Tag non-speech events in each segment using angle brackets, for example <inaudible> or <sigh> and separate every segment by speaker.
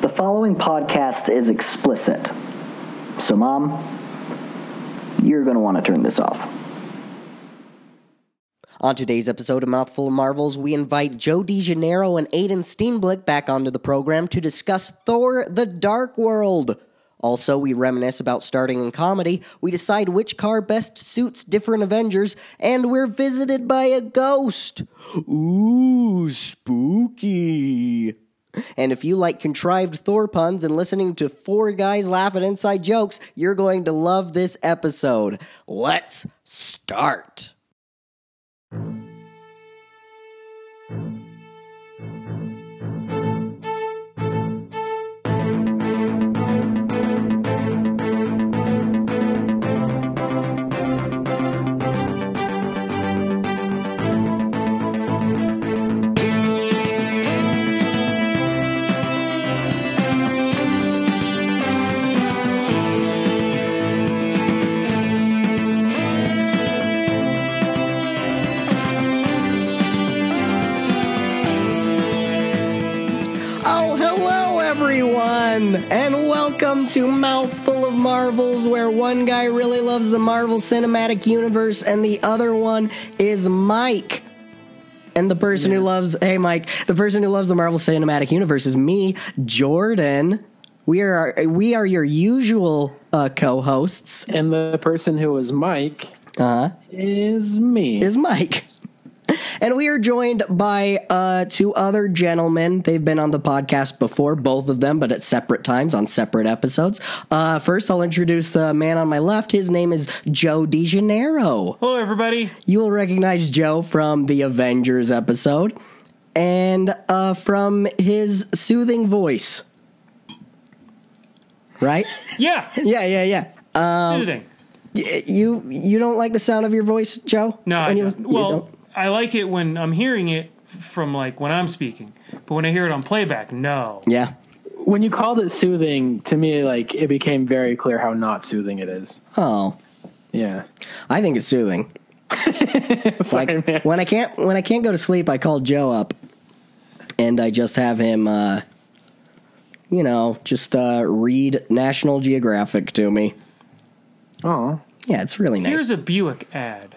Speaker 1: The following podcast is explicit. So, Mom, you're going to want to turn this off. On today's episode of Mouthful of Marvels, we invite Joe DiGennaro and Aidan Steenblick back onto the program to discuss Thor the Dark World. Also, we reminisce about starting in comedy, we decide which car best suits different Avengers, and we're visited by a ghost. Ooh, spooky. And if you like contrived Thor puns and listening to four guys laugh at inside jokes, you're going to love this episode. Let's start. Oh, hello, everyone, and welcome to Mouthful of Marvels, where one guy really loves the Marvel Cinematic Universe and the other one is Mike. And the person who loves, hey, Mike, the person who loves the Marvel Cinematic Universe is me, Jordan. We are we are your usual uh, co-hosts.
Speaker 2: And the person who was Mike
Speaker 1: Uh-huh.
Speaker 2: is me.
Speaker 1: is Mike. And we are joined by uh, two other gentlemen. They've been on the podcast before, both of them, but at separate times on separate episodes. Uh, first, I'll introduce the man on my left. His name is Joe DeGennaro.
Speaker 2: Hello, everybody.
Speaker 1: You will recognize Joe from the Avengers episode and uh, from his soothing voice. Right?
Speaker 2: <laughs>
Speaker 3: Yeah,
Speaker 1: yeah, yeah, yeah. Uh,
Speaker 2: Um,
Speaker 3: soothing.
Speaker 1: y- you you don't like the sound of your voice, Joe?
Speaker 3: No, I
Speaker 1: When you
Speaker 3: don't.
Speaker 1: listen- you don't?
Speaker 3: well, I like it when I'm hearing it from like when I'm speaking, but when I hear it on playback, no.
Speaker 1: yeah.
Speaker 2: When you called it soothing, to me, like it became very clear how not soothing it is.
Speaker 1: Oh.
Speaker 2: Yeah.
Speaker 1: I think it's soothing.
Speaker 2: <laughs> Sorry,
Speaker 1: Like,
Speaker 2: man.
Speaker 1: when I can't when I can't go to sleep, I call Joe up, and I just have him, uh, you know, just uh, read National Geographic to me.
Speaker 2: Oh,
Speaker 1: Yeah, it's really nice.
Speaker 3: Here's a Buick ad.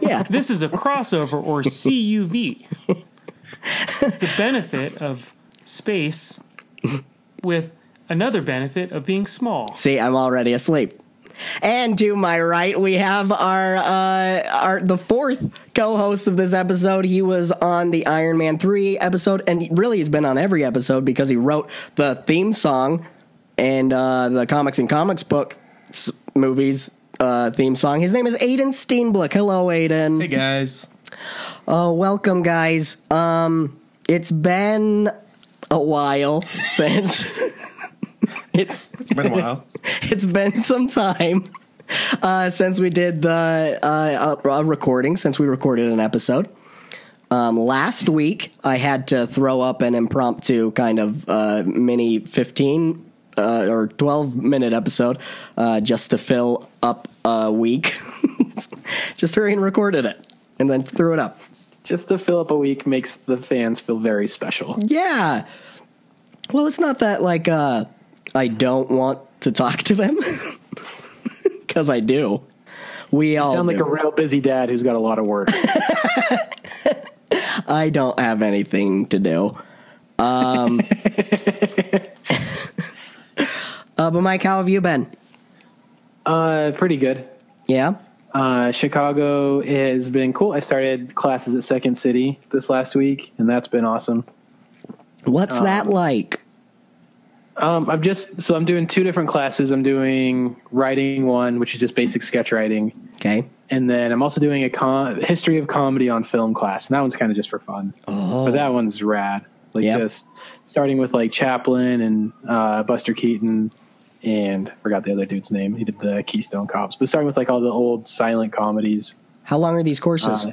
Speaker 1: yeah,
Speaker 3: This is a crossover
Speaker 2: <laughs>
Speaker 3: or CUV. It's the benefit of space with another benefit of being small.
Speaker 1: see, I'm already asleep. And to my right, we have our uh, our the fourth co-host of this episode. He was on the Iron Man three episode, and really he's been on every episode because he wrote the theme song and uh, the comics and comics book s- movies uh, theme song. His name is Aiden Steenblick. Hello, Aiden.
Speaker 4: Hey guys.
Speaker 1: Oh, welcome, guys. Um, it's been a while <laughs> since it's
Speaker 4: It's been a while.
Speaker 1: <laughs> it's been some time uh, since we did the uh, uh, uh, recording, since we recorded an episode. Um, last week, I had to throw up an impromptu kind of uh, mini 15 uh, or 12 minute episode uh, just to fill up a week. <laughs> just hurry and recorded it and then threw it up.
Speaker 2: just to fill up a week makes the fans feel very special.
Speaker 1: Yeah. Well, it's not that like uh I don't want to talk to them <laughs> cuz I do. We all
Speaker 2: Sound like
Speaker 1: do.
Speaker 2: a real busy dad who's got a lot of work.
Speaker 1: I don't have anything to do. Um <laughs> Uh, but Mike, how have you been?
Speaker 2: uh, pretty good.
Speaker 1: Yeah.
Speaker 2: Uh, Chicago has been cool. I started classes at Second City this last week, and that's been awesome.
Speaker 1: What's that like?
Speaker 2: Um, I'm just so I'm doing two different classes. I'm doing writing one, which is just basic sketch writing,
Speaker 1: Okay.
Speaker 2: and then I'm also doing a com- history of comedy on film class, and that one's kind of just for fun. But that one's rad, like
Speaker 1: Yep.
Speaker 2: just starting with like Chaplin and uh, Buster Keaton, and forgot the other dude's name. He did the Keystone Cops, but starting with like all the old silent comedies.
Speaker 1: How long are these courses?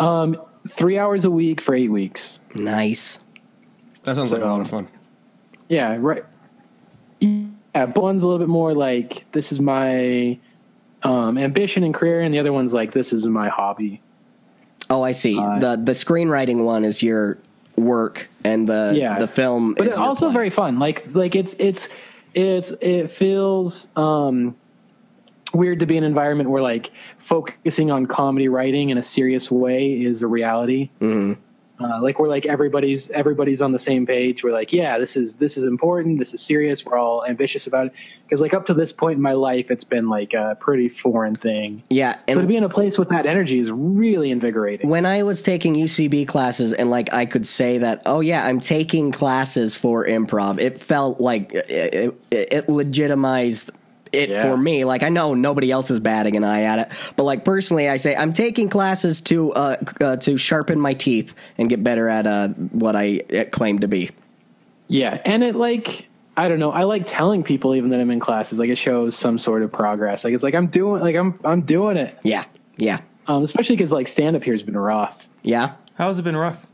Speaker 2: Uh, um, three hours a week for eight weeks.
Speaker 1: nice.
Speaker 4: <laughs> That sounds like a lot of fun.
Speaker 2: Yeah, right. Yeah, but one's a little bit more like this is my um, ambition and career, and the other one's like this is my hobby.
Speaker 1: Oh, I see.
Speaker 2: uh,
Speaker 1: the the screenwriting one is your work and the
Speaker 2: Yeah.
Speaker 1: the film.
Speaker 2: but
Speaker 1: is
Speaker 2: it's
Speaker 1: your
Speaker 2: also
Speaker 1: play.
Speaker 2: very fun. Like like it's it's it's it feels um weird to be in an environment where like focusing on comedy writing in a serious way is a reality.
Speaker 1: Mm-hmm.
Speaker 2: Uh, like we're like everybody's everybody's on the same page. We're like, yeah, this is this is important. This is serious. We're all ambitious about it because like up to this point in my life, it's been like a pretty foreign thing.
Speaker 1: yeah.
Speaker 2: so to
Speaker 1: And
Speaker 2: be in a place with that energy is really invigorating.
Speaker 1: when I was taking UCB classes and like I could say that, oh yeah, I'm taking classes for improv. It felt like uh, it, it, it legitimized it
Speaker 2: Yeah.
Speaker 1: for me. Like I know nobody else is batting an eye at it, but like personally, I say I'm taking classes to uh, uh to sharpen my teeth and get better at uh what I uh, claim to be.
Speaker 2: Yeah, and it like I don't know. I like telling people even that I'm in classes. Like it shows some sort of progress. Like it's like I'm doing like I'm I'm doing it.
Speaker 1: Yeah, yeah,
Speaker 2: Um, especially because like stand up here has been rough.
Speaker 1: yeah.
Speaker 3: How's it been rough?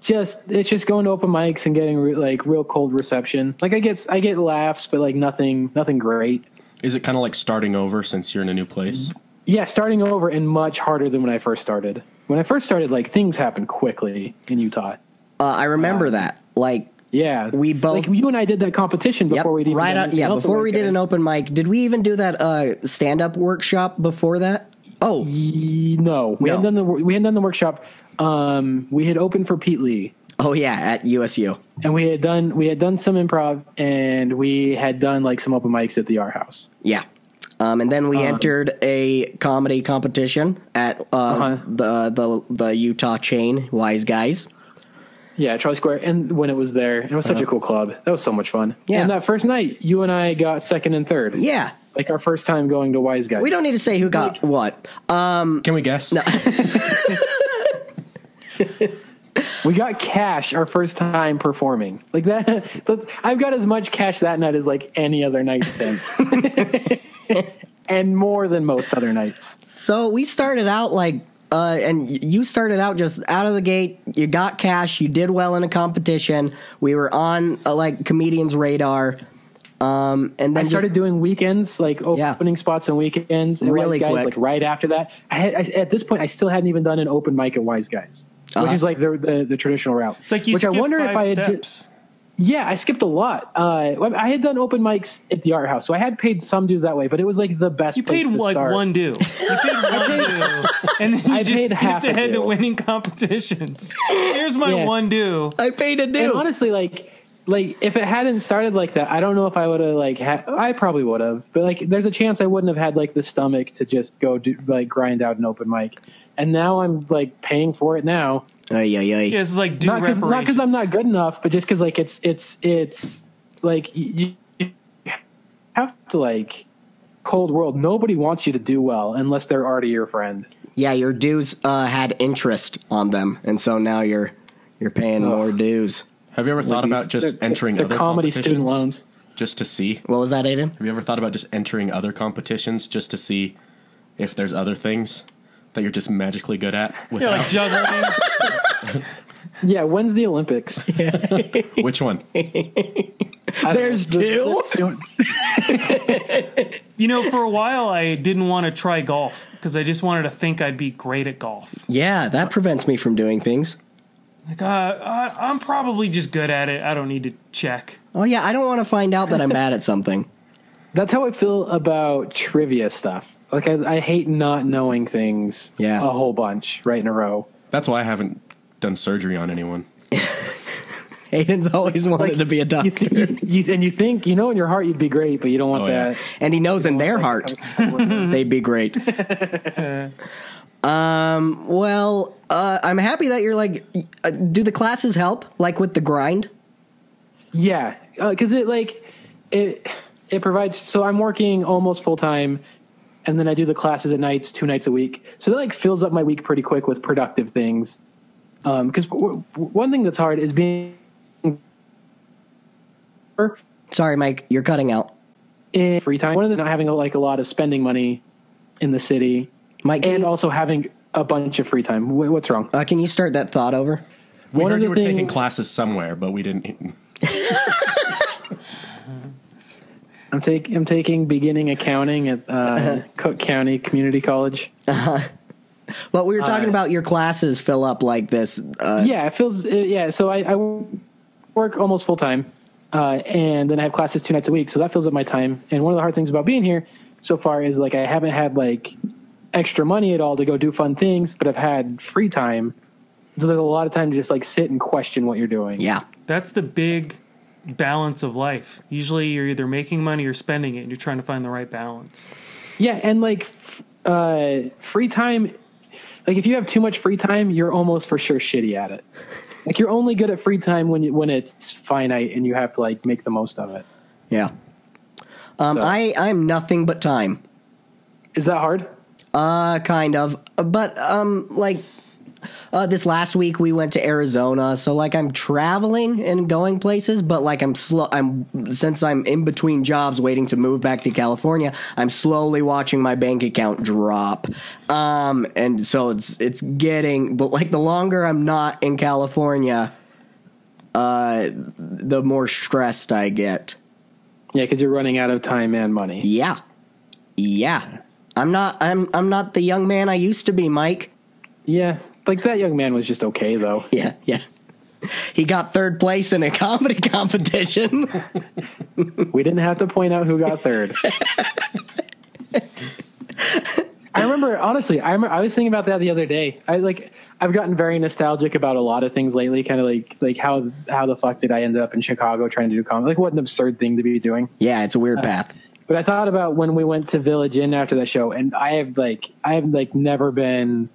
Speaker 2: Just it's just going to open mics and getting re- like real cold reception. Like I get I get laughs, but like nothing nothing great.
Speaker 4: Is it kind of like starting over since you're in a new place?
Speaker 2: Yeah, starting over and much harder than when I first started. When I first started, like things happened quickly in Utah.
Speaker 1: Uh, I remember that. Like
Speaker 2: Yeah,
Speaker 1: We both-
Speaker 2: like you and I did that competition before we did even
Speaker 1: right
Speaker 2: done
Speaker 1: on,
Speaker 2: anything
Speaker 1: yeah
Speaker 2: else
Speaker 1: before
Speaker 2: with
Speaker 1: we
Speaker 2: that
Speaker 1: did
Speaker 2: guy.
Speaker 1: an open mic did we even do that uh stand-up workshop before that oh
Speaker 2: Ye- No, we
Speaker 1: No.
Speaker 2: hadn't done the we hadn't done the workshop. Um, we had opened for Pete Lee,
Speaker 1: oh yeah at usu
Speaker 2: and we had done we had done some improv, and we had done like some open mics at the R House.
Speaker 1: yeah um and then we entered a comedy competition at uh
Speaker 2: Uh-huh.
Speaker 1: the the the utah chain wise guys
Speaker 2: Yeah, Charlie Square, and when it was there, it was such a cool club. That was so much fun.
Speaker 1: Yeah.
Speaker 2: and that first night, you and I got second and third.
Speaker 1: yeah
Speaker 2: like our first time going to Wise Guy.
Speaker 1: we don't need to say who got what
Speaker 2: Mm.
Speaker 4: Can we guess?
Speaker 2: We got cash our first time performing. Like that, <laughs> that's, I've got as much cash that night as like any other night
Speaker 1: <laughs>
Speaker 2: since, <laughs> and more than most other nights.
Speaker 1: so we started out like uh, and y- you started out just out of the gate. You got cash. You did well in a competition. We were on uh, like comedians' radar, um, and then
Speaker 2: I started
Speaker 1: just,
Speaker 2: doing weekends, like
Speaker 1: Yeah.
Speaker 2: opening spots on weekends. And
Speaker 1: Really
Speaker 2: Wise Guys,
Speaker 1: quick.
Speaker 2: like right after that. I, had, I, at this point, I still hadn't even done an open mic at Wise Guys,
Speaker 1: Uh-huh.
Speaker 2: which is like the, the the traditional route.
Speaker 3: It's like you
Speaker 2: which I
Speaker 3: skipped
Speaker 2: wonder
Speaker 3: five
Speaker 2: if I had. ju-
Speaker 3: steps.
Speaker 2: yeah, I skipped a lot. Uh, well, I had done open mics at the art house, so I had paid some dues that way, but it was like the best.
Speaker 3: you
Speaker 2: place
Speaker 3: paid
Speaker 2: to
Speaker 3: like
Speaker 2: start.
Speaker 3: one due. You
Speaker 2: <laughs>
Speaker 3: paid one due, and then you
Speaker 2: I
Speaker 3: just
Speaker 2: paid half
Speaker 3: skipped
Speaker 2: a
Speaker 3: ahead to
Speaker 2: due.
Speaker 3: winning competitions. Here's my
Speaker 2: Yeah.
Speaker 3: one due.
Speaker 1: I paid a
Speaker 2: And
Speaker 1: due.
Speaker 2: honestly, like. Like if it hadn't started like that, I don't know if I would have like ha- I probably would have, but like there's a chance I wouldn't have had like the stomach to just go do like grind out an open mic, and now I'm like paying for it now,
Speaker 1: Ay, ay, ay.
Speaker 3: Yeah, this is like due
Speaker 2: not because not
Speaker 3: reparations.
Speaker 2: because I'm not good enough, but just because like it's it's it's like you, you have to like cold world. Nobody wants you to do well unless they're already your friend.
Speaker 1: Yeah, your dues uh, had interest on them, and so now you're you're paying more dues.
Speaker 4: Have you ever thought about just entering
Speaker 2: the
Speaker 4: other
Speaker 2: comedy
Speaker 4: competitions
Speaker 2: student loans.
Speaker 4: just to see?
Speaker 1: What was that, Aiden?
Speaker 4: Have you ever thought about just entering other competitions just to see if there's other things that you're just magically
Speaker 2: <laughs>
Speaker 4: good at?
Speaker 3: Yeah,
Speaker 4: Without
Speaker 3: like juggling.
Speaker 2: Yeah, when's the Olympics?
Speaker 4: which one?
Speaker 2: I don't
Speaker 1: There's
Speaker 2: know. The-
Speaker 1: two?
Speaker 2: the-
Speaker 3: you know, for a while I didn't want to try golf because I just wanted to think I'd be great at golf.
Speaker 1: Yeah, that prevents me from doing things.
Speaker 3: Like, uh, I, I'm probably just good at it. I don't need to check.
Speaker 1: Oh yeah, I don't want to find out that I'm bad at something.
Speaker 2: That's how I feel about trivia stuff. Like I, I hate not knowing things.
Speaker 1: Yeah.
Speaker 2: a whole bunch right in a row.
Speaker 4: That's why I haven't done surgery on anyone.
Speaker 1: <laughs> Aiden's always wanted to be a
Speaker 2: You,
Speaker 1: doctor,
Speaker 2: th- you, you and you think you know in your heart you'd be great, but you don't want
Speaker 4: Oh, yeah.
Speaker 2: that.
Speaker 1: and he knows in their heart <laughs> they'd be great. um, well, uh, I'm happy that you're like. Uh, do the classes help, like with the grind?
Speaker 2: Yeah, because it like it it provides. So I'm working almost full time, and then I do the classes at nights, two nights a week. So that like fills up my week pretty quick with productive things. Because w- w- one thing that's hard is being
Speaker 1: Sorry, Mike, you're cutting out.
Speaker 2: in free time. One of them not having like a lot of spending money in the city,
Speaker 1: Mike, can
Speaker 2: and
Speaker 1: you,
Speaker 2: also having a bunch of free time. Wh- What's wrong?
Speaker 1: uh, can you start that thought over?
Speaker 4: We
Speaker 2: One of
Speaker 4: heard
Speaker 2: the
Speaker 4: you were taking
Speaker 2: things-
Speaker 4: classes somewhere, but we didn't.
Speaker 2: I'm take <laughs> I'm taking beginning accounting at uh, Cook County Community College.
Speaker 1: But we were talking
Speaker 4: Uh,
Speaker 1: about your classes fill up like this. Uh,
Speaker 2: yeah, it feels uh, yeah. So I, I work almost full time, uh, and then I have classes two nights a week, so that fills up my time. And one of the hard things about being here so far is like I haven't had like extra money at all to go do fun things, but I've had free time, so there's a lot of time to just like sit and question what you're doing.
Speaker 1: yeah.
Speaker 3: That's the big balance of life. Usually you're either making money or spending it and you're trying to find the right balance.
Speaker 2: Yeah, and like f- uh, free time, like if you have too much free time, you're almost for sure shitty at it. Like you're only good at free time when you, when it's finite and you have to like make the most of it.
Speaker 1: Yeah. Um,
Speaker 2: So-
Speaker 1: I I'm nothing but time.
Speaker 2: Is that hard?
Speaker 1: Uh, kind of. But um, like. Uh, this last week we went to Arizona, so like I'm traveling and going places, but like I'm slow. I'm since I'm in between jobs, waiting to move back to California. I'm slowly watching my bank account drop, um, and so it's it's getting. But like the longer I'm not in California, uh, the more stressed I get.
Speaker 2: Yeah, because you're running out of time and money.
Speaker 1: Yeah. Yeah. I'm not I'm I'm not the young man I used to be, Mike.
Speaker 2: Yeah, like that young man was just okay though.
Speaker 1: Yeah, yeah. He got third place in a <laughs> comedy competition.
Speaker 2: We didn't have to point out who got third. I remember honestly. I remember, I was thinking about that the other day. I like I've gotten very nostalgic about a lot of things lately. Kind of like like how how the fuck did I end up in Chicago trying to do comedy? Like what an absurd thing to be doing.
Speaker 1: yeah, it's a weird path.
Speaker 2: But I thought about when we went to Village Inn after that show, and I have like I have like never been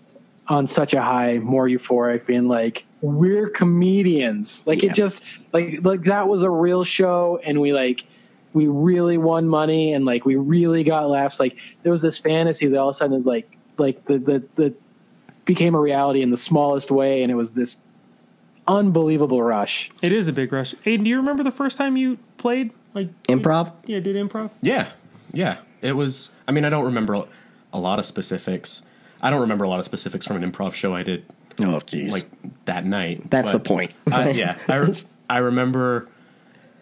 Speaker 2: on such a high, more euphoric, being like we're comedians. Like
Speaker 1: Yeah.
Speaker 2: it just like like that was a real show, and we like we really won money, and like we really got laughs. Like there was this fantasy that all of a sudden is like like the the the became a reality in the smallest way, and it was this unbelievable rush.
Speaker 3: It is a big rush. Aiden, do you remember the first time you played? Like
Speaker 1: Improv?
Speaker 3: Did, yeah, did improv?
Speaker 4: Yeah, yeah. It was. I mean, I don't remember a lot of specifics. I don't remember a lot of specifics from an improv show I did
Speaker 1: Oh jeez.
Speaker 4: like that night.
Speaker 1: That's
Speaker 4: but-
Speaker 1: the point. <laughs>
Speaker 4: I- yeah, I, re- I remember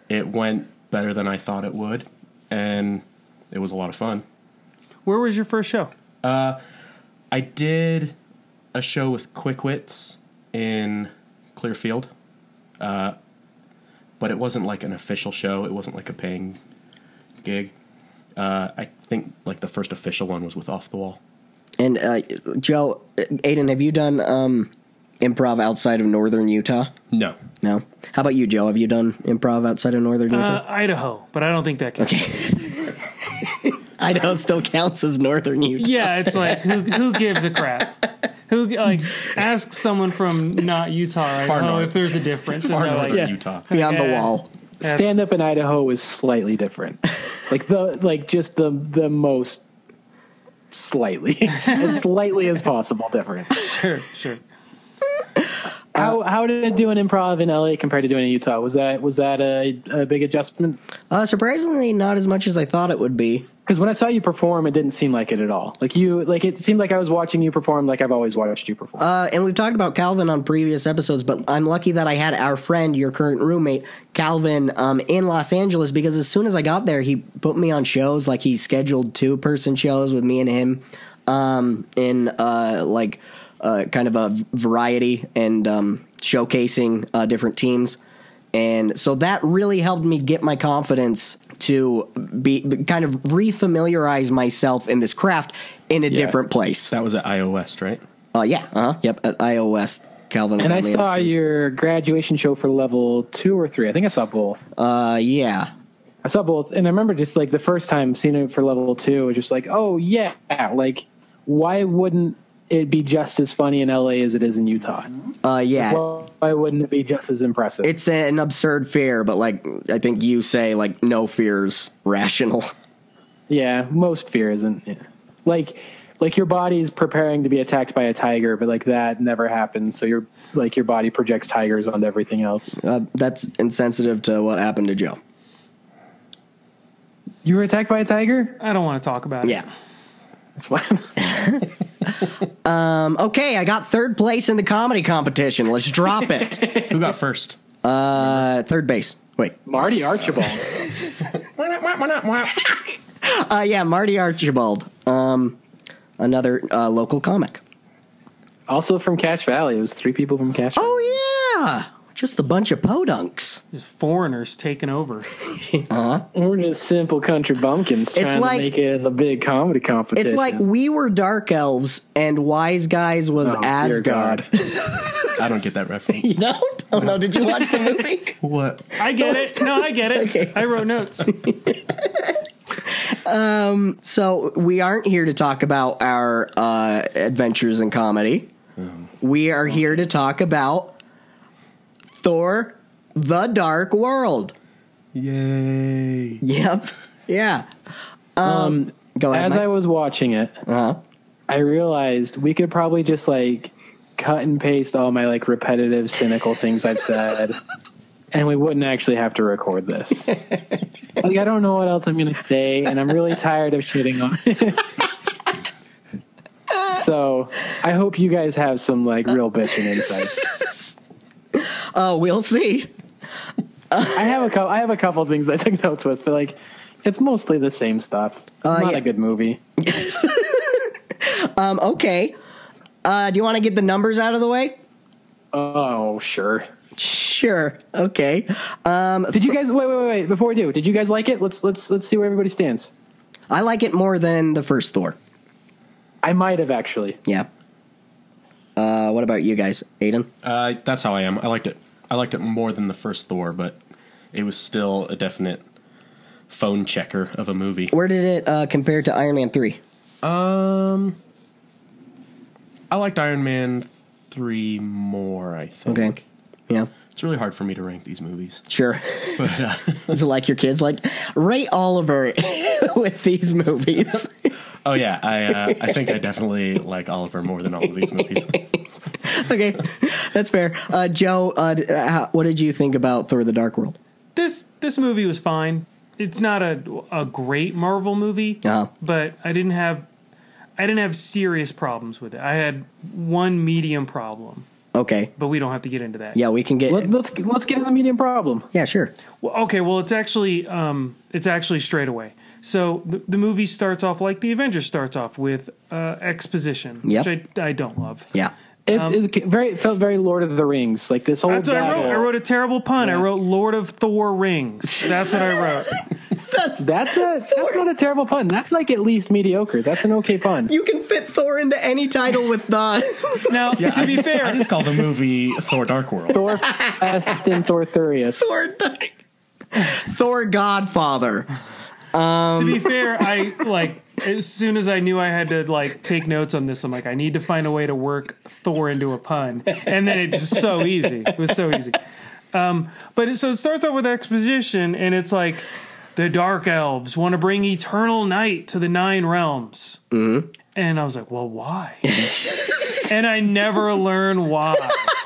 Speaker 4: it went better than I thought it would, and it was a lot of fun.
Speaker 3: Where was your first show?
Speaker 4: I did a show with Quick Wits in Clearfield, uh, but it wasn't like an official show. It wasn't like a paying gig. Uh, I think like the first official one was with Off the Wall.
Speaker 1: and uh, Joe, Aiden, have you done um improv outside of northern Utah?
Speaker 4: No,
Speaker 1: No. How about you, Joe? Have you done improv outside of northern
Speaker 3: Uh,
Speaker 1: Utah?
Speaker 3: Idaho, but I don't think that counts.
Speaker 1: Idaho still counts as northern Utah.
Speaker 3: Yeah, it's like who who gives a crap? Who like ask someone from not Utah or
Speaker 4: far
Speaker 3: Idaho
Speaker 4: north.
Speaker 3: if there's a difference? and
Speaker 4: far
Speaker 3: they're
Speaker 4: northern
Speaker 3: like,
Speaker 4: Utah.
Speaker 1: Beyond the
Speaker 3: Yeah.
Speaker 1: wall.
Speaker 3: That's-
Speaker 2: stand up in Idaho is slightly <laughs> different. Like the like just the the most slightly <laughs> as slightly as possible different.
Speaker 3: Sure, sure.
Speaker 2: <laughs> How how did it do an improv in LA compared to doing it in Utah? Was that was that a, a big adjustment?
Speaker 1: Uh, surprisingly, not as much as I thought it would be.
Speaker 2: Because when I saw you perform, it didn't seem like it at all. Like you like it seemed like I was watching you perform like I've always watched you perform.
Speaker 1: Uh, and we've talked about Calvin on previous episodes, but I'm lucky that I had our friend, your current roommate, Calvin, um, in Los Angeles because as soon as I got there, he put me on shows. Like he scheduled two person shows with me and him um, in uh, like uh, kind of a variety and um, showcasing uh, different teams. And so that really helped me get my confidence to be kind of refamiliarize myself in this craft in a different place.
Speaker 4: that was at iOS, right?
Speaker 1: Uh, yeah. Uh huh. Yep. At iOS, Calvin.
Speaker 2: Uh-huh. and I
Speaker 1: got me
Speaker 2: saw
Speaker 1: on stage.
Speaker 2: your graduation show for level two or three. I think I saw both.
Speaker 1: Uh, yeah.
Speaker 2: I saw both, and I remember just like the first time seeing it for level two, it was just like, oh yeah, like why wouldn't it be just as funny in LA as it is in Utah?
Speaker 1: Uh, yeah.
Speaker 2: Well, why wouldn't it be just as impressive?
Speaker 1: it's an absurd fear, but like I think you say, like no fears rational. <laughs>
Speaker 2: yeah, most fear isn't yeah. like like your body's preparing to be attacked by a tiger, but like that never happens. So your like your body projects tigers onto everything else.
Speaker 1: Uh, that's insensitive to what happened to Joe.
Speaker 2: You were attacked by a tiger.
Speaker 3: I don't want to talk about it.
Speaker 1: Yeah.
Speaker 2: That's fine. <laughs>
Speaker 1: Um. Okay, I got third place in the comedy competition. Let's drop
Speaker 2: <laughs>
Speaker 1: it.
Speaker 4: Who
Speaker 1: <laughs>
Speaker 4: got first?
Speaker 1: uh, third base. Wait.
Speaker 2: Marty Archibald.
Speaker 1: Uh, yeah, Marty Archibald. Um, another uh, local comic.
Speaker 2: Also from Cash Valley. It was three people from Cash Valley.
Speaker 1: Oh yeah, just a bunch of podunks.
Speaker 3: Just foreigners taking over.
Speaker 2: We're just simple country bumpkins trying
Speaker 1: like-
Speaker 2: to make it the big comedy competition.
Speaker 1: It's like we were dark elves and wise guys was
Speaker 2: Oh, dear
Speaker 1: Asgard.
Speaker 4: I don't get that
Speaker 1: <laughs>
Speaker 4: reference.
Speaker 1: No, oh no, did you watch the movie?
Speaker 4: what?
Speaker 3: I get it. No, I get it.
Speaker 1: Okay.
Speaker 3: I wrote notes.
Speaker 1: <laughs> so we aren't here to talk about our uh, adventures in comedy. We are here to talk about Thor: The Dark World.
Speaker 4: Yay!
Speaker 1: Yep. Yeah. Um, go ahead.
Speaker 2: As I
Speaker 1: Mike.
Speaker 2: was watching it,
Speaker 1: uh-huh.
Speaker 2: I realized we could probably just like cut and paste all my like repetitive, cynical things
Speaker 1: <laughs>
Speaker 2: I've said, and we wouldn't actually have to record this. like I don't know what else I'm gonna say, and I'm really tired of shitting on it.
Speaker 1: <laughs>
Speaker 2: so I hope you guys have some like real bitching insights.
Speaker 1: Oh, we'll see.
Speaker 2: I have a couple. I have a couple things I took notes with, but like it's mostly the same stuff. Not
Speaker 1: Uh, yeah.
Speaker 2: a good movie.
Speaker 1: Um, okay. Uh, do you want to get the numbers out of the way?
Speaker 2: Oh sure.
Speaker 1: Sure. Okay.
Speaker 2: Did you guys wait wait wait wait before we do? Did you guys like it? Let's let's let's see where everybody stands.
Speaker 1: I like it more than the first Thor.
Speaker 2: I might have actually.
Speaker 1: Yeah. Uh, what about you guys, Aiden?
Speaker 4: Uh, that's how I am. I liked it. I liked it more than the first Thor, but it was still a definite phone checker of a movie.
Speaker 1: Where did it uh, compare to Iron Man three?
Speaker 4: Um, I liked Iron Man three more. I think.
Speaker 1: Okay. Yeah.
Speaker 4: It's really hard for me to rank these movies. <laughs>
Speaker 1: Sure. <laughs>
Speaker 4: But, uh,
Speaker 1: Is it like your kids? Like Ray Oliver <laughs> with these movies. <laughs>
Speaker 4: oh yeah, I uh, I think I definitely like Oliver more than all of these movies.
Speaker 1: okay, that's fair. Uh, Joe, uh, d- uh, how, what did you think about Thor: The Dark World?
Speaker 3: this this movie was fine. It's not a a great Marvel movie,
Speaker 1: Uh-huh.
Speaker 3: but I didn't have I didn't have serious problems with it. I had one medium problem,
Speaker 1: Okay.
Speaker 3: but we don't have to get into that.
Speaker 1: Yeah, we can get.
Speaker 2: Let, let's let's get in the medium problem.
Speaker 1: yeah, sure.
Speaker 3: Well, okay. Well, it's actually um, it's actually straight away. So the, the movie starts off like the Avengers starts off with uh, exposition,
Speaker 1: Yep.
Speaker 3: which I, I don't love.
Speaker 1: Yeah.
Speaker 2: It, it very it felt very Lord of the Rings. Like this whole
Speaker 3: Um, That's what I wrote.
Speaker 2: battle.
Speaker 3: I wrote a terrible pun. I
Speaker 2: Yeah.
Speaker 3: wrote Lord of Thor Rings. That's what I
Speaker 4: <laughs>
Speaker 3: wrote.
Speaker 2: That's a that's not a terrible pun. That's like at least mediocre. That's an okay pun.
Speaker 1: You can fit Thor into any title with the. <laughs>
Speaker 3: Now, to be fair,
Speaker 4: I just call the movie Thor: Dark
Speaker 1: <laughs>
Speaker 4: World.
Speaker 2: Thor fast and Thor Thurious.
Speaker 1: Thor, Thor Godfather.
Speaker 3: to be fair, I like as soon as I knew I had to like take notes on this, I'm like, I need to find a way to work Thor into a pun, and then it's just so easy. It was so easy. Um, but it, so it starts out with exposition, and it's like the dark elves want to bring eternal night to the nine realms, mm-hmm. and I was like,
Speaker 1: <laughs>
Speaker 3: well, why? and I never learn why.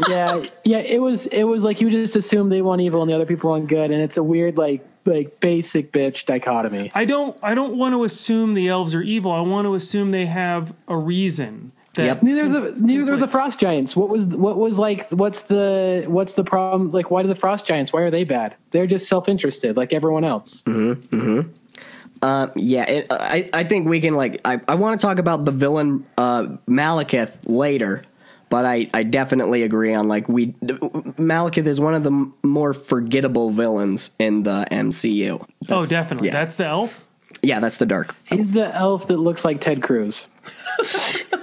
Speaker 2: Yeah, yeah. It was it was like you just assume they want evil and the other people want good, and it's a weird like like basic bitch dichotomy.
Speaker 3: I don't. I don't want to assume the elves are evil. I want to assume they have a reason. That
Speaker 1: Yep.
Speaker 2: Neither the neither are the
Speaker 3: conflicts.
Speaker 2: frost giants. What was what was like? What's the what's the problem? Like, why do the frost giants? Why are they bad? They're just self interested, like everyone else.
Speaker 1: Yeah, it, I I think we can like I, I want to talk about the villain uh, Malekith later, but I, I definitely agree on like we Malekith is one of the m- more forgettable villains in the MCU.
Speaker 3: oh, definitely.
Speaker 1: yeah.
Speaker 3: That's the elf.
Speaker 1: Yeah, that's the dark.
Speaker 2: He's the elf that looks like Ted Cruz.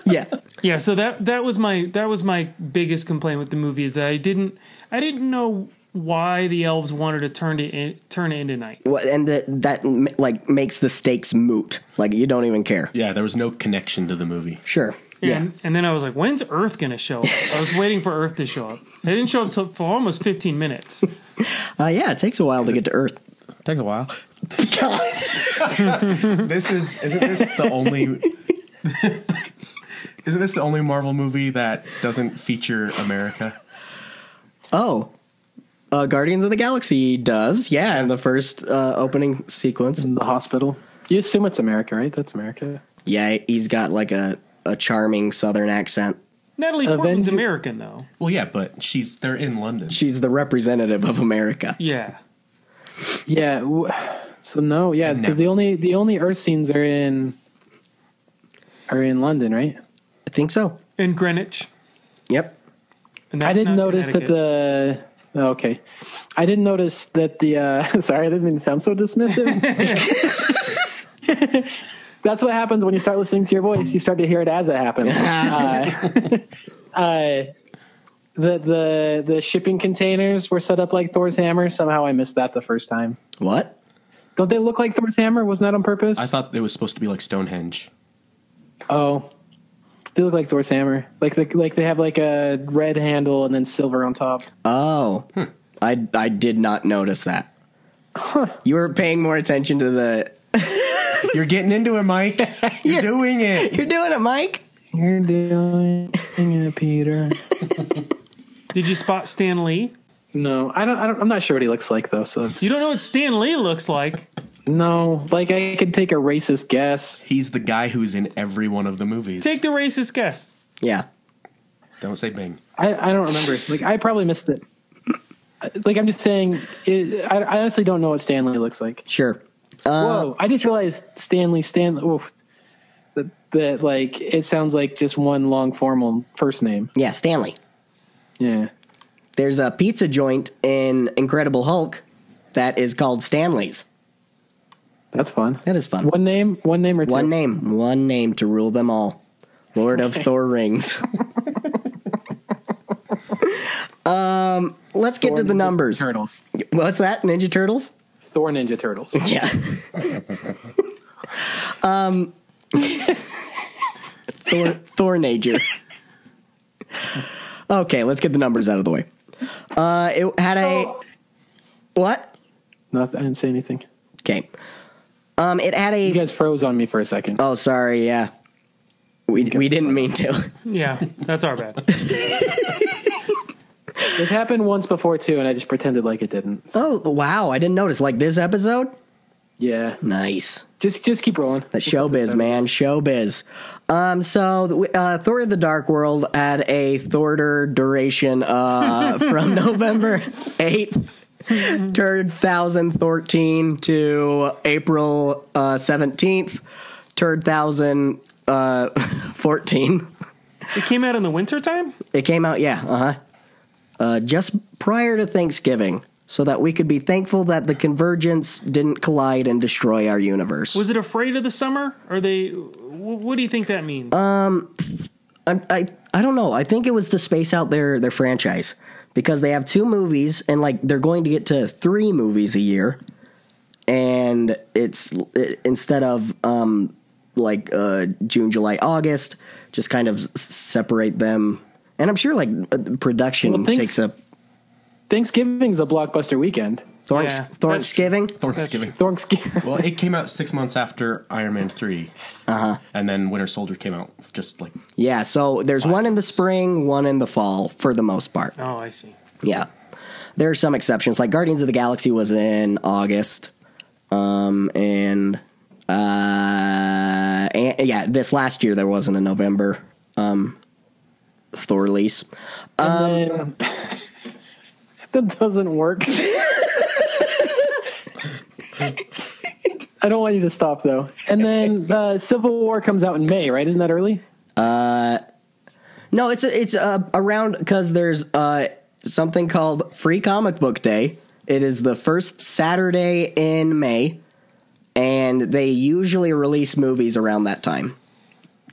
Speaker 1: Yeah,
Speaker 3: Yeah, so that that was my that was my biggest complaint with the movie is that I didn't I didn't know why the elves wanted to turn it in, turn it into night.
Speaker 1: Well, and that that m- like makes the stakes moot. Like you don't even care.
Speaker 4: Yeah, there was no connection to the movie.
Speaker 1: Sure. Yeah.
Speaker 3: And, and then I was like, when's Earth gonna show up? I was waiting for Earth to show up. They didn't show up till, for almost 15 minutes.
Speaker 1: Uh, yeah. It takes a while to get to Earth.
Speaker 4: Takes a while. this is isn't this the only <laughs> Isn't this the only Marvel movie that doesn't feature America?
Speaker 1: Oh. Uh, Guardians of the Galaxy does, yeah, in the first uh, opening sequence.
Speaker 2: in the hospital. You assume it's America, right? That's America.
Speaker 1: Yeah, he's got like a, a charming southern accent.
Speaker 3: Natalie Portman's
Speaker 2: Avenger-
Speaker 3: American though.
Speaker 4: Well, yeah, but she's they're in London.
Speaker 1: She's the representative of America.
Speaker 3: Yeah.
Speaker 2: Yeah. w- So no, yeah,
Speaker 4: No.
Speaker 2: because the only the only Earth scenes are in are in London, right?
Speaker 1: I think so.
Speaker 3: In Greenwich.
Speaker 1: Yep.
Speaker 3: And
Speaker 2: I
Speaker 3: that's
Speaker 2: didn't
Speaker 3: not
Speaker 2: notice that
Speaker 3: Connecticut.
Speaker 2: the oh, okay. I didn't notice that the uh, <laughs> sorry, I didn't mean to sound so dismissive. <laughs> That's what happens when you start listening to your voice. You start to hear it as it happens. uh, uh, the the the shipping containers were set up like Thor's hammer. Somehow I missed that the first time.
Speaker 1: What?
Speaker 2: Don't they look like Thor's hammer? Wasn't that on purpose?
Speaker 4: I thought it was supposed to be like Stonehenge.
Speaker 2: oh, they look like Thor's hammer. Like the, like they have like a red handle and then silver on top.
Speaker 1: Oh, I I did not notice that. You were paying more attention to the.
Speaker 4: You're getting into it, Mike. <laughs> You're doing it.
Speaker 1: You're doing it, Mike.
Speaker 2: You're doing it, Peter.
Speaker 3: Did you spot Stan Lee?
Speaker 2: No, I don't, I don't. I'm not sure what he looks like though. So
Speaker 3: You don't know what Stan Lee looks like.
Speaker 2: no, like I could take a racist guess.
Speaker 4: He's the guy who's in every one of the movies.
Speaker 3: Take the racist guess.
Speaker 1: Yeah.
Speaker 4: Don't say Bing.
Speaker 2: I, I don't remember. Like I probably missed it. Like I'm just saying, it, I, I honestly don't know what Stanley looks like.
Speaker 1: Sure. Um, Uh,
Speaker 2: Whoa! I just realized Stanley Stanley. Oof, that, that like it sounds like just one long formal first name.
Speaker 1: Yeah, Stanley.
Speaker 2: Yeah.
Speaker 1: There's a pizza joint in Incredible Hulk that is called Stanley's.
Speaker 2: That's fun.
Speaker 1: That is fun.
Speaker 2: One name, one name or two.
Speaker 1: One name, one name to rule them all. Lord of Thor rings.
Speaker 2: <laughs>
Speaker 1: um, Um, let's get
Speaker 2: Thor
Speaker 1: to the
Speaker 2: Ninja
Speaker 1: numbers.
Speaker 2: Turtles.
Speaker 1: What's that? Ninja Turtles?
Speaker 2: Thor Ninja Turtles. <laughs>
Speaker 1: Yeah. um, Thor, Thor Nature. Okay, let's get the numbers out of the way. Uh, it had a what?
Speaker 2: Nothing. I didn't say anything.
Speaker 1: Okay. Um, it had a.
Speaker 2: You guys froze on me for a second.
Speaker 1: Oh, sorry. Yeah, we we didn't mean to.
Speaker 3: Yeah, that's our bad.
Speaker 2: This happened once before too, and I just pretended like it didn't.
Speaker 1: Oh wow, I didn't notice. Like this episode?
Speaker 2: Yeah,
Speaker 1: Nice.
Speaker 2: just just keep rolling.
Speaker 1: That showbiz, man, showbiz. Um, so uh, Thor: The Dark World had a Thorder duration uh, from November eighth, turd thousand thirteen to April uh, seventeenth, turd thousand uh, <laughs> fourteen.
Speaker 3: It came out in the wintertime?
Speaker 1: It came out, yeah, uh-huh. uh Just prior to Thanksgiving, so that we could be thankful that the convergence didn't collide and destroy our universe.
Speaker 3: Was it afraid of the summer? Are they. wh- What do you think that means?
Speaker 1: I, I I don't know. I think it was to space out their their franchise because they have two movies and like they're going to get to three movies a year, and it's it, instead of um like uh June, July, August, just kind of s- separate them. And I'm sure like uh, production
Speaker 2: Well, thanks-
Speaker 1: takes up
Speaker 2: Thanksgiving's a blockbuster weekend.
Speaker 1: Thorns
Speaker 3: Yeah, that's-
Speaker 1: Thanksgiving.
Speaker 4: Thanksgiving.
Speaker 2: Thanksgiving.
Speaker 4: Well, it came out six months after Iron Man 3. And then Winter Soldier came out just like.
Speaker 1: Yeah, so there's one in the spring, one in the fall for the most part.
Speaker 3: oh, I see.
Speaker 1: Yeah. There are some exceptions. Like Guardians of the Galaxy was in August. Um, and, uh, and- yeah, this last year there wasn't a November um, Thor release.
Speaker 2: Um, <laughs> that doesn't work. I don't want you to stop though. And then uh, Civil War comes out in May, right? Isn't that early?
Speaker 1: No, it's it's uh, around because there's uh, something called Free Comic Book Day. It is the first Saturday in May, and they usually release movies around that time.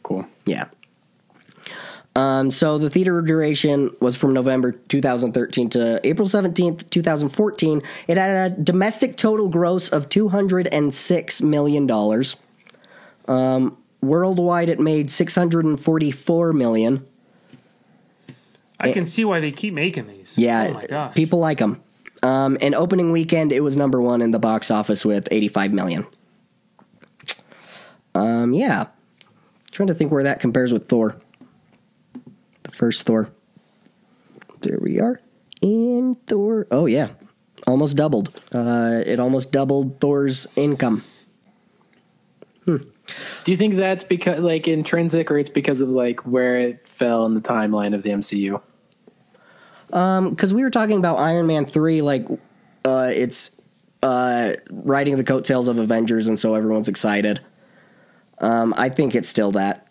Speaker 2: Cool.
Speaker 1: Yeah. Um, so the theater duration was from November 2013 to April 17th, 2014. It had a domestic total gross of 206 million dollars. Um, worldwide, it made 644 million.
Speaker 3: I can see why they keep making these.
Speaker 1: Yeah,
Speaker 3: Oh, my gosh.
Speaker 1: people like them. Um, and opening weekend, it was number one in the box office with 85 million. Um, yeah, trying to think where that compares with Thor, the first Thor. There we are in Thor. Oh yeah, almost doubled. Uh, it almost doubled Thor's income.
Speaker 2: Do you think that's because like intrinsic, or it's because of like where it fell in the timeline of the MCU?
Speaker 1: because we were talking about Iron Man three, like uh, it's uh, riding the coattails of Avengers, and so everyone's excited. Um, I think it's still that.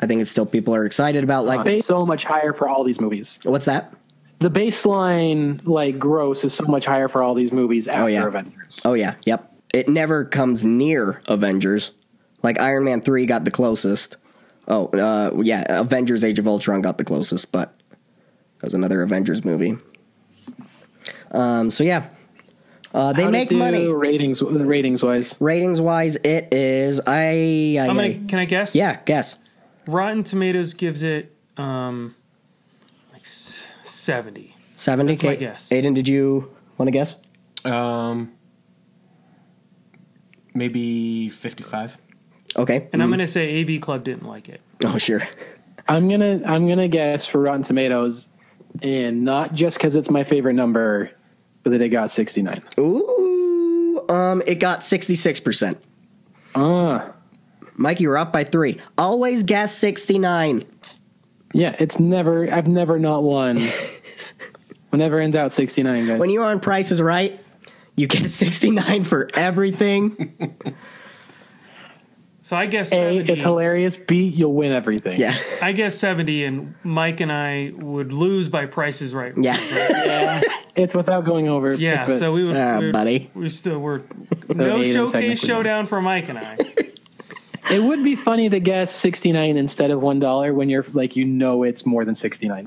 Speaker 1: I think it's still people are excited about. Like,
Speaker 2: Base so much higher for all these movies.
Speaker 1: what's that?
Speaker 2: The baseline, like gross, is so much higher for all these movies after
Speaker 1: yeah.
Speaker 2: Avengers.
Speaker 1: Oh yeah, yep. It never comes near Avengers. Like Iron Man three got the closest. Oh uh, yeah, Avengers Age of Ultron got the closest, but that was another Avengers movie. Um, so yeah, uh, they
Speaker 2: How did
Speaker 1: make
Speaker 2: it do
Speaker 1: money.
Speaker 2: ratings ratings wise.
Speaker 1: Ratings wise, it is I. I,
Speaker 3: I'm
Speaker 1: I-
Speaker 3: gonna, can I guess?
Speaker 1: yeah, guess
Speaker 3: Rotten Tomatoes gives it um, like s- 70.
Speaker 1: seventy.
Speaker 3: That's my guess.
Speaker 1: Aiden, did you want to guess?
Speaker 4: Um, maybe 55.
Speaker 1: Okay.
Speaker 3: And I'm going to say AV Club didn't like it.
Speaker 1: oh sure.
Speaker 2: I'm gonna I'm gonna guess for Rotten Tomatoes, and not just because it's my favorite number, but that it got 69.
Speaker 1: Ooh. Um, it got sixty six percent. Ah.
Speaker 2: Uh,
Speaker 1: Mike, you're up by three. Always guess sixty nine.
Speaker 2: yeah, it's never I've never
Speaker 1: <laughs>
Speaker 2: not won. Whenever in doubt, 69 guys.
Speaker 1: when you're on prices right you get <laughs> 69 for
Speaker 3: <laughs>
Speaker 1: everything
Speaker 3: So I guess
Speaker 2: A,
Speaker 3: 70.
Speaker 2: it's hilarious. B, you'll win everything.
Speaker 1: yeah
Speaker 3: I guess 70, and Mike and I would lose by prices right.
Speaker 1: yeah
Speaker 2: Yeah, it's without going over.
Speaker 3: Yeah,
Speaker 2: but-
Speaker 3: so we would.
Speaker 1: Ah,
Speaker 3: we would-
Speaker 1: buddy
Speaker 3: We still were
Speaker 2: Aiden
Speaker 3: no
Speaker 2: technically
Speaker 3: showcase
Speaker 2: won.
Speaker 3: showdown for Mike and I.
Speaker 2: It would be funny to guess 69 instead of $1 when you're like, you know, it's more
Speaker 1: <laughs>
Speaker 2: than 69.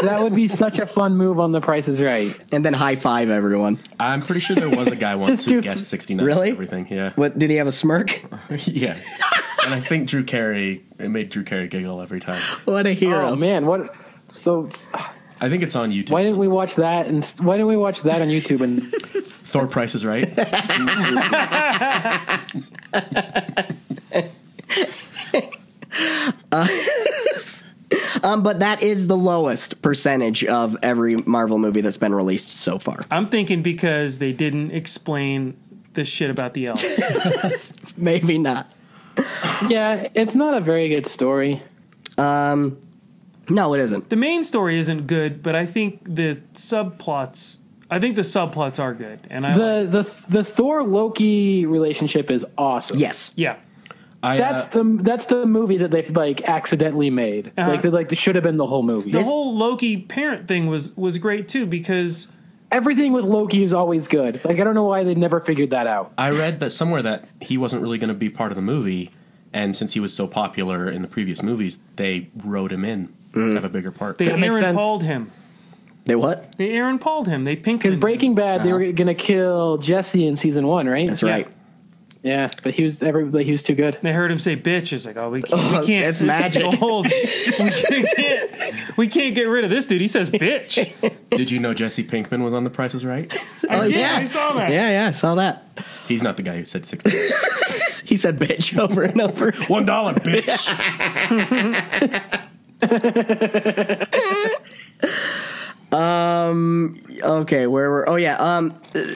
Speaker 2: that would be such a fun move on the Price is Right.
Speaker 1: and then high five everyone
Speaker 4: I'm pretty sure there was
Speaker 2: <laughs>
Speaker 4: a guy once
Speaker 2: Just
Speaker 4: who
Speaker 2: do-
Speaker 4: guessed 69.
Speaker 1: Really?
Speaker 4: Everything,
Speaker 2: <laughs>
Speaker 4: yeah.
Speaker 1: what did he have a smirk <laughs>
Speaker 4: yeah. And I think Drew Carey, it made Drew Carey giggle every time.
Speaker 1: what a hero
Speaker 2: Oh, man. What? So
Speaker 4: I think it's on YouTube.
Speaker 2: why didn't we watch that? And why didn't we watch that on YouTube?
Speaker 1: <laughs>
Speaker 2: And
Speaker 4: Thor Price
Speaker 2: <laughs>
Speaker 4: is Right.
Speaker 1: um but that is the lowest percentage of every marvel movie that's been released so far <laughs>
Speaker 3: I'm thinking because they didn't explain the shit about the elves.
Speaker 1: maybe not
Speaker 2: yeah, it's not a very good story.
Speaker 1: no it isn't
Speaker 3: the main story isn't good, but I think the subplots. I think the subplots are good, and I like-
Speaker 2: The the the Thor Loki relationship is awesome.
Speaker 1: yes
Speaker 3: yeah.
Speaker 4: I, uh,
Speaker 2: That's the that's the movie that they've like accidentally made.
Speaker 3: Uh-huh.
Speaker 2: Like they like should have been the whole movie.
Speaker 3: The whole Loki parent thing was was great too because
Speaker 2: Everything with Loki is always good. Like I don't know why they never figured that out.
Speaker 4: I read that somewhere that he wasn't really going to be part of the movie, and since he was so popular in the previous movies, they wrote him in to have a bigger part.
Speaker 3: they
Speaker 2: That makes
Speaker 3: Aaron
Speaker 2: sense.
Speaker 3: Pauled him.
Speaker 1: they what
Speaker 3: They Aaron Pauled him. They pink
Speaker 2: Because Breaking Bad, they were gonna kill Jesse in season one, right?
Speaker 1: that's
Speaker 3: Yeah.
Speaker 1: right
Speaker 2: Yeah, but he was every but he was too good.
Speaker 3: They heard him say "bitch." It's like, oh, we can't.
Speaker 1: Oh,
Speaker 3: we can't
Speaker 1: that's magic.
Speaker 3: <laughs> Hold, we can't. We can't get rid of this dude. He says "bitch."
Speaker 4: Did you know Jesse Pinkman was on The Price is Right?
Speaker 1: <laughs>
Speaker 3: I
Speaker 1: Oh,
Speaker 3: did.
Speaker 1: yeah.
Speaker 3: I saw that.
Speaker 1: yeah yeah i saw that
Speaker 4: He's not the guy who said sixty.
Speaker 1: he said bitch <laughs> over and over
Speaker 4: <laughs> One dollar, bitch.
Speaker 1: okay where were oh yeah um it,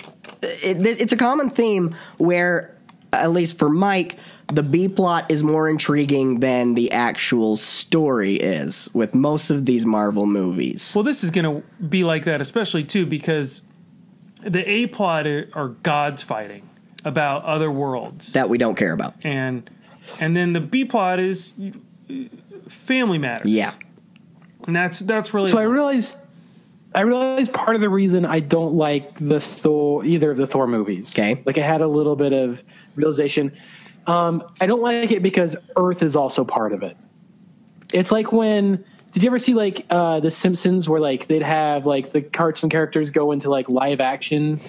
Speaker 1: it's a common theme where at least for mike the b plot is more intriguing than the actual story is with most of these marvel movies
Speaker 3: Well, this is going to be like that, especially too, because the A plot are, are gods fighting about other worlds,
Speaker 1: that we don't care about
Speaker 3: and and then the B plot is uh, family matters.
Speaker 1: yeah
Speaker 3: and that's that's really
Speaker 2: So I realized I realized part of the reason I don't like the Thor either of the Thor movies.
Speaker 1: Okay.
Speaker 2: Like I had a little bit of realization. Um, I don't like it because Earth is also part of it. It's like when did you ever see like uh, the Simpsons where like they'd have like the cartoon characters go into like live action.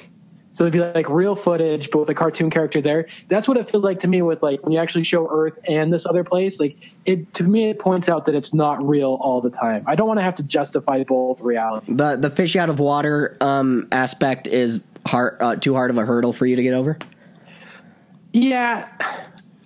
Speaker 2: So it'd be like real footage, but with a cartoon character there. That's what it feels like to me with like when you actually show Earth and this other place. Like it to me, it points out that it's not real all the time. I don't want to have to justify both reality.
Speaker 1: the the fish out of water um aspect is hard uh, too hard of a hurdle for you to get over
Speaker 2: Yeah,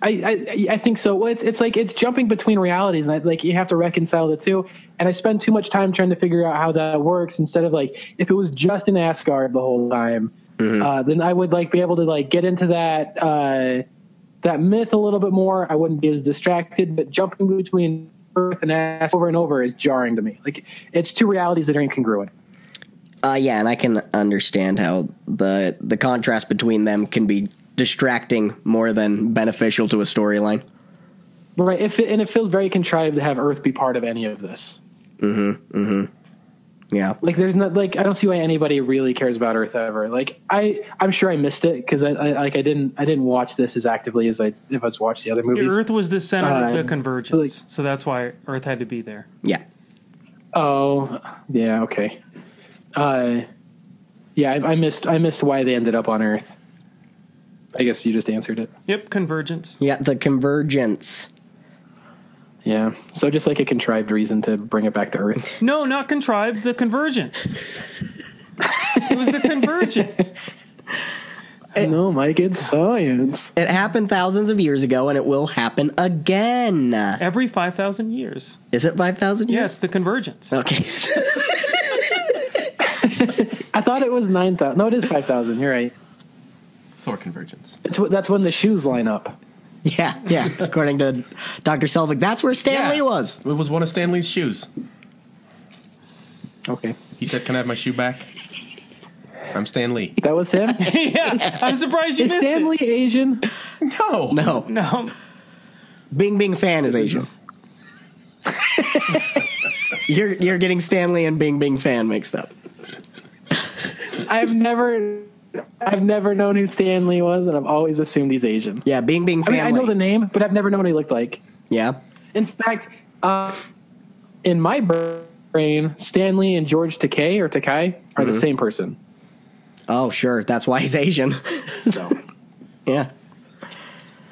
Speaker 2: I, I I think so. Well, it's it's like it's jumping between realities, and I, like you have to reconcile the two. And I spend too much time trying to figure out how that works instead of like if it was just in Asgard the whole time, uh, then I would like be able to like get into that uh, that myth a little bit more. I wouldn't be as distracted. But jumping between Earth and Asgard over and over is jarring to me. Like it's two realities that are incongruent.
Speaker 1: uh yeah and i can understand how the the contrast between them can be distracting more than beneficial to a storyline
Speaker 2: right. If it, and it feels very contrived to have Earth be part of any of this.
Speaker 1: Yeah.
Speaker 2: Like, there's not like I don't see why anybody really cares about Earth ever. Like, I I'm sure I missed it because I, I like I didn't I didn't watch this as actively as I if I was watched the other movies.
Speaker 3: Earth was the center of the
Speaker 2: Um,
Speaker 3: convergence,
Speaker 2: like-
Speaker 3: so that's why Earth had to be there.
Speaker 1: Yeah.
Speaker 2: Oh, yeah, okay. Uh, yeah, I, I missed. I missed why they ended up on Earth. I guess you just answered it.
Speaker 3: Yep, convergence.
Speaker 1: Yeah, the convergence.
Speaker 2: Yeah. So just like a contrived reason to bring it back to Earth.
Speaker 3: <laughs> No, not contrived. The convergence.
Speaker 2: <laughs>
Speaker 3: it was the convergence.
Speaker 2: no, Mike, it's science.
Speaker 1: It happened thousands of years ago and it will happen again.
Speaker 3: Every five thousand years.
Speaker 1: Is it 5,000 years?
Speaker 3: Yes, the convergence.
Speaker 2: Oh.
Speaker 1: Okay. <laughs>
Speaker 2: I thought it was nine thousand. No, it is five thousand. You're right.
Speaker 4: <laughs> Thor convergence.
Speaker 2: It's, wh- that's when the shoes line up.
Speaker 1: yeah, yeah. According to Dr. Selvig, that's where Stanley
Speaker 4: Yeah.
Speaker 1: was.
Speaker 4: It was one of Stanley's shoes.
Speaker 2: Okay,
Speaker 4: He said, "Can I have my shoe back?" I'm Stan Lee.
Speaker 2: that was him.
Speaker 3: <laughs> yeah, I'm surprised <laughs> you
Speaker 2: is
Speaker 3: missed
Speaker 2: Stanley Asian?
Speaker 4: No,
Speaker 1: No.
Speaker 3: it. No,
Speaker 1: Bing Bing Fan is Asian.
Speaker 2: <laughs>
Speaker 1: you're you're getting Stanley and Bing Bing Fan mixed up.
Speaker 2: I've never, I've never known who Stanley was, and I've always assumed he's Asian.
Speaker 1: Yeah, Bing Bing
Speaker 2: I
Speaker 1: Fan.
Speaker 2: mean, I know the name, but I've never known what he looked like.
Speaker 1: yeah.
Speaker 2: In fact, uh, in my brain, Stanley and George Takei or Takai are the same person.
Speaker 1: Oh, sure. That's why he's Asian. <laughs>
Speaker 2: So
Speaker 1: yeah.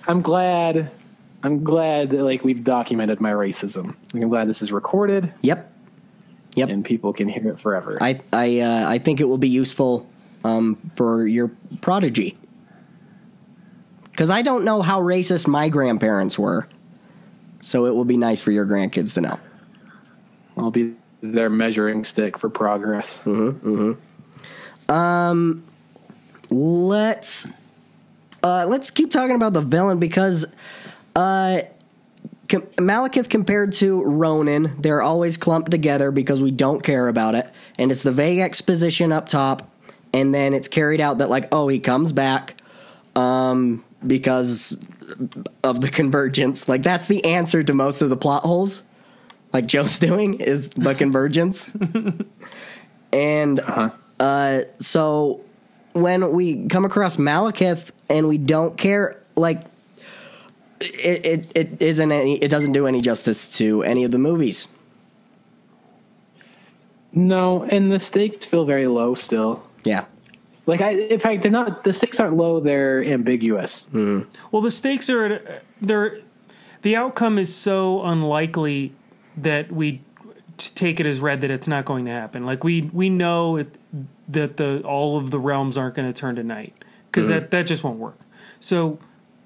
Speaker 2: I'm glad. I'm glad that like we've documented my racism. Like, I'm glad this is recorded
Speaker 1: Yep. Yep.
Speaker 2: and people can hear it forever.
Speaker 1: I I uh, I think it will be useful um, for your prodigy. Because I don't know how racist my grandparents were, so it will be nice for your grandkids to know.
Speaker 2: I'll be their measuring stick for progress.
Speaker 1: Let's uh, let's keep talking about the villain because uh, com- Malekith compared to Ronan, they're always clumped together because we don't care about it, and it's the vague exposition up top, and then it's carried out that like, oh, he comes back, um, because of the <laughs> convergence. Like that's the answer to most of the plot holes. Like Joe's <laughs> doing is the convergence, and uh, so when we come across Malekith and we don't care, like it, it, it isn't any, it doesn't do any justice to any of the movies.
Speaker 2: No, and the stakes feel very low still.
Speaker 1: Yeah,
Speaker 2: Like I, in fact, they're not. The stakes aren't low; they're ambiguous.
Speaker 3: Well, the stakes are they're the outcome is so unlikely that we t- take it as read that it's not going to happen. Like we we know it, that the all of the realms aren't going to turn to night because that that just won't work. So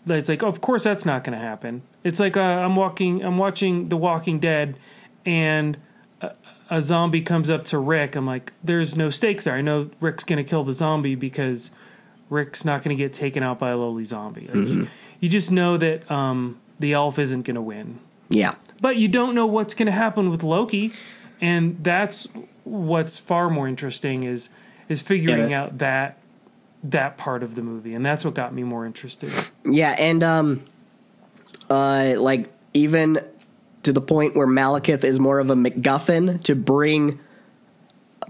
Speaker 3: it's like, of course, that's not going to happen. It's like uh, I'm walking, I'm watching The Walking Dead, and a, a zombie comes up to Rick. I'm like, there's no stakes there. I know Rick's going to kill the zombie because Rick's not going to get taken out by a lowly zombie. Like, you, you just know that um, the elf isn't going to win,
Speaker 1: yeah,
Speaker 3: but you don't know what's going to happen with Loki, and that's what's far more interesting is is figuring
Speaker 2: Yeah.
Speaker 3: out that that part of the movie, and that's what got me more interested.
Speaker 1: yeah, and um, uh, like even to the point where Malekith is more of a MacGuffin to bring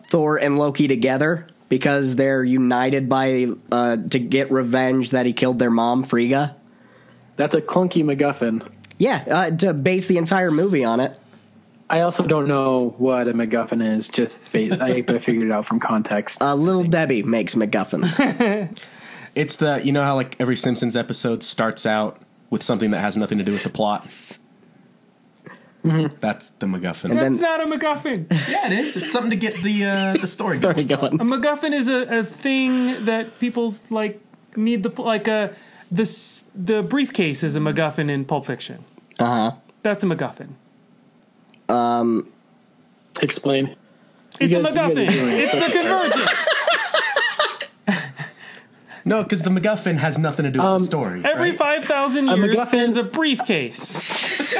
Speaker 1: Thor and Loki together because they're united by uh, to get revenge that he killed their mom Frigga.
Speaker 2: That's a clunky MacGuffin.
Speaker 1: Yeah, uh, to base the entire movie on it.
Speaker 2: I also don't know what a MacGuffin is. Just ba- <laughs> I, I figured it out from context.
Speaker 1: Uh, Little Debbie makes MacGuffins.
Speaker 4: it's the you know how like every Simpsons episode starts out with something that has nothing to do with the plot. That's the MacGuffin.
Speaker 1: then-
Speaker 3: That's not a MacGuffin.
Speaker 4: Mm-hmm. yeah, it is. It's something to get the uh, the story going.
Speaker 1: Sorry, go on.
Speaker 3: A MacGuffin is a, a thing that people like need the like a the s- the briefcase is a MacGuffin in Pulp Fiction.
Speaker 1: Uh huh.
Speaker 3: That's a MacGuffin.
Speaker 2: Explain.
Speaker 3: It's
Speaker 2: guys-
Speaker 3: a
Speaker 2: you guys are
Speaker 3: MacGuffin.
Speaker 2: doing it.
Speaker 3: It's the convergence.
Speaker 4: No, because the MacGuffin has nothing to do with
Speaker 2: Um,
Speaker 4: the story.
Speaker 3: Every
Speaker 4: right?
Speaker 3: five thousand years,
Speaker 2: MacGuffin-
Speaker 3: there's a briefcase.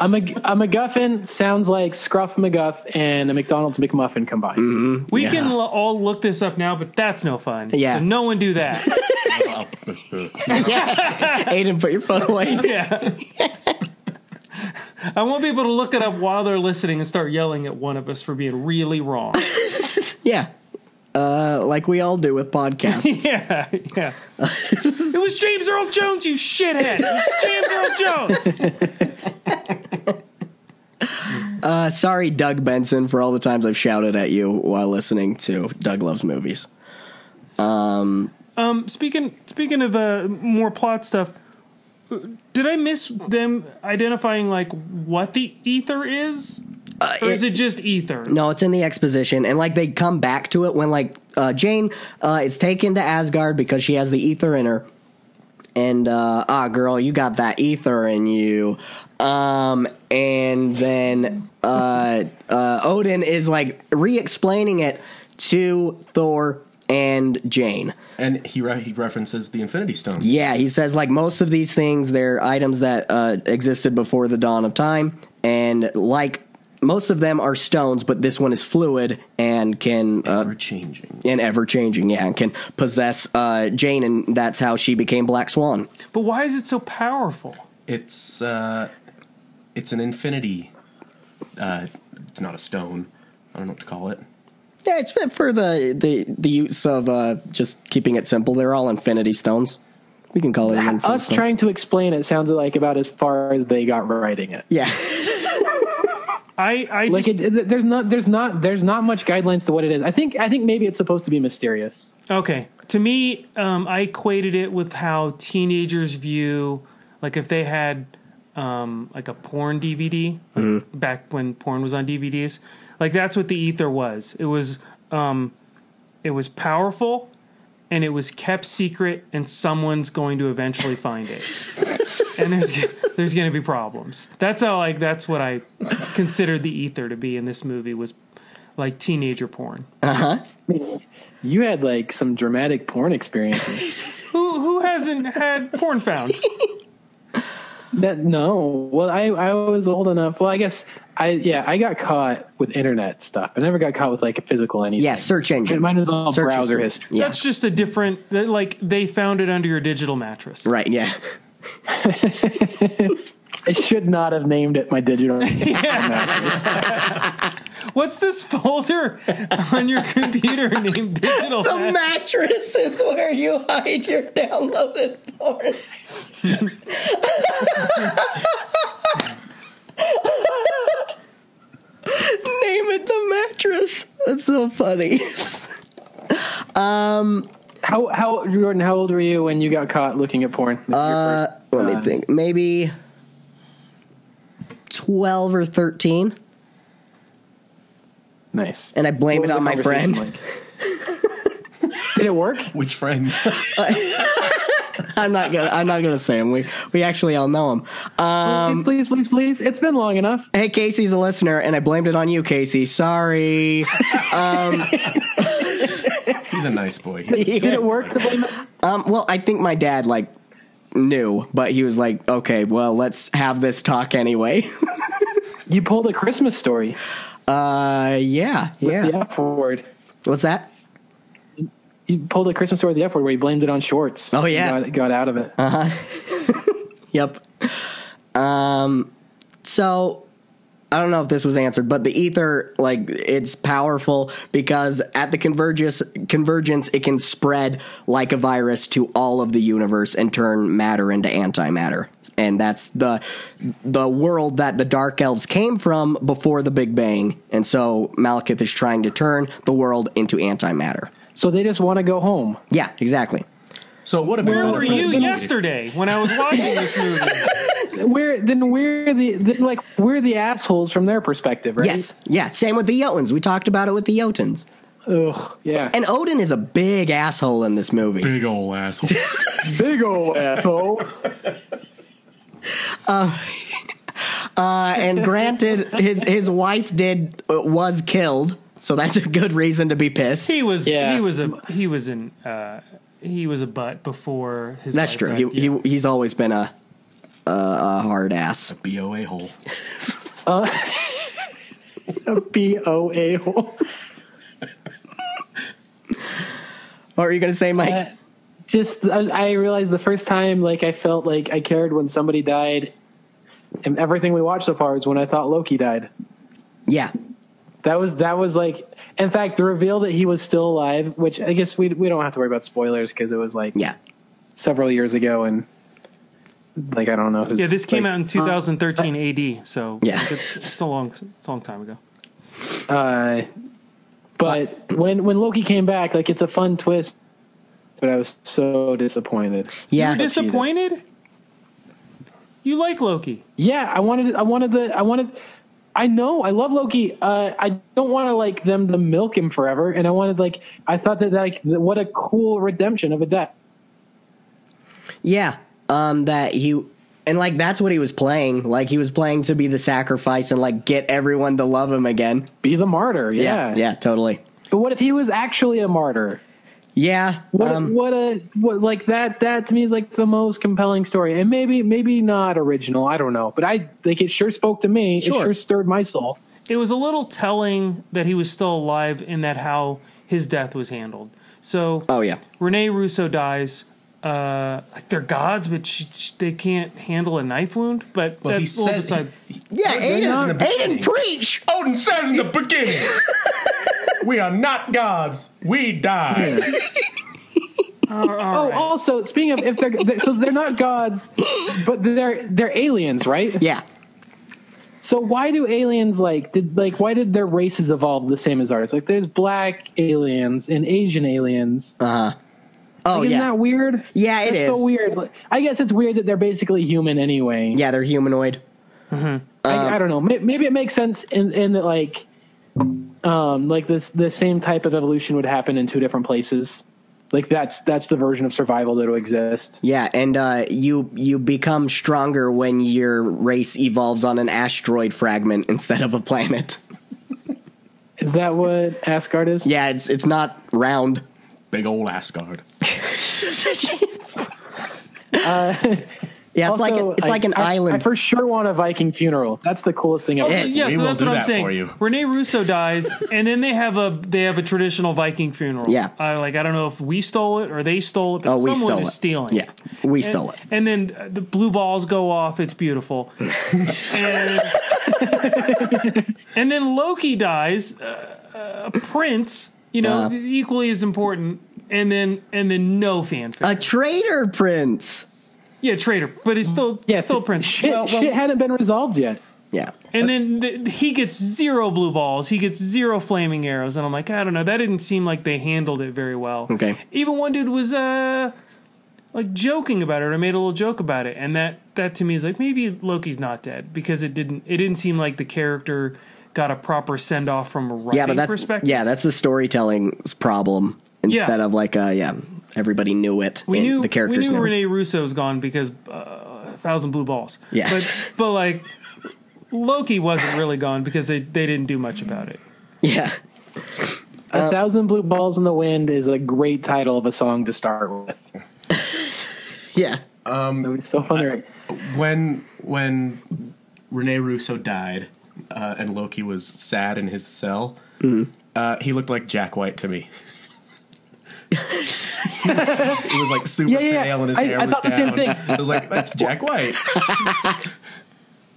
Speaker 2: A, Mac- a MacGuffin sounds like Scruff McGuff and a McDonald's McMuffin combined.
Speaker 3: We can l- all look this up now, but that's no fun.
Speaker 1: Yeah.
Speaker 3: so no one do that.
Speaker 1: Aiden, put your phone away.
Speaker 3: yeah, <laughs> I want people to look it up while they're listening and start yelling at one of us for being really wrong.
Speaker 1: Yeah. Uh, like we all do with <laughs> podcasts.
Speaker 3: <laughs> yeah, yeah. it was James Earl Jones, you shithead. James Earl Jones.
Speaker 1: uh, sorry, Doug Benson, for all the times I've shouted at you while listening to Doug Loves Movies.
Speaker 3: Um, speaking speaking of the more plot stuff, uh, did I miss them identifying like what the ether is, or is it just ether?
Speaker 1: No, it's in the exposition, and like they come back to it when like uh, Jane uh, is taken to Asgard because she has the ether in her, and uh, ah, girl, you got that ether in you. Um, and then uh, uh, Odin is like re-explaining it to Thor and Jane.
Speaker 4: <laughs> And he re- he references the Infinity Stone.
Speaker 1: Yeah, he says like most of these things they're items that uh, existed before the dawn of time, and like most of them are stones, but this one is fluid and can uh,
Speaker 4: Ever changing.
Speaker 1: and ever changing. Yeah, and can possess uh, Jane, and that's how she became Black Swan.
Speaker 3: But why is it so powerful?
Speaker 4: It's uh, it's an infinity. Uh, it's not a stone. I don't know what to call it.
Speaker 1: Yeah, it's fit for the the the use of uh, just keeping it simple. They're all Infinity Stones. We can call it an Infinity
Speaker 2: Us
Speaker 1: Stone.
Speaker 2: trying to explain it sounded like about as far as they got writing it.
Speaker 1: yeah, <laughs>
Speaker 3: I I
Speaker 2: Like
Speaker 3: just,
Speaker 2: it, it- there's not there's not there's not much guidelines to what it is. I think I think maybe it's supposed to be mysterious.
Speaker 3: okay. To me, um, I equated it with how teenagers view, like if they had um, like a porn DVD like, back when porn was on DVDs. Like that's what the ether was. It was um, it was powerful, and it was kept secret, and someone's going to eventually find it. and there's there's going to be problems. That's how like that's what I considered the ether to be in this movie was like teenager porn.
Speaker 2: You had like some dramatic porn experiences.
Speaker 3: Who who hasn't had
Speaker 1: <laughs>
Speaker 3: porn found?
Speaker 2: that no, well I I was old enough. Well, I guess I yeah I got caught with internet stuff. I never got caught with like a physical anything.
Speaker 1: yeah. Search engine.
Speaker 2: Mine was all
Speaker 1: Search
Speaker 2: browser history.
Speaker 1: Yeah.
Speaker 3: That's just a different that, like they found it under your digital mattress.
Speaker 1: Right. Yeah.
Speaker 2: I should not have named it
Speaker 1: <laughs>
Speaker 2: my digital.
Speaker 3: What's this folder <laughs> on your computer named digital?
Speaker 2: <laughs>
Speaker 1: The
Speaker 3: mattress?
Speaker 1: mattress is where you hide your downloaded porn. Name it the mattress. That's so funny.
Speaker 2: How how Jordan? How old were you when you got caught looking at porn?
Speaker 1: Uh, let me think. Maybe twelve or thirteen,
Speaker 2: Nice.
Speaker 1: and I blame it on my friend. <laughs>
Speaker 2: Did it work?
Speaker 4: Which friend?
Speaker 1: I'm not gonna. I'm not gonna say him. We we actually all know him. Um,
Speaker 2: please, please, please. It's been long enough.
Speaker 1: Hey, Casey's a listener, and I blamed it on you, Casey. Sorry.
Speaker 4: <laughs> He's a nice
Speaker 2: <laughs>
Speaker 4: boy.
Speaker 2: Did it work to blame it?
Speaker 1: Um, well, I think my dad like knew, but he was like, "Okay, well, let's have this talk anyway." <laughs>
Speaker 2: You pulled a Christmas story.
Speaker 1: uh, yeah, yeah.
Speaker 2: The F word.
Speaker 1: What's that?
Speaker 2: You pulled a Christmas story with the F word where you blamed it on shorts.
Speaker 1: Oh, yeah. Uh.
Speaker 2: You got, got out of it.
Speaker 1: Yep. Um, so I don't know if this was answered, but the ether, like, it's powerful because at the convergence, convergence, it can spread like a virus to all of the universe and turn matter into antimatter, and that's the the world that the Dark Elves came from before the Big Bang. And so Malekith is trying to turn the world into antimatter.
Speaker 2: so they just want to go home.
Speaker 1: Yeah, exactly.
Speaker 4: So it would have been.
Speaker 3: Where
Speaker 4: better
Speaker 3: were
Speaker 4: for this
Speaker 3: you
Speaker 4: movie.
Speaker 3: yesterday when I was watching this
Speaker 1: <laughs>
Speaker 3: movie?
Speaker 2: We're then we're the then like we're the assholes from their perspective, right?
Speaker 1: Yes, yeah. Same with the Jotuns. We talked about it with the Jotuns.
Speaker 2: Ugh. Yeah.
Speaker 1: And Odin is a big asshole in this movie.
Speaker 4: Big old asshole.
Speaker 2: big old asshole.
Speaker 1: Uh, and granted, his his wife did uh, was killed, so that's a good reason to be pissed.
Speaker 3: He was
Speaker 2: Yeah.
Speaker 3: he was a he was an uh, he was a butt before his.
Speaker 1: That's
Speaker 3: wife
Speaker 1: true.
Speaker 3: died.
Speaker 1: He,
Speaker 3: Yeah.
Speaker 1: he he's always been a a, a hard ass.
Speaker 4: B O A hole.
Speaker 2: B O A hole.
Speaker 1: What were you gonna say, Mike?
Speaker 2: Uh, just I, I realized the first time like I felt like I cared when somebody died and everything we watched so far is when I thought Loki died.
Speaker 1: Yeah.
Speaker 2: That was that was like, in fact, the reveal that he was still alive, which I guess we we don't have to worry about spoilers because it was like
Speaker 1: Yeah.
Speaker 2: several years ago, and like I don't know. Who's,
Speaker 3: Yeah, this came
Speaker 2: like,
Speaker 3: out in 2013 AD, so
Speaker 1: uh, Yeah.
Speaker 3: it's, it's a long, it's a long time ago.
Speaker 2: Uh, but when when Loki came back, like it's a fun twist, but I was so disappointed.
Speaker 1: Yeah.
Speaker 3: You're disappointed? You like Loki?
Speaker 2: Yeah, I wanted I wanted the I wanted I know I love Loki. Uh, I don't want to like them to milk him forever, and I wanted like I thought that like that what a cool redemption of a death.
Speaker 1: Yeah. Um that he and like that's what he was playing. Like he was playing to be the sacrifice and like get everyone to love him again.
Speaker 2: Be the martyr. Yeah.
Speaker 1: Yeah, yeah totally.
Speaker 2: But what if he was actually a martyr?
Speaker 1: Yeah.
Speaker 2: What
Speaker 1: um,
Speaker 2: what a what like that that to me is like the most compelling story, and maybe maybe not original. I don't know, but I like it sure spoke to me. It
Speaker 1: Sure.
Speaker 2: sure stirred my soul.
Speaker 3: It was a little telling that he was still alive in that how his death was handled. So
Speaker 1: Oh yeah.
Speaker 3: Rene Russo dies. Uh, like they're gods, but she, she, they can't handle a knife wound. But
Speaker 4: Well, he
Speaker 3: that's all
Speaker 4: says.
Speaker 3: beside-
Speaker 4: he-
Speaker 1: Yeah, Aiden,
Speaker 4: not-
Speaker 1: Aiden preach.
Speaker 4: Odin says in the
Speaker 2: <laughs>
Speaker 4: beginning, "We are not gods. We die."
Speaker 3: All- all
Speaker 2: Oh,
Speaker 3: right.
Speaker 2: also speaking of if they're, they're so they're not gods, but they're they're aliens, right?
Speaker 1: Yeah.
Speaker 2: So why do aliens like did like why did their races evolve the same as ours? Like there's black aliens and Asian aliens.
Speaker 1: Uh-huh. Oh
Speaker 2: Like, isn't
Speaker 1: yeah.
Speaker 2: that weird?
Speaker 1: Yeah, it
Speaker 2: That's
Speaker 1: is.
Speaker 2: So weird. Like, I guess it's weird that they're basically human anyway.
Speaker 1: yeah, they're humanoid.
Speaker 2: I,
Speaker 1: Um,
Speaker 2: I don't know. May- Maybe it makes sense in, in that like, um, like this the same type of evolution would happen in two different places. Like that's that's the version of survival that'll exist.
Speaker 1: Yeah, and uh, you you become stronger when your race evolves on an asteroid fragment <laughs> instead of a planet.
Speaker 2: Is that what Asgard is?
Speaker 1: Yeah, it's it's not
Speaker 3: <laughs>
Speaker 1: round.
Speaker 4: Big old Asgard.
Speaker 3: Uh,
Speaker 1: Yeah, it's like a- it's
Speaker 2: I-
Speaker 1: like an
Speaker 2: I-
Speaker 1: island.
Speaker 2: I for sure want a Viking funeral. That's the coolest thing ever.
Speaker 3: Well,
Speaker 1: It-
Speaker 3: Oh, yeah,
Speaker 4: We
Speaker 3: so
Speaker 4: will
Speaker 3: that's
Speaker 4: do
Speaker 3: what I'm
Speaker 4: that
Speaker 3: saying.
Speaker 4: for you.
Speaker 3: Rene Russo
Speaker 4: <laughs>
Speaker 3: dies, and then they have a they have a traditional Viking funeral.
Speaker 1: Yeah.
Speaker 3: I like I don't know if we stole it or they stole it, but
Speaker 1: oh, we
Speaker 3: someone
Speaker 1: stole
Speaker 3: is
Speaker 1: it.
Speaker 3: stealing.
Speaker 1: Yeah, we
Speaker 3: and,
Speaker 1: stole it.
Speaker 3: And then uh, the blue balls go off. It's beautiful. and, and then Loki dies. Uh, uh, Prince, you know,
Speaker 1: Uh.
Speaker 3: equally as important. And then and then no fanfic.
Speaker 1: A traitor prince.
Speaker 3: yeah, traitor, but it's still
Speaker 2: Yeah,
Speaker 3: still
Speaker 2: th-
Speaker 3: Prince.
Speaker 2: Shit,
Speaker 4: Well, well-
Speaker 2: shit hadn't been resolved yet.
Speaker 1: Yeah,
Speaker 3: And then th- he gets zero blue balls. He gets zero flaming arrows. And I'm like, I don't know. That didn't seem like they handled it very well.
Speaker 1: Okay.
Speaker 3: Even one dude was uh like joking about it or made a little joke about it. And that that to me is like maybe Loki's not dead because it didn't it didn't seem like the character got a proper send off from a writing
Speaker 1: yeah, but that's
Speaker 3: perspective.
Speaker 1: yeah, that's the storytelling problem instead
Speaker 3: Yeah.
Speaker 1: of like uh, yeah, everybody knew it.
Speaker 3: We
Speaker 1: and
Speaker 3: knew
Speaker 1: the characters
Speaker 3: we knew
Speaker 1: knew.
Speaker 3: Rene Russo's gone because uh, a thousand blue balls.
Speaker 1: Yeah.
Speaker 3: But but like Loki wasn't really gone because they, they didn't do much about it.
Speaker 1: <laughs> Yeah, uh,
Speaker 2: A thousand blue balls in the wind is a great title of a song to start with.
Speaker 1: yeah,
Speaker 2: That would be so fun. to write.
Speaker 4: when when Rene Russo died uh, and Loki was sad in his cell,
Speaker 2: Mm-hmm.
Speaker 4: uh, he looked like Jack White
Speaker 2: <laughs>
Speaker 4: to me. he, was, he was, like super
Speaker 2: Yeah, yeah, yeah.
Speaker 4: pale and his
Speaker 2: I-
Speaker 4: hair
Speaker 2: I
Speaker 4: was
Speaker 2: thought the same
Speaker 4: down.
Speaker 2: thing.
Speaker 4: I was like, that's
Speaker 2: <laughs>
Speaker 4: Jack White.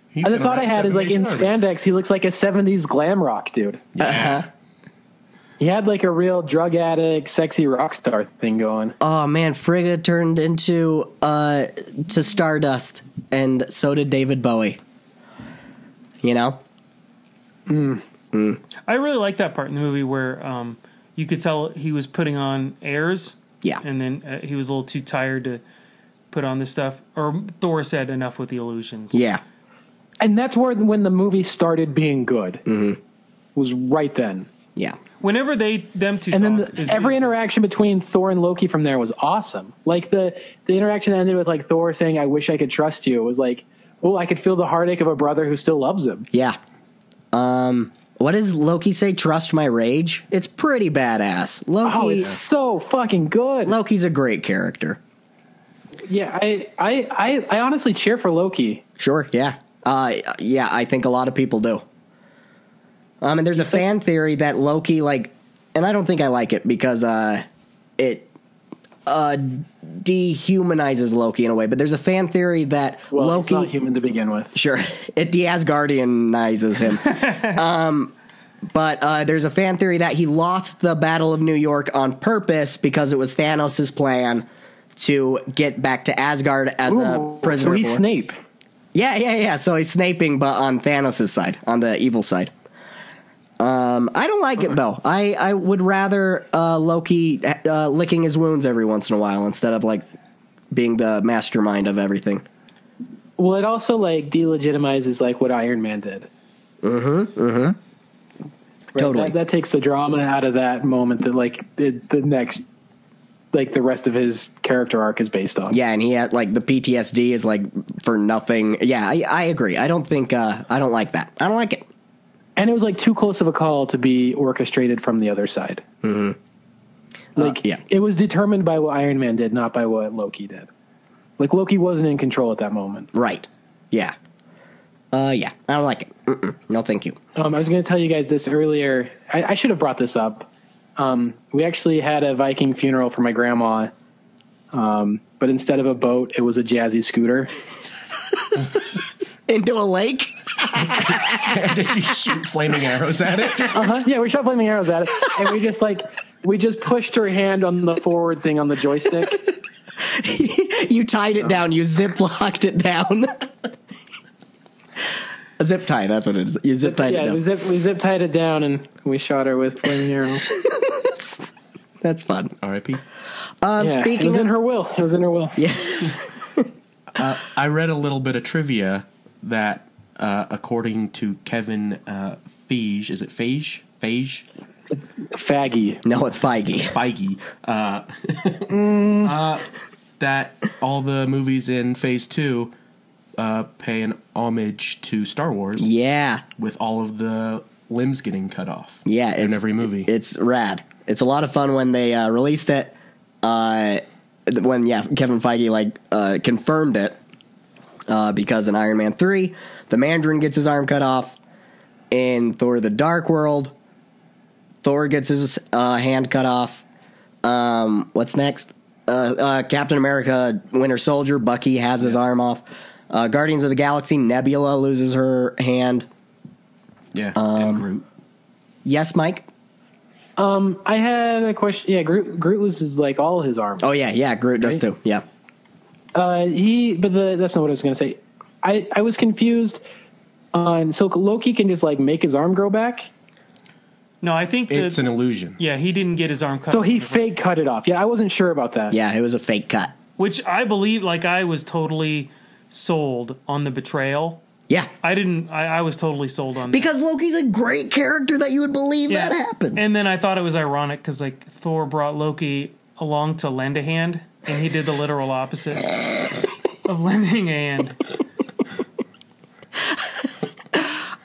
Speaker 4: He's
Speaker 2: And the
Speaker 4: been
Speaker 2: thought I
Speaker 4: around
Speaker 2: had is
Speaker 4: seven
Speaker 2: like
Speaker 4: years
Speaker 2: in
Speaker 4: already.
Speaker 2: spandex, he looks like a '70s glam rock dude.
Speaker 4: Yeah.
Speaker 2: He had like a real drug addict, sexy rock star thing going.
Speaker 1: Oh man, Frigga turned into uh to Stardust, and so did David Bowie. You know?
Speaker 3: I really like that part in the movie where um, you could tell he was putting on airs.
Speaker 1: Yeah.
Speaker 3: And then uh, he was a little too tired to put on this stuff. Or Thor said, enough with the illusions.
Speaker 1: Yeah.
Speaker 2: And that's where when the movie started being good. Was right then.
Speaker 1: Yeah.
Speaker 3: Whenever they, them two
Speaker 2: And then
Speaker 3: talk.
Speaker 2: the, every interaction between Thor and Loki from there was awesome. Like the the interaction that ended with like Thor saying, "I wish I could trust you." was like, "Oh, I could feel the heartache of a brother who still loves him."
Speaker 1: Yeah. Um what does Loki say? Trust my rage? It's pretty badass. Loki
Speaker 2: Oh, it's so fucking good.
Speaker 1: Loki's a great character.
Speaker 2: Yeah, I, I, I, I honestly cheer for Loki.
Speaker 1: Sure, yeah. Uh yeah, I think a lot of people do. Um and there's a fan theory that Loki like and I don't think I like it because uh it uh, dehumanizes Loki in a way. But there's a fan theory that
Speaker 2: Well,
Speaker 1: Loki
Speaker 2: it's not human to begin with.
Speaker 1: Sure. <laughs> It de-Asgardianizes him. um,
Speaker 2: <laughs>
Speaker 1: but uh, there's a fan theory that he lost the Battle of New York on purpose because it was Thanos' plan to get back to Asgard as
Speaker 2: Ooh,
Speaker 1: a prisoner.
Speaker 2: so he's
Speaker 1: of war.
Speaker 2: Snape.
Speaker 1: Yeah, yeah, yeah. So he's sniping, but on Thanos' side, on the evil side. Um, I don't like it though. I, I would rather uh, Loki uh, licking his wounds every once in a while instead of like being the mastermind of everything.
Speaker 2: Well, it also like delegitimizes like what Iron Man did. Right?
Speaker 1: Mm-hmm, Totally.
Speaker 2: That, that takes the drama out of that moment that like it, the next like the rest of his character arc is based on.
Speaker 1: Yeah, and he had like the PTSD is like for nothing. Yeah, I, I agree. I don't think uh, I don't like that. I don't like it.
Speaker 2: And it was like too close of a call to be orchestrated from the other side.
Speaker 1: Mm-hmm. Uh,
Speaker 2: Like
Speaker 1: yeah.
Speaker 2: it was determined by what Iron Man did, not by what Loki did. Like Loki wasn't in control at that moment.
Speaker 1: Right. Yeah. Uh, yeah. I don't like it. Mm-mm. No, thank you.
Speaker 2: Um, I was going to tell you guys this earlier. I, I should have brought this up. Um, we actually had a Viking funeral for my grandma, um, but instead of a boat, it was a jazzy scooter.
Speaker 1: Into a lake.
Speaker 4: <laughs> Did she shoot flaming arrows at <laughs> it?
Speaker 2: Uh-huh. Yeah, we shot flaming arrows at it, and we just like we just pushed her hand on the forward thing on
Speaker 1: <laughs>
Speaker 2: the joystick.
Speaker 1: you tied it down. You zip locked it down. <laughs> a zip tie. That's what it is. You zip tied it
Speaker 2: yeah,
Speaker 1: down.
Speaker 2: we zip, we zip tied it down, and we shot her with flaming
Speaker 1: <laughs>
Speaker 2: arrows.
Speaker 1: That's fun.
Speaker 4: R.I.P.
Speaker 1: Um,
Speaker 2: yeah, it
Speaker 1: speaking
Speaker 2: was
Speaker 1: of
Speaker 2: in her will. It was in her will.
Speaker 1: yeah,
Speaker 4: I read a little bit of trivia that, uh, according to Kevin uh, Feige, is it Feige? Feige?
Speaker 2: Faggy.
Speaker 1: no, it's Feige.
Speaker 4: Feige. Uh, <laughs> uh, that all the movies in Phase 2 uh, pay an homage to Star Wars
Speaker 1: Yeah,
Speaker 4: with all of the limbs getting cut off.
Speaker 1: yeah.
Speaker 4: In
Speaker 1: it's-
Speaker 4: every movie.
Speaker 1: It's rad. It's a lot of fun when they uh, released it. Uh, when yeah, Kevin Feige like uh, confirmed it uh, because in Iron Man three, the Mandarin gets his arm cut off. In Thor: The Dark World, Thor gets his uh, hand cut off. Um, what's next? Uh, uh, Captain America: Winter Soldier. Bucky has his arm off. Uh, Guardians of the Galaxy. Nebula loses her hand.
Speaker 4: yeah. and Groot.
Speaker 1: Yes, Mike.
Speaker 2: Um, I had a question. Yeah, Groot, Groot loses like all his arms.
Speaker 1: Oh yeah, yeah. Groot does
Speaker 2: Right.
Speaker 1: too. Yeah.
Speaker 2: Uh, he, but the, that's not what I was going to say. I, I was confused on so Loki can just like make his arm grow back.
Speaker 3: No, I think
Speaker 4: It's
Speaker 3: that,
Speaker 4: an illusion.
Speaker 3: yeah, he didn't get his arm cut.
Speaker 2: So he fake cut it off. Yeah, I wasn't sure about that.
Speaker 1: Yeah, it was a fake cut.
Speaker 3: which I believe, like I was totally sold on the betrayal.
Speaker 1: Yeah.
Speaker 3: I didn't. I, I was totally sold on that.
Speaker 1: Because Loki's a great character that you would believe
Speaker 3: Yeah.
Speaker 1: that happened.
Speaker 3: And then I thought it was ironic because like Thor brought Loki along to lend a hand, and he did the literal opposite of lending a hand.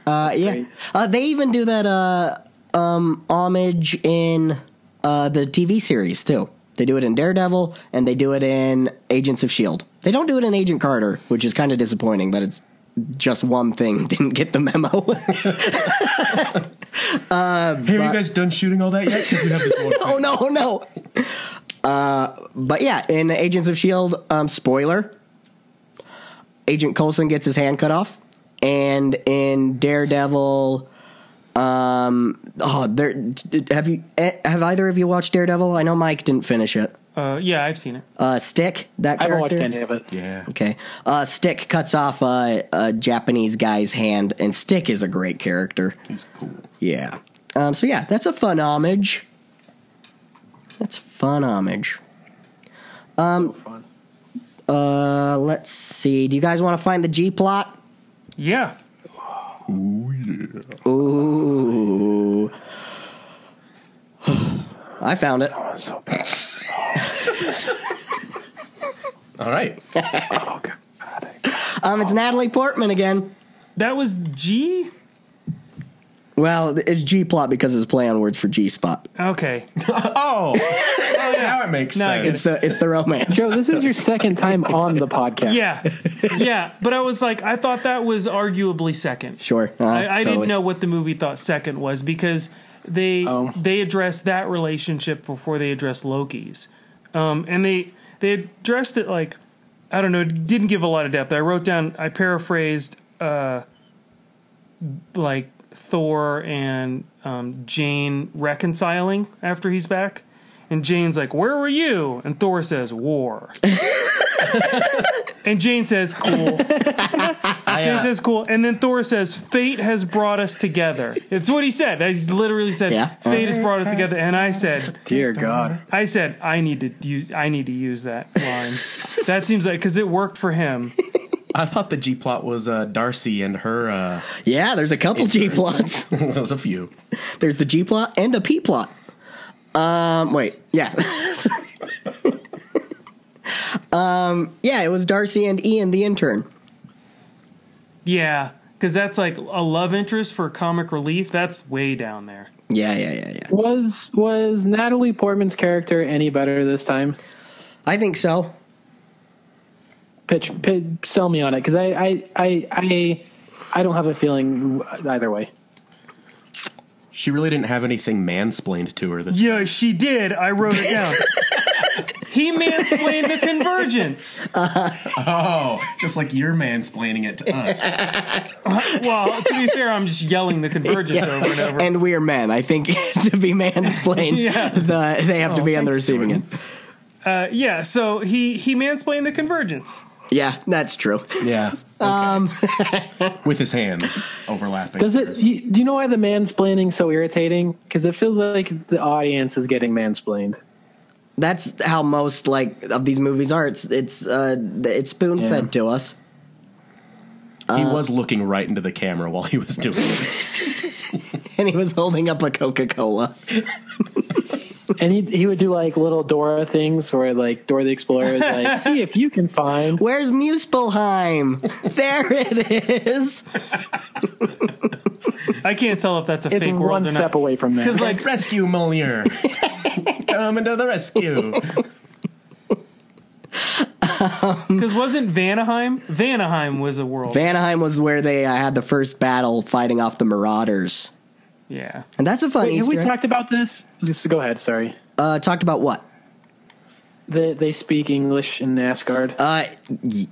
Speaker 1: Uh, yeah.
Speaker 2: Great.
Speaker 1: Uh, they even do that uh, um, homage in uh, the TV series, too. They do it in Daredevil and they do it in Agents of S.H.I.E.L.D. E They don't do it in Agent Carter, which is kind of disappointing that it's just one thing <laughs> didn't get the memo. <laughs>
Speaker 4: Hey, are you guys done shooting all that yet? You have this one
Speaker 1: oh, <laughs> no, oh, no. Uh, but yeah, in Agents of S.H.I.E.L.D., um, spoiler, Agent Coulson gets his hand cut off, and in Daredevil, um, oh, there have you eh, have either of you watched Daredevil? I know Mike didn't finish it.
Speaker 3: Uh, yeah, I've seen it.
Speaker 1: Uh, Stick that
Speaker 2: I haven't watched
Speaker 1: character.
Speaker 2: any of it.
Speaker 4: <laughs> Yeah.
Speaker 1: Okay, uh, Stick cuts off uh, a Japanese guy's hand, and Stick is a great character.
Speaker 4: He's cool.
Speaker 1: Yeah. Um, so yeah, that's a fun homage. That's fun homage. Um,
Speaker 2: Fun.
Speaker 1: Uh, let's see. Do you guys want to find the G plot?
Speaker 3: Yeah,
Speaker 1: Ooh. <sighs> I found it.
Speaker 2: I'm so bad.
Speaker 4: All right.
Speaker 2: Oh god.
Speaker 1: Um, it's Natalie Portman again.
Speaker 3: that was G.
Speaker 1: Well, it's G plot because it's play on words for G spot.
Speaker 3: Okay,
Speaker 4: Oh, now it makes
Speaker 3: Now I get
Speaker 4: sense.
Speaker 1: It's the it's the romance.
Speaker 2: Joe, this is your second time on the podcast.
Speaker 3: yeah, yeah. But I was like, I thought that was arguably second.
Speaker 1: Sure. Uh,
Speaker 3: I, I
Speaker 1: totally.
Speaker 3: didn't know what the movie thought second was because they
Speaker 2: Oh.
Speaker 3: they addressed that relationship before they addressed Loki's. um, and they they addressed it like I don't know, it didn't give a lot of depth. I wrote down, I paraphrased, uh, like Thor and um, Jane reconciling after he's back, and Jane's like, "Where were you?" and Thor says, "War." And Jane says, <laughs> cool. Jane says, cool. And then Thor says, fate has brought us together. It's what he said. I literally said,
Speaker 1: Yeah.
Speaker 3: fate has brought us together. And I said,
Speaker 2: Dear God.
Speaker 3: I said I need to use I need to use that line. that seems like because it worked for him.
Speaker 4: I thought the G plot was uh, Darcy and her. Uh, <laughs>
Speaker 1: Yeah, there's a couple G plots.
Speaker 4: there's a few.
Speaker 1: There's the G plot and a P plot. Um, wait, yeah. <laughs> um, yeah, it was Darcy and Ian, the intern.
Speaker 3: Yeah, because that's like a love interest for comic relief. That's way down there.
Speaker 1: Yeah, yeah, yeah, yeah.
Speaker 2: Was was Natalie Portman's character any better this time?
Speaker 1: I think so.
Speaker 2: Pitch, pitch sell me on it because I, I I I I don't have a feeling either way.
Speaker 4: She really didn't have anything mansplained to her. This
Speaker 3: Yeah, she did. I wrote it down. he mansplained the convergence.
Speaker 4: oh, just like you're mansplaining it to us.
Speaker 3: Well, to be fair, I'm just yelling the convergence over and over.
Speaker 1: And we're men. I think <laughs> to be mansplained,
Speaker 3: <laughs> Yeah. Oh,
Speaker 1: the, they have to be on the
Speaker 3: thanks,
Speaker 1: receiving end.
Speaker 3: Uh, yeah, so he he mansplained the convergence.
Speaker 1: Yeah, that's true.
Speaker 4: Yeah. Um. With his hands overlapping.
Speaker 2: Does it?
Speaker 4: hers.
Speaker 2: You, do you know why the mansplaining so irritating? Because it feels like the audience is getting mansplained.
Speaker 1: That's how most like of these movies are. It's it's uh it's spoon fed
Speaker 2: Yeah.
Speaker 1: to us. <laughs>
Speaker 4: He was looking right into the camera while he was doing it.
Speaker 1: And he was holding up a Coca Cola.
Speaker 2: And he he would do like little Dora things, where like Dora the Explorer is like, see if you can find.
Speaker 1: Where's
Speaker 3: <laughs>
Speaker 1: Muspelheim? there it is.
Speaker 3: I can't tell if that's a
Speaker 2: It's
Speaker 3: fake
Speaker 2: one
Speaker 3: world or
Speaker 2: step
Speaker 3: not.
Speaker 2: away from that.
Speaker 3: Because like
Speaker 4: rescue, Moliere. Come into the rescue.
Speaker 3: Because wasn't Vanaheim? Vanaheim was a world.
Speaker 1: Vanaheim was where they uh, had the first battle fighting off the Marauders.
Speaker 3: yeah.
Speaker 1: And that's a fun
Speaker 2: Wait, have
Speaker 1: Easter
Speaker 2: we
Speaker 1: egg.
Speaker 2: talked about this? Just go ahead. Sorry.
Speaker 1: uh, talked about what?
Speaker 2: They they speak English in NASCAR.
Speaker 1: Uh, y-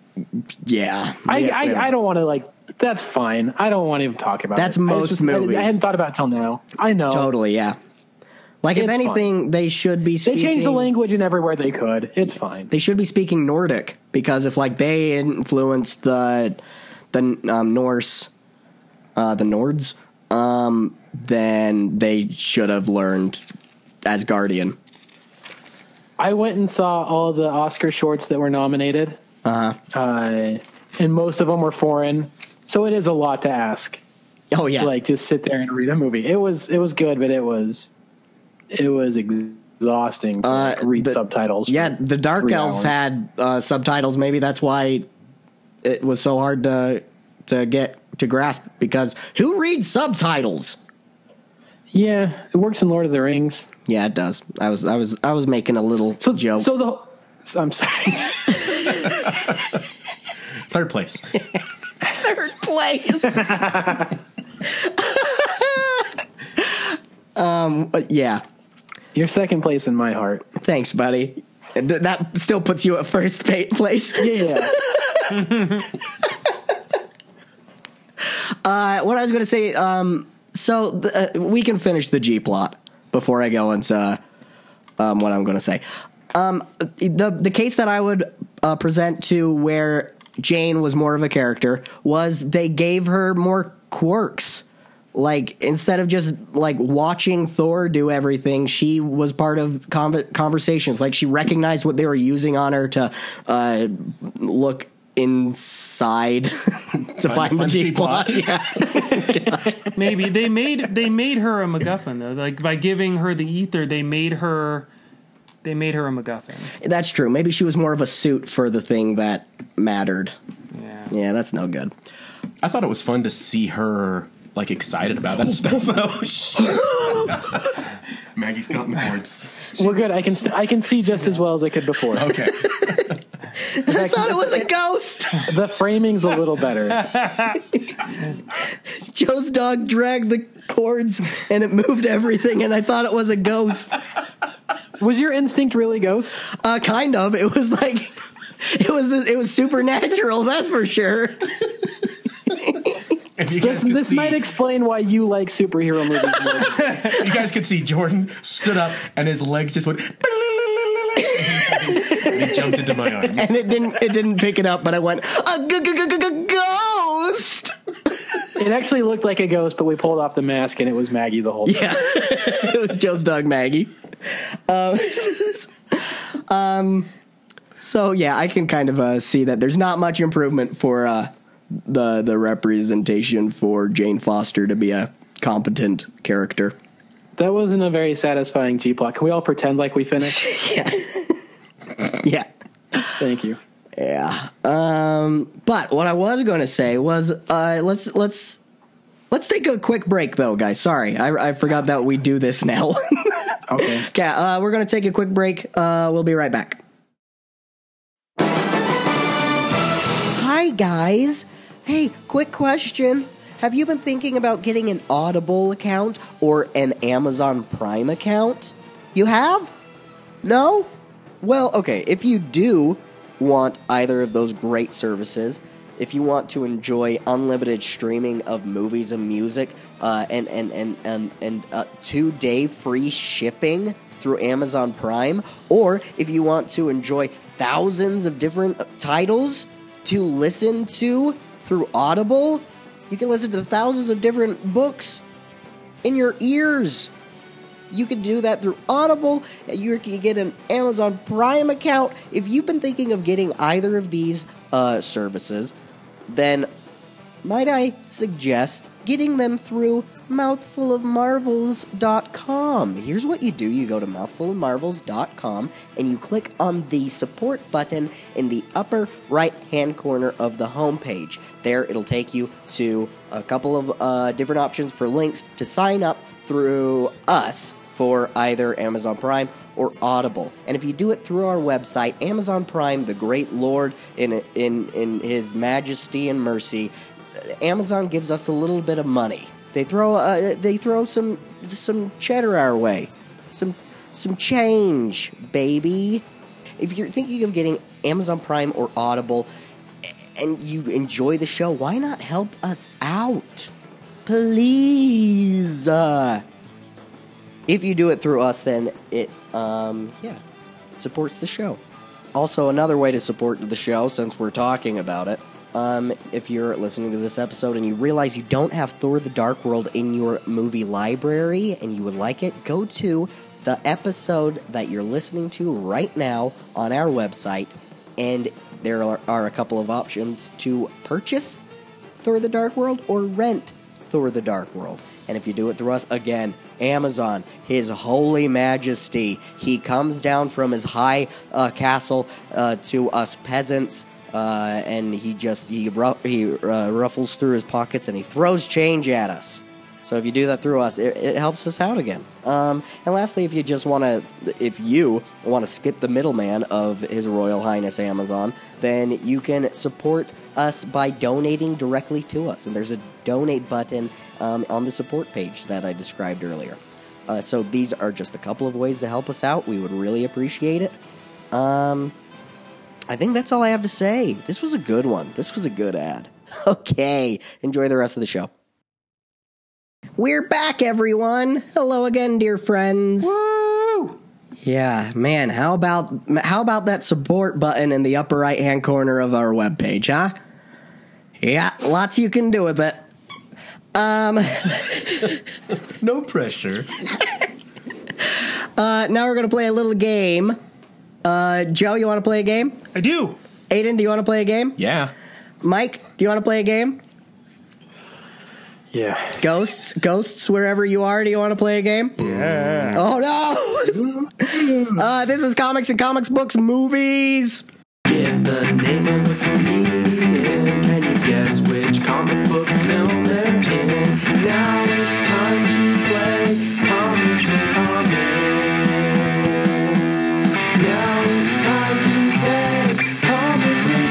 Speaker 1: yeah.
Speaker 2: I,
Speaker 1: Yeah, we
Speaker 2: I, I
Speaker 1: haven't-
Speaker 2: don't want to like. That's fine. I don't want to even talk about.
Speaker 1: That's
Speaker 2: it. I
Speaker 1: most
Speaker 2: just- I-
Speaker 1: movies.
Speaker 2: I, hadn't thought about it till now. I know.
Speaker 1: Totally, yeah. Like, if
Speaker 2: It's
Speaker 1: anything, they should be
Speaker 2: They
Speaker 1: speaking.
Speaker 2: changed the language in everywhere they could. It's fine.
Speaker 1: They should be speaking Nordic because if like they influenced the the um, Norse, uh, the Nords, um, then they should have learned Asgardian.
Speaker 2: I went and saw all the Oscar shorts that were nominated. Uh-huh. and most of them were foreign. So it is a lot to ask.
Speaker 1: Oh yeah,
Speaker 2: to, <laughs> Like just sit there and read a movie. It was it was good, but it was it was exhausting to like,
Speaker 1: Uh,
Speaker 2: read
Speaker 1: the-
Speaker 2: subtitles.
Speaker 1: yeah. The Dark
Speaker 2: Three
Speaker 1: Elves
Speaker 2: hours.
Speaker 1: had uh, subtitles. Maybe that's why it was so hard to to get to grasp because who reads subtitles?
Speaker 2: Yeah, it works in Lord of the Rings.
Speaker 1: Yeah, it does. I was I was I was making a little
Speaker 2: So
Speaker 1: joke.
Speaker 2: So the I'm sorry. <laughs>
Speaker 4: Third place.
Speaker 1: third place. um, but yeah,
Speaker 2: You're second place in my heart.
Speaker 1: thanks, buddy. Th- that still puts you at first <laughs> pa- place.
Speaker 2: Yeah.
Speaker 1: Uh, what I was going to say. Um, so the, uh, we can finish the G plot before I go into um, what I'm going to say. Um, the the case that I would uh, present to where Jane was more of a character was they gave her more quirks. Like instead of just like watching Thor do everything, she was part of con- conversations. Like she recognized what they were using on her to uh, look inside <laughs> to find, the
Speaker 4: find the
Speaker 1: G plot.
Speaker 4: G-plot.
Speaker 1: <laughs> Yeah.
Speaker 3: Maybe they made they made her a MacGuffin though. Like by giving her the ether, they made her they made her a MacGuffin.
Speaker 1: That's true. Maybe she was more of a suit for the thing that mattered.
Speaker 3: Yeah.
Speaker 1: Yeah, that's no good.
Speaker 4: I thought it was fun to see her like excited about that stuff. <laughs> Oh, shit. Maggie's counting the words.
Speaker 2: We're good. I can I can see just as well as I
Speaker 1: <laughs>
Speaker 2: could before.
Speaker 4: Okay.
Speaker 1: I thought it was a ghost. <laughs>
Speaker 2: The framing's a little better.
Speaker 1: Joe's dog dragged the cords and it moved everything, and I thought it was a ghost.
Speaker 2: Was your instinct really ghost?
Speaker 1: Uh, kind of. It was like <laughs> it was this, it was supernatural. That's for sure.
Speaker 4: If you
Speaker 2: This,
Speaker 4: guys could
Speaker 2: this
Speaker 4: see,
Speaker 2: might explain why you like superhero movies.
Speaker 1: <laughs>
Speaker 2: more.
Speaker 4: you guys could see Jordan stood up and his legs just went. <laughs> he jumped into my arms.
Speaker 1: And it didn't it didn't pick it up. But I went a g- g- g- g- ghost.
Speaker 2: it actually looked like a ghost, but we pulled off the mask and it was Maggie the whole time.
Speaker 1: Yeah, <laughs> it was Joe's dog Maggie. Um, <laughs> um, so yeah, I can kind of uh, see that there's not much improvement for uh, the the representation for Jane Foster to be a competent character. <laughs>
Speaker 2: That wasn't a very satisfying G plot. Can we all pretend like we finished?
Speaker 1: Yeah, yeah.
Speaker 2: Thank you.
Speaker 1: Yeah. Um, but what I was going to say was uh, let's let's let's take a quick break though, guys. Sorry, I, I forgot that we do this now. <laughs>
Speaker 2: Okay.
Speaker 1: okay, uh, we're going to take a quick break. Uh, we'll be right back. Hi guys. Hey, quick question. Have you been thinking about getting an Audible account or an Amazon Prime account? You have? No? Well, okay, if you do want either of those great services, if you want to enjoy unlimited streaming of movies and music, uh, and and and and, and uh, two day free shipping through Amazon Prime, or if you want to enjoy thousands of different titles to listen to through Audible, you can listen to thousands of different books in your ears. You can do that through Audible. You can get an Amazon Prime account. If you've been thinking of getting either of these uh, services, then might I suggest getting them through mouthfulofmarvels.com. Here's what you do you go to mouthfulofmarvels.com and you click on the support button in the upper right hand corner of the homepage. There, it'll take you to a couple of uh, different options for links to sign up through us for either Amazon Prime or Audible. And if you do it through our website, Amazon Prime, the great Lord in in in His Majesty and mercy, Amazon gives us a little bit of money. They throw uh, they throw some some cheddar our way, some some change, baby. If you're thinking of getting Amazon Prime or Audible, and you enjoy the show, why not help us out? Please. Uh, if you do it through us, then it, um, yeah, it supports the show. Also, another way to support the show, since we're talking about it, um, if you're listening to this episode and you realize you don't have Thor the Dark World in your movie library and you would like it, go to the episode that you're listening to right now on our website, and there are, are a couple of options to purchase Thor the Dark World or rent Thor the Dark World. And if you do it through us, again, Amazon, His Holy Majesty, He comes down from His high uh, castle uh, to us peasants. Uh, and he just he, ru- he uh, ruffles through his pockets and he throws change at us so if you do that through us, it, it helps us out again. Um, and lastly, if you just want to, if you want to skip the middleman of His Royal Highness Amazon, then you can support us by donating directly to us. And there's a donate button um, on the support page that I described earlier. Uh, so these are just a couple of ways to help us out. We would really appreciate it. Um, I think that's all I have to say. This was a good one. This was a good ad. <laughs> Okay, enjoy the rest of the show. We're back, everyone. Hello again, dear friends.
Speaker 4: Woo!
Speaker 1: Yeah, man. How about how about that support button in the upper right hand corner of our webpage, huh? Yeah, lots you can do with it. Um,
Speaker 4: No pressure.
Speaker 1: uh, now we're gonna play a little game. Uh, Joe, you want to play a game?
Speaker 3: I do.
Speaker 1: Aiden, do you want to play a game?
Speaker 4: Yeah.
Speaker 1: Mike, do you want to play a game?
Speaker 2: Yeah.
Speaker 1: Ghosts, ghosts, wherever you are, do you want to play a game?
Speaker 3: Yeah.
Speaker 1: Oh no! <laughs> uh, this is comics and comics books movies.
Speaker 5: Get the name of the comedian. Can you guess which comic book film they're in? Now it's time to play comics and comics. Now it's time to play comics and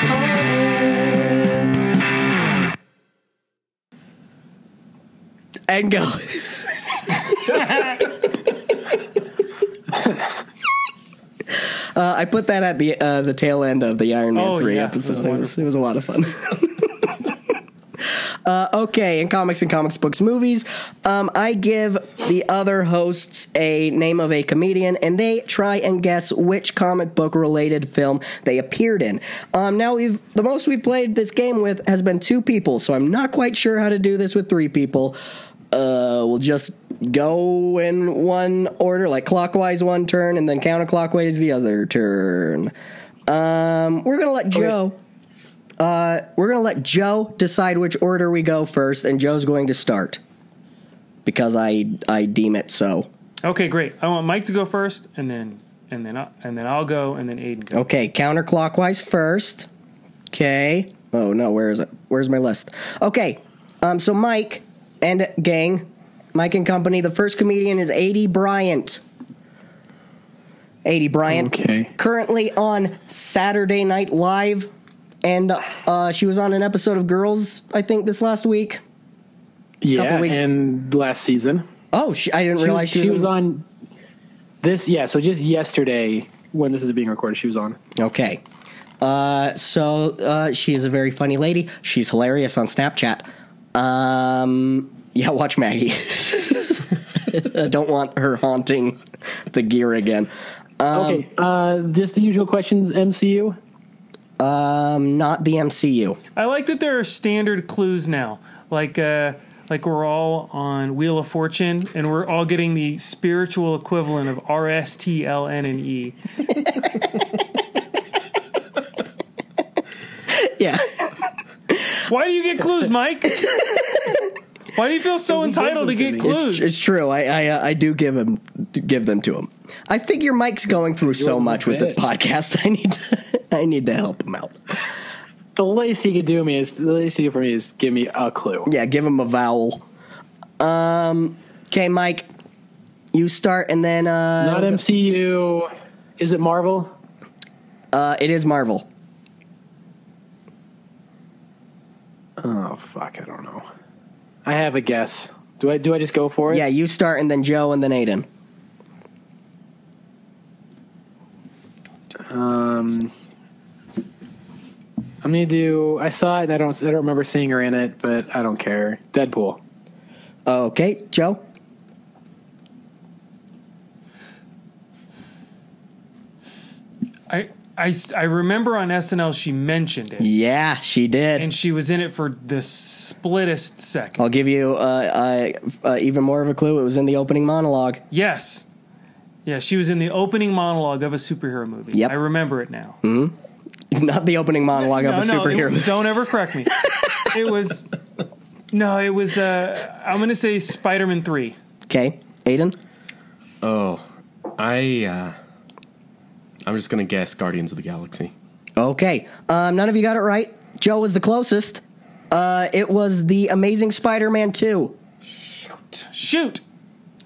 Speaker 5: comics.
Speaker 1: and go. <laughs> Uh, I put that at the uh, the tail end of the Iron Man
Speaker 3: Oh,
Speaker 1: three
Speaker 3: yeah, it was
Speaker 1: episode. It was,
Speaker 3: wonderful.
Speaker 1: it was a lot of fun. <laughs> uh, okay, in comics and comics books movies, um, I give the other hosts a name of a comedian, and they try and guess which comic book related film they appeared in. Um, now we've the most we've played this game with has been two people, so I'm not quite sure how to do this with three people. Uh, we'll just go in one order, like clockwise one turn, and then counterclockwise the other turn. Um, we're gonna let Joe. Uh, we're gonna let Joe decide which order we go first, and Joe's going to start because I I deem it so.
Speaker 3: Okay, great. I want Mike to go first, and then and then I, and then I'll go, and then Aiden go.
Speaker 1: Okay, counterclockwise first. Okay. Oh no, where is it? Where's my list? Okay. Um. So Mike and gang, Mike and company. The first comedian is A.D. Bryant. A.D. Bryant.
Speaker 2: Okay.
Speaker 1: Currently on Saturday Night Live, and uh, she was on an episode of Girls, I think, this last week.
Speaker 2: Yeah,
Speaker 1: weeks-
Speaker 2: and last season.
Speaker 1: Oh, she, I didn't
Speaker 2: She,
Speaker 1: realize
Speaker 2: was, she was
Speaker 1: on.
Speaker 2: on this. Yeah, so just yesterday when this is being recorded, she was on.
Speaker 1: Okay. Uh, so uh, she is a very funny lady. She's hilarious on Snapchat. Um, yeah, watch Maggie. <laughs> I don't want her haunting the gear again.
Speaker 2: okay, uh, just the usual questions. MCU.
Speaker 1: Um, not the MCU.
Speaker 3: I like that there are standard clues now, like uh, like we're all on Wheel of Fortune, and we're all getting the spiritual equivalent of R S T L N and E.
Speaker 1: Yeah.
Speaker 3: Why do you get clues, Mike? Why do you feel so
Speaker 2: gives
Speaker 3: entitled to
Speaker 2: them to
Speaker 3: get
Speaker 2: me.
Speaker 3: clues?
Speaker 1: It's true. I I, uh, I do give him give them to him. I figure Mike's going through so much with this podcast. <laughs> I need to, I need to help him out.
Speaker 2: The least he could do me is the least he could do for me is give me a clue.
Speaker 1: Yeah, give him a vowel. Um. Okay, Mike, you start, and then uh,
Speaker 2: Not MCU. Is it Marvel?
Speaker 1: Uh, it is Marvel.
Speaker 2: Oh fuck, I don't know. I have a guess. Do I do I just go for it?
Speaker 1: Yeah, you start and then Joe and then Aiden.
Speaker 2: Um, I'm gonna do. I saw it. And I don't. I don't remember seeing her in it, but I don't care. Deadpool.
Speaker 1: Okay, Joe.
Speaker 3: I, I s- I remember on SNL she mentioned it,
Speaker 1: Yeah, she did.
Speaker 3: and she was in it for the splittest second.
Speaker 1: I'll give you uh, uh, uh, even more of a clue. It was in the opening monologue. <laughs>
Speaker 3: Yes, yeah, she was in the opening monologue of a superhero movie.
Speaker 1: Yep.
Speaker 3: I remember it now.
Speaker 1: Not the opening monologue of a superhero.
Speaker 3: it-
Speaker 1: movie.
Speaker 3: don't ever
Speaker 1: <laughs>
Speaker 3: correct me. it was no, it was. Uh, I'm gonna say Spider-Man three.
Speaker 1: okay, Aiden.
Speaker 4: Oh, I. Uh, I'm just gonna guess Guardians of the Galaxy.
Speaker 1: Okay, um, none of you got it right. Joe was the closest. Uh, it was the Amazing Spider-Man two.
Speaker 3: Shoot,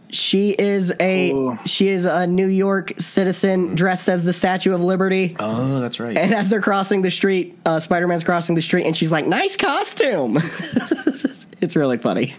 Speaker 1: She is a
Speaker 2: Ooh.
Speaker 1: she is a New York citizen dressed as the Statue of Liberty.
Speaker 4: Oh, that's right.
Speaker 1: And as they're crossing the street, uh, Spider Man's crossing the street, and she's like, "Nice costume." <laughs> it's really funny.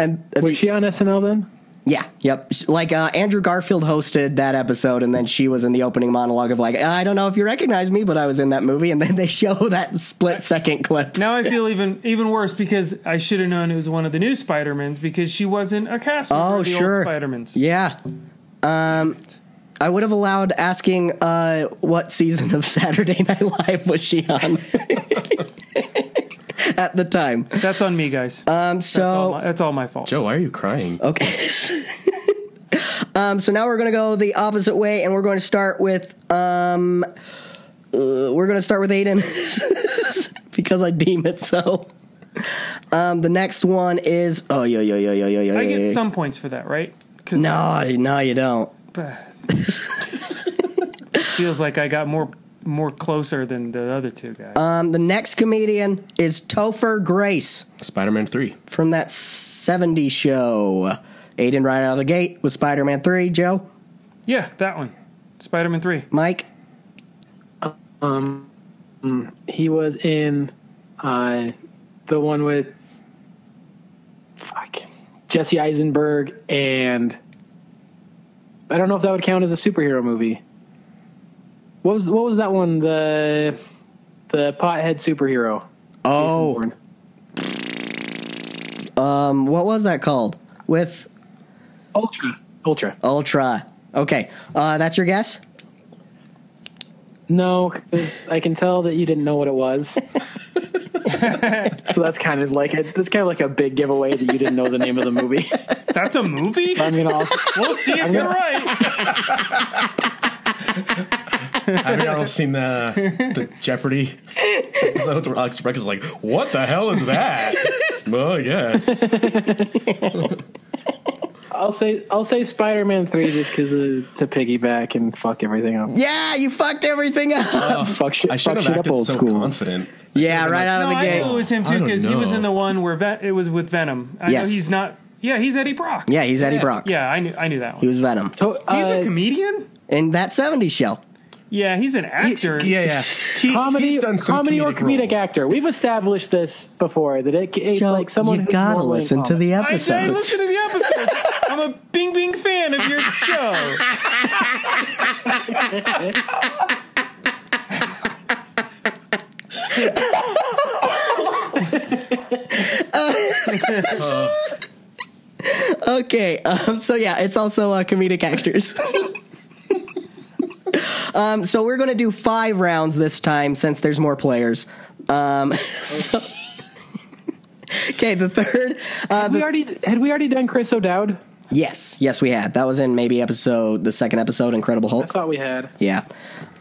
Speaker 1: And, and-
Speaker 2: Was she on SNL then?
Speaker 1: yeah, yep. Like uh, Andrew Garfield hosted that episode, and then she was in the opening monologue of like, "I don't know if you recognize me, but I was in that movie." And then they <laughs> show that split second clip.
Speaker 3: now I feel even even worse because I should have known it was one of the new Spider-Mans because she wasn't a cast member
Speaker 1: Oh,
Speaker 3: of the
Speaker 1: sure.
Speaker 3: old Spider-Mans.
Speaker 1: Yeah. Um, I would have allowed asking uh, what season of Saturday Night Live was she on <laughs> at the time.
Speaker 3: That's on me, guys.
Speaker 1: Um, so
Speaker 3: that's, all my, that's all my fault.
Speaker 4: Joe, why are you crying?
Speaker 1: Okay. <laughs> um, so now we're going to go the opposite way, and we're going to start with um, uh, we're going to start with Aiden <laughs> because I deem it so. Um, the next one is oh yo yo yo yo yo yo.
Speaker 3: I
Speaker 1: yo, yo.
Speaker 3: get some points for that, right? 'Cause
Speaker 1: No, no, you don't.
Speaker 3: uh,
Speaker 1: <laughs>
Speaker 3: feels like I got more more closer than the other two guys.
Speaker 1: Um, the next comedian is Topher Grace
Speaker 4: Spider-Man Three.
Speaker 1: from that '70s show. Aiden right out of the gate with Spider-Man Three. Joe,
Speaker 3: yeah, that one, Spider-Man three.
Speaker 1: Mike.
Speaker 2: Um, mm, he was in uh, the one with fuck Jesse Eisenberg and I don't know if that would count as a superhero movie. What was what was that one? The the pothead superhero.
Speaker 1: Oh,
Speaker 2: Jason Bourne.
Speaker 1: um, what was that called? With
Speaker 2: Ultra. Ultra.
Speaker 1: Ultra. Okay, uh, that's your guess.
Speaker 2: No, 'cause I can tell that you didn't know what
Speaker 1: <laughs>
Speaker 2: it was. so that's kind of like a, that's kind of like a big giveaway that you didn't know the name of the
Speaker 4: <laughs>
Speaker 2: movie.
Speaker 3: That's a movie?
Speaker 2: I'm gonna also,
Speaker 3: We'll see if you're right.
Speaker 4: <laughs> Have you all seen the, the Jeopardy episodes where Alex Trebek is like, "What the hell is <laughs> that?" well, yes,
Speaker 2: I'll say I'll say Spider-Man Three just because to piggyback and fuck everything up.
Speaker 1: Yeah, you fucked everything up.
Speaker 2: fuck shit,
Speaker 4: I
Speaker 2: fuck
Speaker 4: should have
Speaker 2: shit up
Speaker 4: acted
Speaker 2: old
Speaker 4: so
Speaker 2: school.
Speaker 4: confident.
Speaker 1: yeah, right out
Speaker 3: No,
Speaker 1: of the
Speaker 3: I
Speaker 1: gate.
Speaker 3: knew it was him
Speaker 4: I
Speaker 3: too
Speaker 4: don't
Speaker 3: because he was
Speaker 4: know.
Speaker 3: in the one where Ven- it was with Venom. I
Speaker 1: Yes.
Speaker 3: know he's not. Yeah, he's Eddie Brock.
Speaker 1: Yeah, he's Eddie Brock.
Speaker 3: Yeah, I knew. I knew that
Speaker 1: He
Speaker 3: one.
Speaker 1: was Venom.
Speaker 2: To-
Speaker 3: He's
Speaker 2: uh,
Speaker 3: a comedian.
Speaker 1: In that 70s show.
Speaker 3: Yeah, he's an actor.
Speaker 4: Yeah, yeah. He-
Speaker 2: comedy,
Speaker 4: he's done some
Speaker 2: comedy or comedic
Speaker 4: roles.
Speaker 2: actor. We've established this before that it, it's
Speaker 1: Joe,
Speaker 2: like someone
Speaker 1: you
Speaker 2: who's
Speaker 1: gotta
Speaker 2: normally in
Speaker 1: listen to
Speaker 2: comedy.
Speaker 1: the
Speaker 3: I, I
Speaker 1: episodes.
Speaker 3: listen to the episodes.
Speaker 1: <laughs>
Speaker 3: I'm a Bing Bing fan of your
Speaker 1: Uh,
Speaker 3: show.
Speaker 1: Okay, um, so yeah, it's also uh, comedic actors. um, so we're going to do five rounds this time since there's more players. Um, <laughs> so, okay, the third. Uh,
Speaker 2: We already had we already done Chris O'Dowd.
Speaker 1: yes, yes, we had. That was in maybe episode, the second episode, Incredible
Speaker 2: I
Speaker 1: Hulk.
Speaker 2: thought we had.
Speaker 1: Yeah.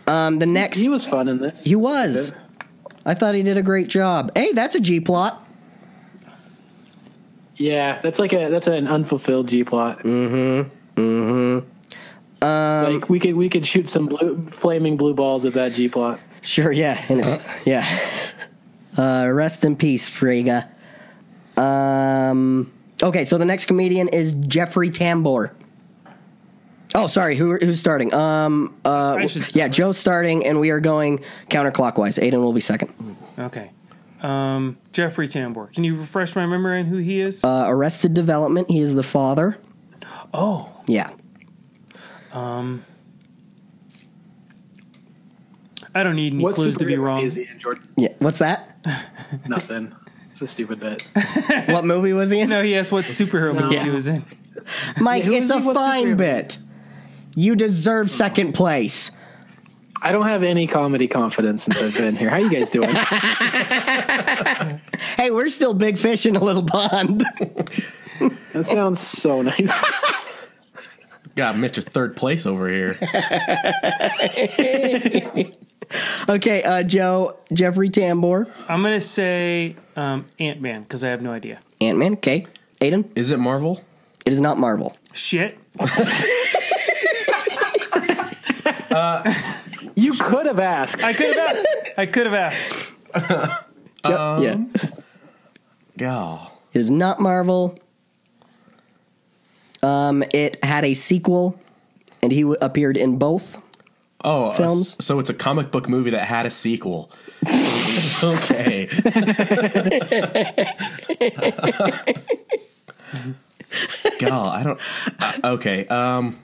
Speaker 1: Um, the next.
Speaker 2: He was fun in this.
Speaker 1: He was. I thought he did a great job. Hey, that's a G plot.
Speaker 2: Yeah, that's like a that's an unfulfilled G plot. Mm-hmm. Mm-hmm. like we could we could shoot some blue, flaming blue balls at that G plot.
Speaker 1: Sure, yeah, and it's yeah. Uh, rest in peace, Frega. Um, okay, so the next comedian is Jeffrey Tambor. Oh, sorry, who, who's starting? Um, uh,
Speaker 3: I should start,
Speaker 1: yeah,
Speaker 3: right?
Speaker 1: Joe's starting, and we are going counterclockwise. Aiden will be second.
Speaker 3: Okay. Um, Jeffrey Tambor. Can you refresh my memory on who he is?
Speaker 1: Uh, Arrested Development. He is the father.
Speaker 3: oh,
Speaker 1: Yeah,
Speaker 3: I don't need any
Speaker 2: What
Speaker 3: clues to be
Speaker 2: superhero
Speaker 3: wrong.
Speaker 2: Is he in Jordan?
Speaker 1: yeah. What's that?
Speaker 2: Nothing. It's a stupid bit.
Speaker 1: what movie was he in?
Speaker 3: No, he asked what superhero movie he was in.
Speaker 1: Mike,
Speaker 2: Yeah, who
Speaker 1: it's
Speaker 2: is
Speaker 1: a
Speaker 2: he? What's his
Speaker 1: fine
Speaker 2: name?
Speaker 1: bit. You deserve second place.
Speaker 2: I don't have any comedy confidence since I've been here. How you guys
Speaker 3: <laughs>
Speaker 2: doing?
Speaker 1: Hey, we're still big fish in a little pond. <laughs>
Speaker 2: that sounds so nice.
Speaker 4: God, Mr. Third Place
Speaker 2: <laughs>
Speaker 4: over here.
Speaker 1: okay, uh, Joe, Jeffrey Tambor,
Speaker 3: I'm gonna say um, Ant Man because I have no idea.
Speaker 1: Ant Man. Okay, Aiden.
Speaker 4: Is it Marvel?
Speaker 1: It is not Marvel.
Speaker 3: Shit.
Speaker 2: You could have asked.
Speaker 3: I could have asked. I could have asked.
Speaker 1: Jo- yeah, it
Speaker 4: Yeah.
Speaker 1: is not Marvel. Um, it had a sequel, and he w- appeared in both.
Speaker 4: Oh, uh,
Speaker 1: Films.
Speaker 4: so it's a comic book movie that had a sequel. <laughs> okay. <laughs> God, I don't. uh, okay. Um,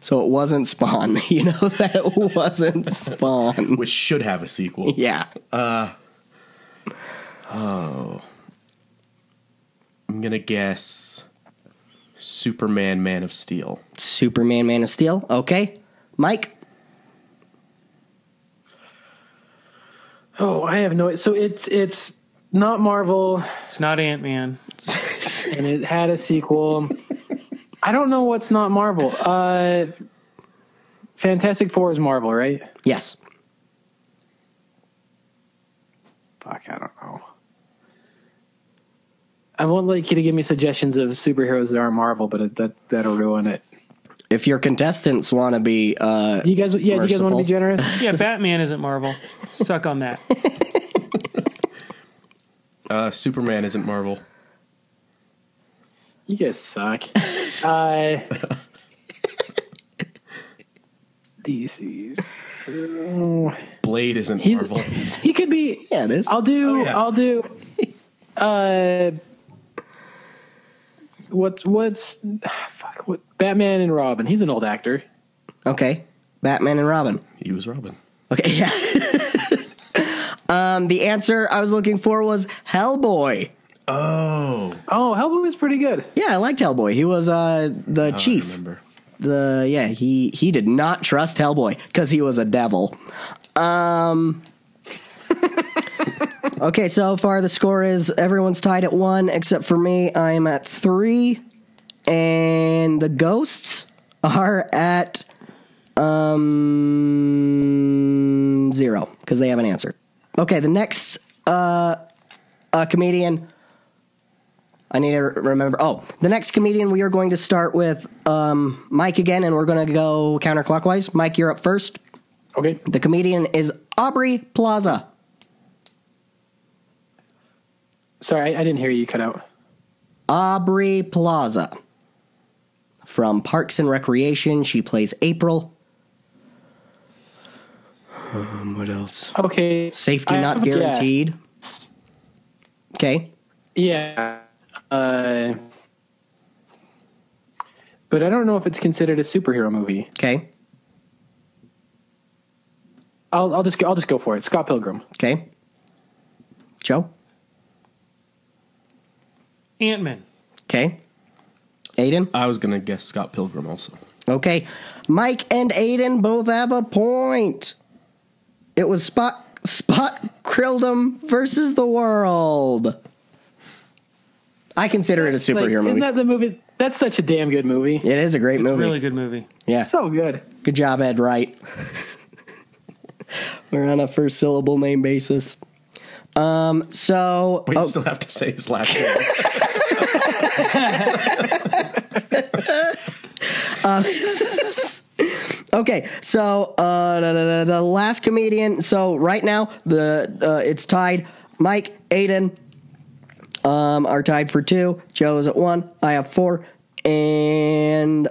Speaker 1: So it wasn't Spawn. <laughs> You know that wasn't Spawn.
Speaker 4: which should have a sequel.
Speaker 1: Yeah.
Speaker 4: I'm gonna guess Superman, Man of Steel.
Speaker 1: Superman, Man of Steel. Okay, Mike.
Speaker 2: Oh, I have no. So it's it's not Marvel,
Speaker 3: It's not Ant Man.
Speaker 2: and it had a sequel. I don't know what's not Marvel. Uh, Fantastic Four is Marvel, right?
Speaker 1: Yes.
Speaker 2: Fuck, I don't know. I won't like you to give me suggestions of superheroes that aren't Marvel, but it, that that'll ruin it.
Speaker 1: If your contestants want to be, uh,
Speaker 2: You guys, yeah, do you guys want to
Speaker 1: Merciful.
Speaker 2: be
Speaker 1: <laughs>
Speaker 2: generous?
Speaker 3: Yeah, Batman isn't Marvel. Suck on that.
Speaker 4: Uh, Superman isn't Marvel.
Speaker 2: You guys suck.
Speaker 4: <laughs>
Speaker 2: Uh, DC.
Speaker 4: Blade isn't
Speaker 2: He's-
Speaker 4: Marvel.
Speaker 2: He could be.
Speaker 1: yeah, it is.
Speaker 2: I'll do.
Speaker 4: Oh, yeah.
Speaker 2: I'll do. Uh, what's what's fuck? What Batman and Robin? He's an old actor.
Speaker 1: Okay, Batman and Robin.
Speaker 4: He was Robin.
Speaker 1: Okay, <laughs> yeah. um, the answer I was looking for was Hellboy.
Speaker 4: Oh,
Speaker 2: Oh, Hellboy was pretty good.
Speaker 1: Yeah, I liked Hellboy. He was uh, the
Speaker 4: Oh, I
Speaker 1: chief.
Speaker 4: remember.
Speaker 1: The yeah, he he did not trust Hellboy because he was a devil. Um. <laughs> okay, so far the score is everyone's tied at one except for me. I'm at three, and the ghosts are at um zero because they haven't answered. Okay, the next uh, uh comedian. I need to re- remember. Oh, the next comedian we are going to start with um, Mike again, and we're going to go counterclockwise. Mike, you're up first.
Speaker 2: Okay.
Speaker 1: The comedian is Aubrey Plaza.
Speaker 2: Sorry, I, I didn't hear you. You cut out.
Speaker 1: Aubrey Plaza from Parks and Recreation. She plays April. Um, what else?
Speaker 2: Okay.
Speaker 1: Safety
Speaker 2: I
Speaker 1: not
Speaker 2: have a guess.
Speaker 1: guaranteed. Okay.
Speaker 2: Yeah. Uh, but I don't know if it's considered a superhero movie.
Speaker 1: Okay.
Speaker 2: I'll, I'll just go, I'll just go for it. Scott Pilgrim.
Speaker 1: Okay. Joe.
Speaker 3: Ant Man.
Speaker 1: Okay. Aiden.
Speaker 4: I was gonna guess Scott Pilgrim also.
Speaker 1: Okay. Mike and Aiden both have a point. It was Spot Spot Krildum versus the world. I consider it a
Speaker 2: Like,
Speaker 1: superhero movie.
Speaker 2: Isn't that the movie? That's such a damn good movie.
Speaker 1: it is a great
Speaker 3: It's a
Speaker 1: movie.
Speaker 3: really good movie.
Speaker 1: yeah.
Speaker 2: So good.
Speaker 1: Good job, Ed
Speaker 2: <laughs>
Speaker 1: Wright. We're on a first syllable name basis. Um, so
Speaker 4: But
Speaker 1: oh,
Speaker 4: you still have to say his last name.
Speaker 1: okay, so uh, da, da, da, the last comedian. So right now, the uh, it's tied. Mike, Aiden, um, are tied for two. Joe is at one. I have four, and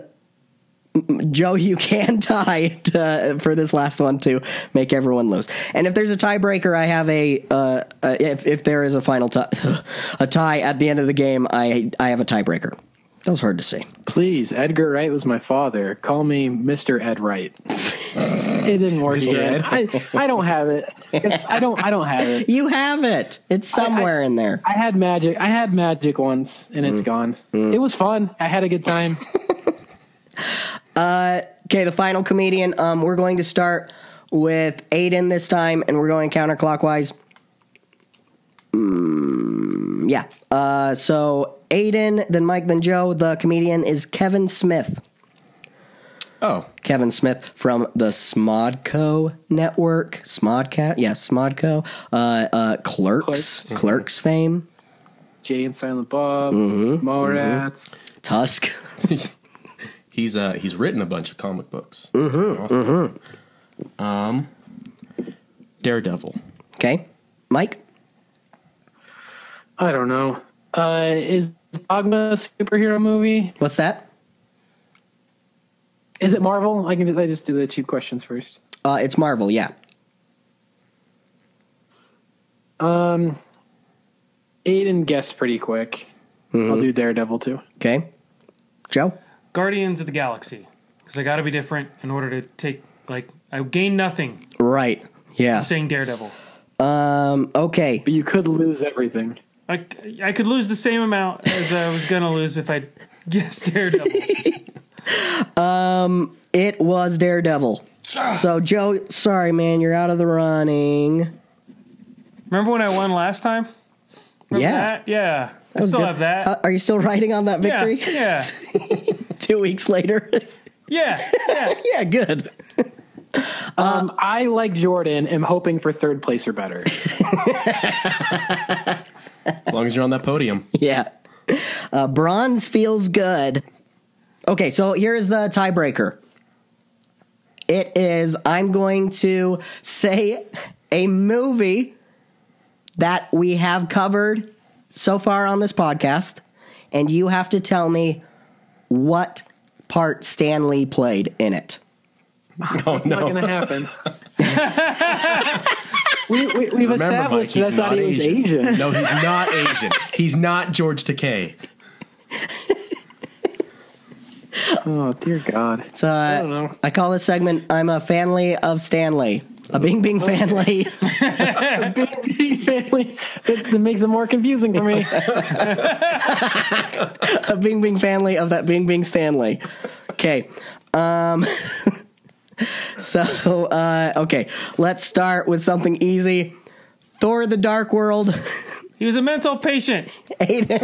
Speaker 1: mm, Joe, you <laughs> can tie to, for this last one to make everyone lose. And if there's a tiebreaker, I have a uh, uh, if if there is a final tie, <laughs> a tie at the end of the game, I I have a tiebreaker. That was hard to say.
Speaker 2: Please, Edgar Wright was my father. Call me Mr.
Speaker 1: <laughs>
Speaker 2: Ed Wright. it didn't work
Speaker 4: Mr.
Speaker 2: again.
Speaker 4: Ed?
Speaker 2: I, I don't have it. It's- I don't I don't have
Speaker 1: <laughs>
Speaker 2: it.
Speaker 1: You have it. It's somewhere in there.
Speaker 2: I had magic. I had magic once and
Speaker 1: Mm.
Speaker 2: it's gone. It was fun. I had a good time.
Speaker 1: Okay, the final comedian. Um, we're going to start with Aiden this time, and we're going counterclockwise. Mm, yeah. Uh, so Aiden, then Mike, then Joe. The comedian is Kevin Smith.
Speaker 4: <laughs> Oh,
Speaker 1: Kevin Smith from the Smodco Network. Smodcat, yes, Smodco. Uh, uh, Clerks, Clerks,
Speaker 2: Clerks.
Speaker 1: fame.
Speaker 2: Jay and Silent Bob, Mallrats.
Speaker 1: Tusk. <laughs>
Speaker 4: he's uh he's written a bunch of comic books. Um, Daredevil.
Speaker 1: Okay, Mike.
Speaker 2: I don't know. Uh, is Dogma a superhero movie?
Speaker 1: What's that?
Speaker 2: Is it Marvel? I can I just do the cheap questions first.
Speaker 1: Uh, it's Marvel. Yeah.
Speaker 2: Um, Aiden guessed pretty quick. I'll do Daredevil too.
Speaker 1: Okay, Joe.
Speaker 3: Guardians of the Galaxy. Because I got to be different in order to take like I gain nothing
Speaker 1: Right. Yeah.
Speaker 3: saying Daredevil.
Speaker 1: Um. Okay.
Speaker 2: But you could lose everything.
Speaker 3: I, I could lose the same amount as I was gonna lose if I <laughs> guessed Daredevil.
Speaker 1: It was Daredevil. So Joe, sorry man, you're out of the running.
Speaker 3: Remember when I won last time? Remember
Speaker 1: yeah.
Speaker 3: that? yeah. I
Speaker 1: was
Speaker 3: still
Speaker 1: good.
Speaker 3: have that.
Speaker 1: How- are you still riding on that
Speaker 3: yeah,
Speaker 1: victory? <laughs>
Speaker 3: yeah,
Speaker 1: Two weeks later. <laughs>
Speaker 3: yeah, yeah.
Speaker 1: yeah. Good.
Speaker 2: Um, I like Jordan. Am hoping for third place or better.
Speaker 4: As long as you're on that podium,
Speaker 1: Yeah. Uh, bronze feels good. Okay, so here's the tiebreaker. It is I'm going to say a movie that we have covered so far on this podcast, and you have to tell me what part Stanley played in it.
Speaker 4: Oh,
Speaker 2: That's not going to happen. we, we, we've established
Speaker 4: Mike,
Speaker 2: that I thought he was Asian.
Speaker 4: <laughs> No, he's not Asian. He's not George Takei.
Speaker 2: Oh dear God.
Speaker 1: It's, uh,
Speaker 2: don't know.
Speaker 1: I call this segment I'm a family of Stanley. A Bing Bing family.
Speaker 2: Big family. It, it makes it more confusing for me.
Speaker 1: a <laughs> Bing Bing family of that Bing Bing Stanley. Okay. Um, <laughs> so, uh, okay. Let's start with something easy Thor the Dark World. <laughs>
Speaker 3: He was a mental patient.
Speaker 1: Aiden,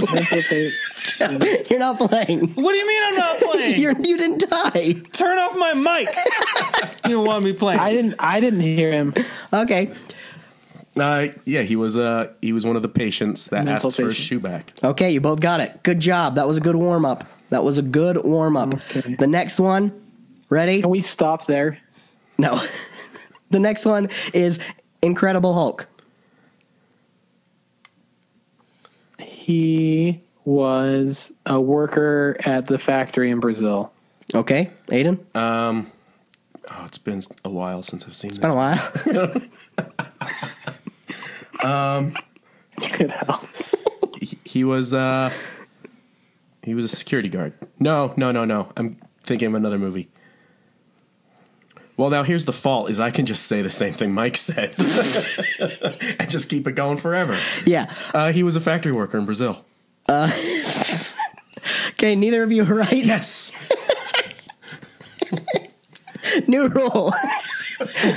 Speaker 1: <laughs> you're not playing.
Speaker 3: What do you mean I'm not playing?
Speaker 1: <laughs> You're, you didn't die.
Speaker 3: Turn off my
Speaker 1: <laughs>
Speaker 3: mic. you don't want me playing.
Speaker 2: I didn't. I didn't hear him.
Speaker 1: Okay.
Speaker 4: Uh, yeah, he was uh, he was one of the patients that
Speaker 2: Mental
Speaker 4: asked for his
Speaker 2: patient.
Speaker 4: shoe back.
Speaker 1: Okay, you both got it. Good job. That was a good warm up. That was a good warm up.
Speaker 2: Okay.
Speaker 1: The next one, ready?
Speaker 2: Can we stop there?
Speaker 1: No. <laughs> the next one is Incredible Hulk.
Speaker 2: He was a worker at the factory in Brazil.
Speaker 1: Okay, Aiden?
Speaker 4: Oh, it's been a while since I've seen
Speaker 1: Been
Speaker 4: this.
Speaker 1: a while. <laughs>
Speaker 2: Good hell.
Speaker 4: He, he was uh, he was a security guard. No, no, no, no. I'm thinking of another movie. Well, now here's the fault: is I can just say the same thing Mike said <laughs> and just keep it going forever.
Speaker 1: yeah.
Speaker 4: Uh, he was a factory worker in Brazil.
Speaker 1: Okay, neither of you <laughs> are right.
Speaker 4: Yes.
Speaker 1: New rule.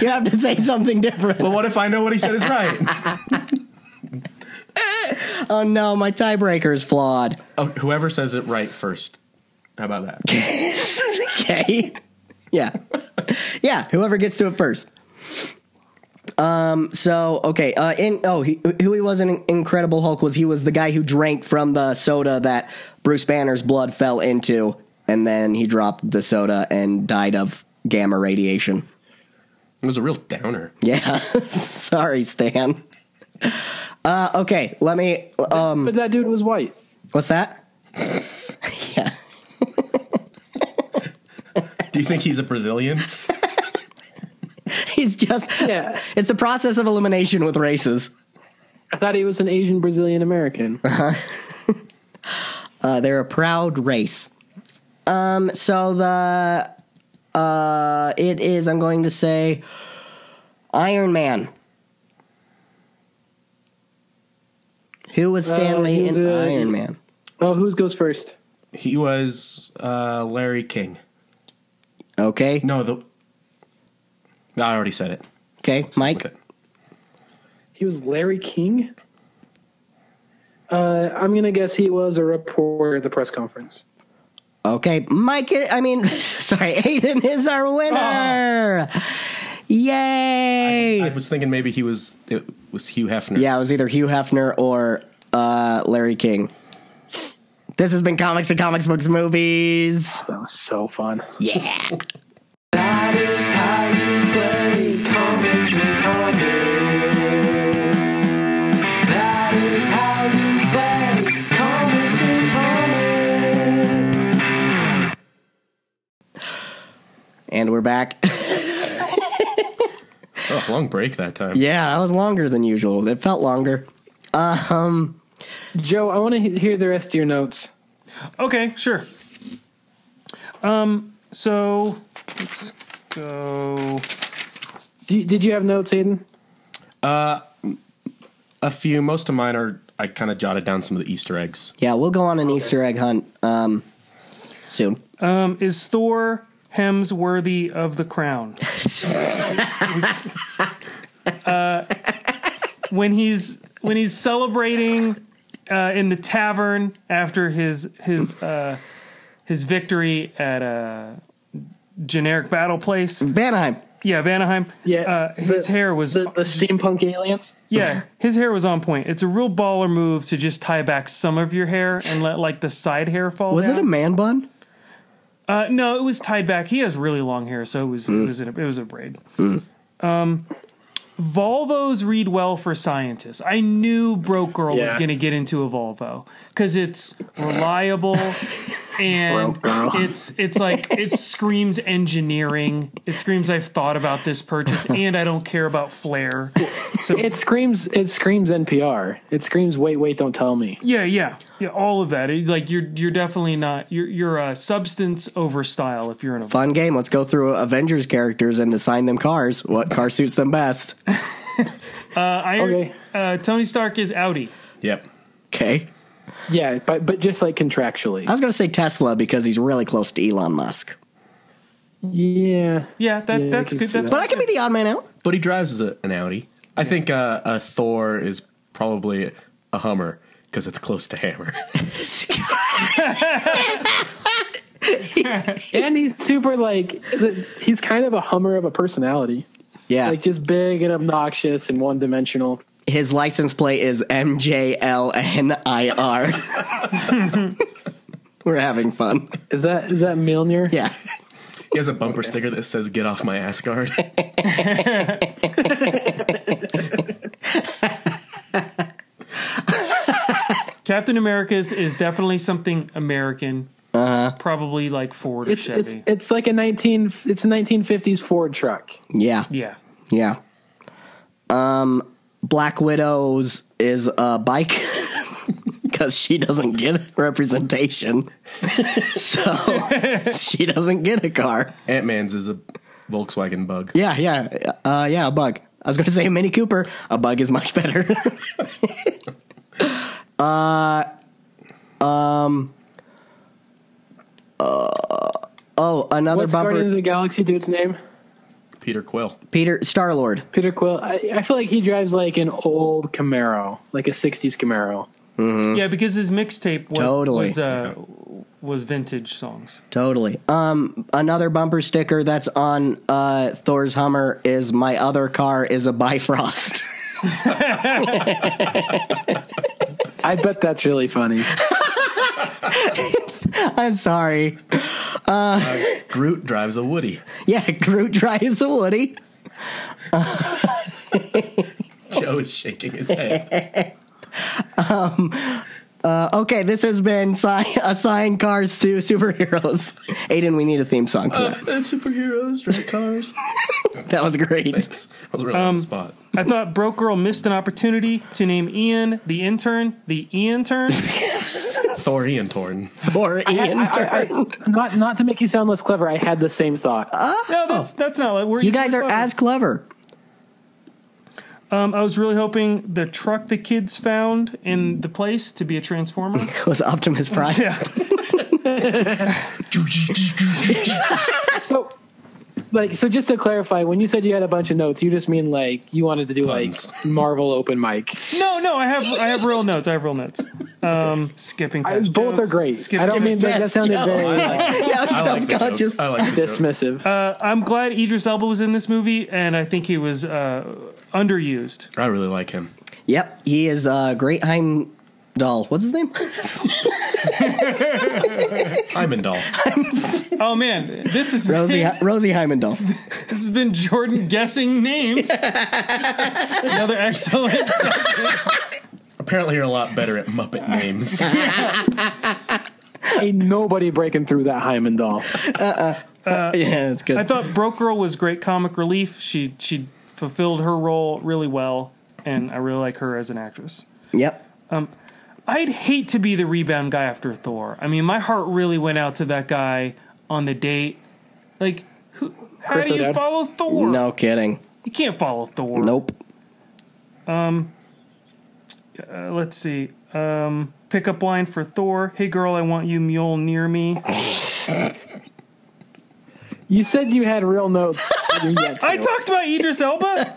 Speaker 1: you have to say something different.
Speaker 4: Well, what if I know what he said is right?
Speaker 1: <laughs> Oh no, my tiebreaker is flawed.
Speaker 4: Oh, whoever says it right first. How about that?
Speaker 1: Okay. Yeah. Yeah, whoever gets to it first. Um so okay, uh in oh he, who he was in Incredible Hulk was he was the guy who drank from the soda that Bruce Banner's blood fell into and then he dropped the soda and died of gamma radiation.
Speaker 4: It was a real downer.
Speaker 1: Yeah. <laughs> Sorry, Stan. Uh okay, let me um
Speaker 2: But that dude was white.
Speaker 1: what's
Speaker 2: <laughs>
Speaker 1: that? <laughs> yeah.
Speaker 4: Do you think he's a Brazilian?
Speaker 1: He's just
Speaker 2: Yeah.
Speaker 1: It's the process of elimination with races.
Speaker 2: I thought he was an Asian Brazilian American.
Speaker 1: Uh, they're a proud race. Um, so the uh, it is. I'm going to say Iron Man. Who was Stanley
Speaker 2: he was
Speaker 1: in
Speaker 2: Uh, a-
Speaker 1: Iron Man?
Speaker 2: Oh, whose goes first?
Speaker 4: He was uh, Larry King.
Speaker 1: Okay.
Speaker 4: No, the. No, I already said it.
Speaker 1: Okay. Mike.
Speaker 4: With it.
Speaker 2: He was Larry King. Uh, I'm gonna guess he was a reporter at the press conference.
Speaker 1: Okay. Mike. I mean, <laughs> sorry. Aiden is our winner. Yay!
Speaker 4: I was thinking maybe he was it was Hugh Hefner.
Speaker 1: Yeah, it was either Hugh Hefner or uh, Larry King. This has been Comics and Comics Books Movies.
Speaker 2: That was so fun.
Speaker 1: Yeah.
Speaker 5: That is how you play comics and comics. That is how you play comics and comics.
Speaker 1: And we're back. <laughs>
Speaker 4: Oh, long break that time.
Speaker 1: yeah, that was longer than usual. It felt longer. Um,
Speaker 2: Joe, I want to hear the rest of your notes.
Speaker 3: Okay, sure. Um, so let's go.
Speaker 2: Do you- did you have notes, Aiden?
Speaker 4: A few, most of mine are. I kind of jotted down some of the Easter eggs.
Speaker 1: Yeah, we'll go on an Easter egg hunt um, soon.
Speaker 3: Um, is Thor Hems worthy of the crown? Uh, when he's when he's celebrating uh, in the tavern after his his uh, his victory at a generic battle place.
Speaker 1: Vanheim.
Speaker 3: Yeah, Vanaheim.
Speaker 2: Yeah,
Speaker 3: uh, his
Speaker 2: the-
Speaker 3: hair was
Speaker 2: The, the steampunk aliens.
Speaker 3: yeah, his hair was on point. It's a real baller move to just tie back some of your hair and let like the side hair fall.
Speaker 1: Was
Speaker 3: down.
Speaker 1: it a man bun?
Speaker 3: Uh, no, it was tied back. He has really long hair, so it was
Speaker 1: Mm.
Speaker 3: it was a, it was a braid. Um, Volvos read well for scientists. I knew Broke Girl was
Speaker 1: <laughs>
Speaker 2: Yeah.
Speaker 3: going to get into a Volvo because it's reliable. and
Speaker 2: Well, girl.
Speaker 3: it's it's like it screams engineering. It screams I've thought about
Speaker 1: <laughs>
Speaker 3: this purchase, and I don't care about flair. So
Speaker 2: It screams. It screams NPR. It screams. Wait, wait, don't tell me.
Speaker 3: yeah, yeah, yeah, all of that. It, like you're you're definitely not you're you're a substance over style if you're in a
Speaker 1: Fun game. Let's go through Avengers characters and assign them cars. What car suits them best?
Speaker 3: Uh, Iron,
Speaker 2: Okay.
Speaker 3: uh, Tony Stark is Audi.
Speaker 4: Yep.
Speaker 1: Okay.
Speaker 2: Yeah, but but just like contractually.
Speaker 1: I was going to say Tesla because he's really close to Elon Musk.
Speaker 2: yeah.
Speaker 3: Yeah, that
Speaker 2: Yeah, I
Speaker 3: that's
Speaker 2: can
Speaker 3: good.
Speaker 2: see
Speaker 3: That's
Speaker 2: that.
Speaker 1: But I could be the odd man out.
Speaker 4: But he drives a, an Audi. I think uh, a Thor is probably a Hummer because it's close to Hammer. <laughs>
Speaker 2: And he's super like. He's kind of a hummer of a personality.
Speaker 1: Yeah.
Speaker 2: Like just big and obnoxious and one dimensional.
Speaker 1: His license plate is <laughs> MJLNIR. We're having fun.
Speaker 2: Is that is that Milner?
Speaker 1: Yeah.
Speaker 4: he has a bumper sticker that says "Get off my ass guard."
Speaker 1: <laughs>
Speaker 3: Captain America's is definitely something American. Probably like Ford
Speaker 2: Uh-huh.
Speaker 3: or
Speaker 2: It's
Speaker 3: Chevy.
Speaker 2: it's it's like a nineteen. It's a nineteen fifties Ford truck.
Speaker 1: Yeah.
Speaker 3: yeah.
Speaker 1: Yeah. Um, Black Widow's is a bike <laughs> because she doesn't get representation. <laughs> so she doesn't get a car.
Speaker 4: Ant Man's is a Volkswagen Bug.
Speaker 1: Yeah, yeah. Uh, yeah, a bug. I was going to say a Mini Cooper. A bug is much better. <laughs> uh, um, um, uh, oh, another
Speaker 2: What's
Speaker 1: bumper.
Speaker 2: Guardians of the Galaxy dude's name?
Speaker 4: Peter Quill.
Speaker 1: Peter Star Lord.
Speaker 2: Peter Quill. I, I feel like he drives like an old Camaro, like a '60s Camaro.
Speaker 3: Yeah, because his mixtape was
Speaker 1: Totally.
Speaker 3: was, uh, was vintage songs.
Speaker 1: Totally. Um, another bumper sticker that's on uh, Thor's Hummer is my other car is a Bifrost. <laughs>
Speaker 2: I bet that's
Speaker 1: <laughs>
Speaker 2: really funny.
Speaker 1: I'm sorry.
Speaker 4: Groot drives a Woody.
Speaker 1: Yeah, Groot drives a Woody. Oh.
Speaker 4: Joe is shaking
Speaker 1: <laughs>
Speaker 4: his head.
Speaker 1: Uh, okay, this has been si- assigned cars to superheroes. <laughs> Aiden, we need a theme song for
Speaker 4: Uh, superheroes drive cars. <laughs>
Speaker 1: that. That was great.
Speaker 4: Thanks. I was really
Speaker 1: Um,
Speaker 4: on the spot.
Speaker 3: I thought Broke Girl missed an opportunity to name Ian the intern, the
Speaker 2: <laughs>
Speaker 3: Ian turn.
Speaker 4: Thor and Torn.
Speaker 1: Or Ian.
Speaker 2: I- I- I- not not to make you sound less clever. I had the same thought.
Speaker 3: No, that's that's not. We're,
Speaker 1: you guys are as clever.
Speaker 3: Um, I was really hoping the truck the kids found in the place to be
Speaker 2: <laughs>
Speaker 3: a transformer.
Speaker 1: Was Optimus Prime? <laughs>
Speaker 3: yeah,
Speaker 2: so, like, so just to clarify, when you said you had a bunch of notes, you just mean like you wanted to do
Speaker 4: Puns.
Speaker 2: like Marvel open mic.
Speaker 3: no, no, I have I have real notes. I have real notes. Um, skipping
Speaker 2: I,
Speaker 3: past
Speaker 2: both are
Speaker 3: jokes.
Speaker 2: great. I don't mean that, that
Speaker 1: Yes,
Speaker 2: sounded
Speaker 1: no.
Speaker 2: very
Speaker 1: <laughs>
Speaker 2: like,
Speaker 4: I like the jokes.
Speaker 1: Subconscious.
Speaker 4: I like the jokes.
Speaker 2: dismissive.
Speaker 3: Uh, I'm glad Idris Elba was in this movie, and I think he was uh, underused.
Speaker 4: I really like him.
Speaker 1: Yep, he is uh, Great Heimdall. What's his name?
Speaker 4: Heimdall.
Speaker 3: Oh man, this is <laughs>
Speaker 1: Rosie, Rosie Heimdall.
Speaker 3: This has been Jordan
Speaker 2: <laughs>
Speaker 3: guessing names. Another excellent. <laughs>
Speaker 4: Apparently, you're a lot better at Muppet names.
Speaker 2: Ain't nobody breaking through that Heimdall.
Speaker 1: <laughs> yeah, it's good.
Speaker 3: I thought Broke Girl was great comic relief. She she fulfilled her role really well, and I really like her as an actress.
Speaker 1: yep.
Speaker 3: I'd hate to be the rebound guy after Thor. I mean, my heart really went out to that guy on the date. Like, who, how
Speaker 2: Chris
Speaker 3: do you
Speaker 2: O'Dowd?
Speaker 3: follow Thor?
Speaker 1: No kidding.
Speaker 3: You can't follow Thor.
Speaker 1: Nope.
Speaker 3: Uh, let's see. Um, pickup line for Thor. Hey girl, I want you mule near me.
Speaker 2: <laughs> You said you had real
Speaker 3: <laughs>
Speaker 2: notes. and you yet
Speaker 3: I
Speaker 2: to.
Speaker 3: talked about Idris
Speaker 2: <laughs>
Speaker 3: Elba.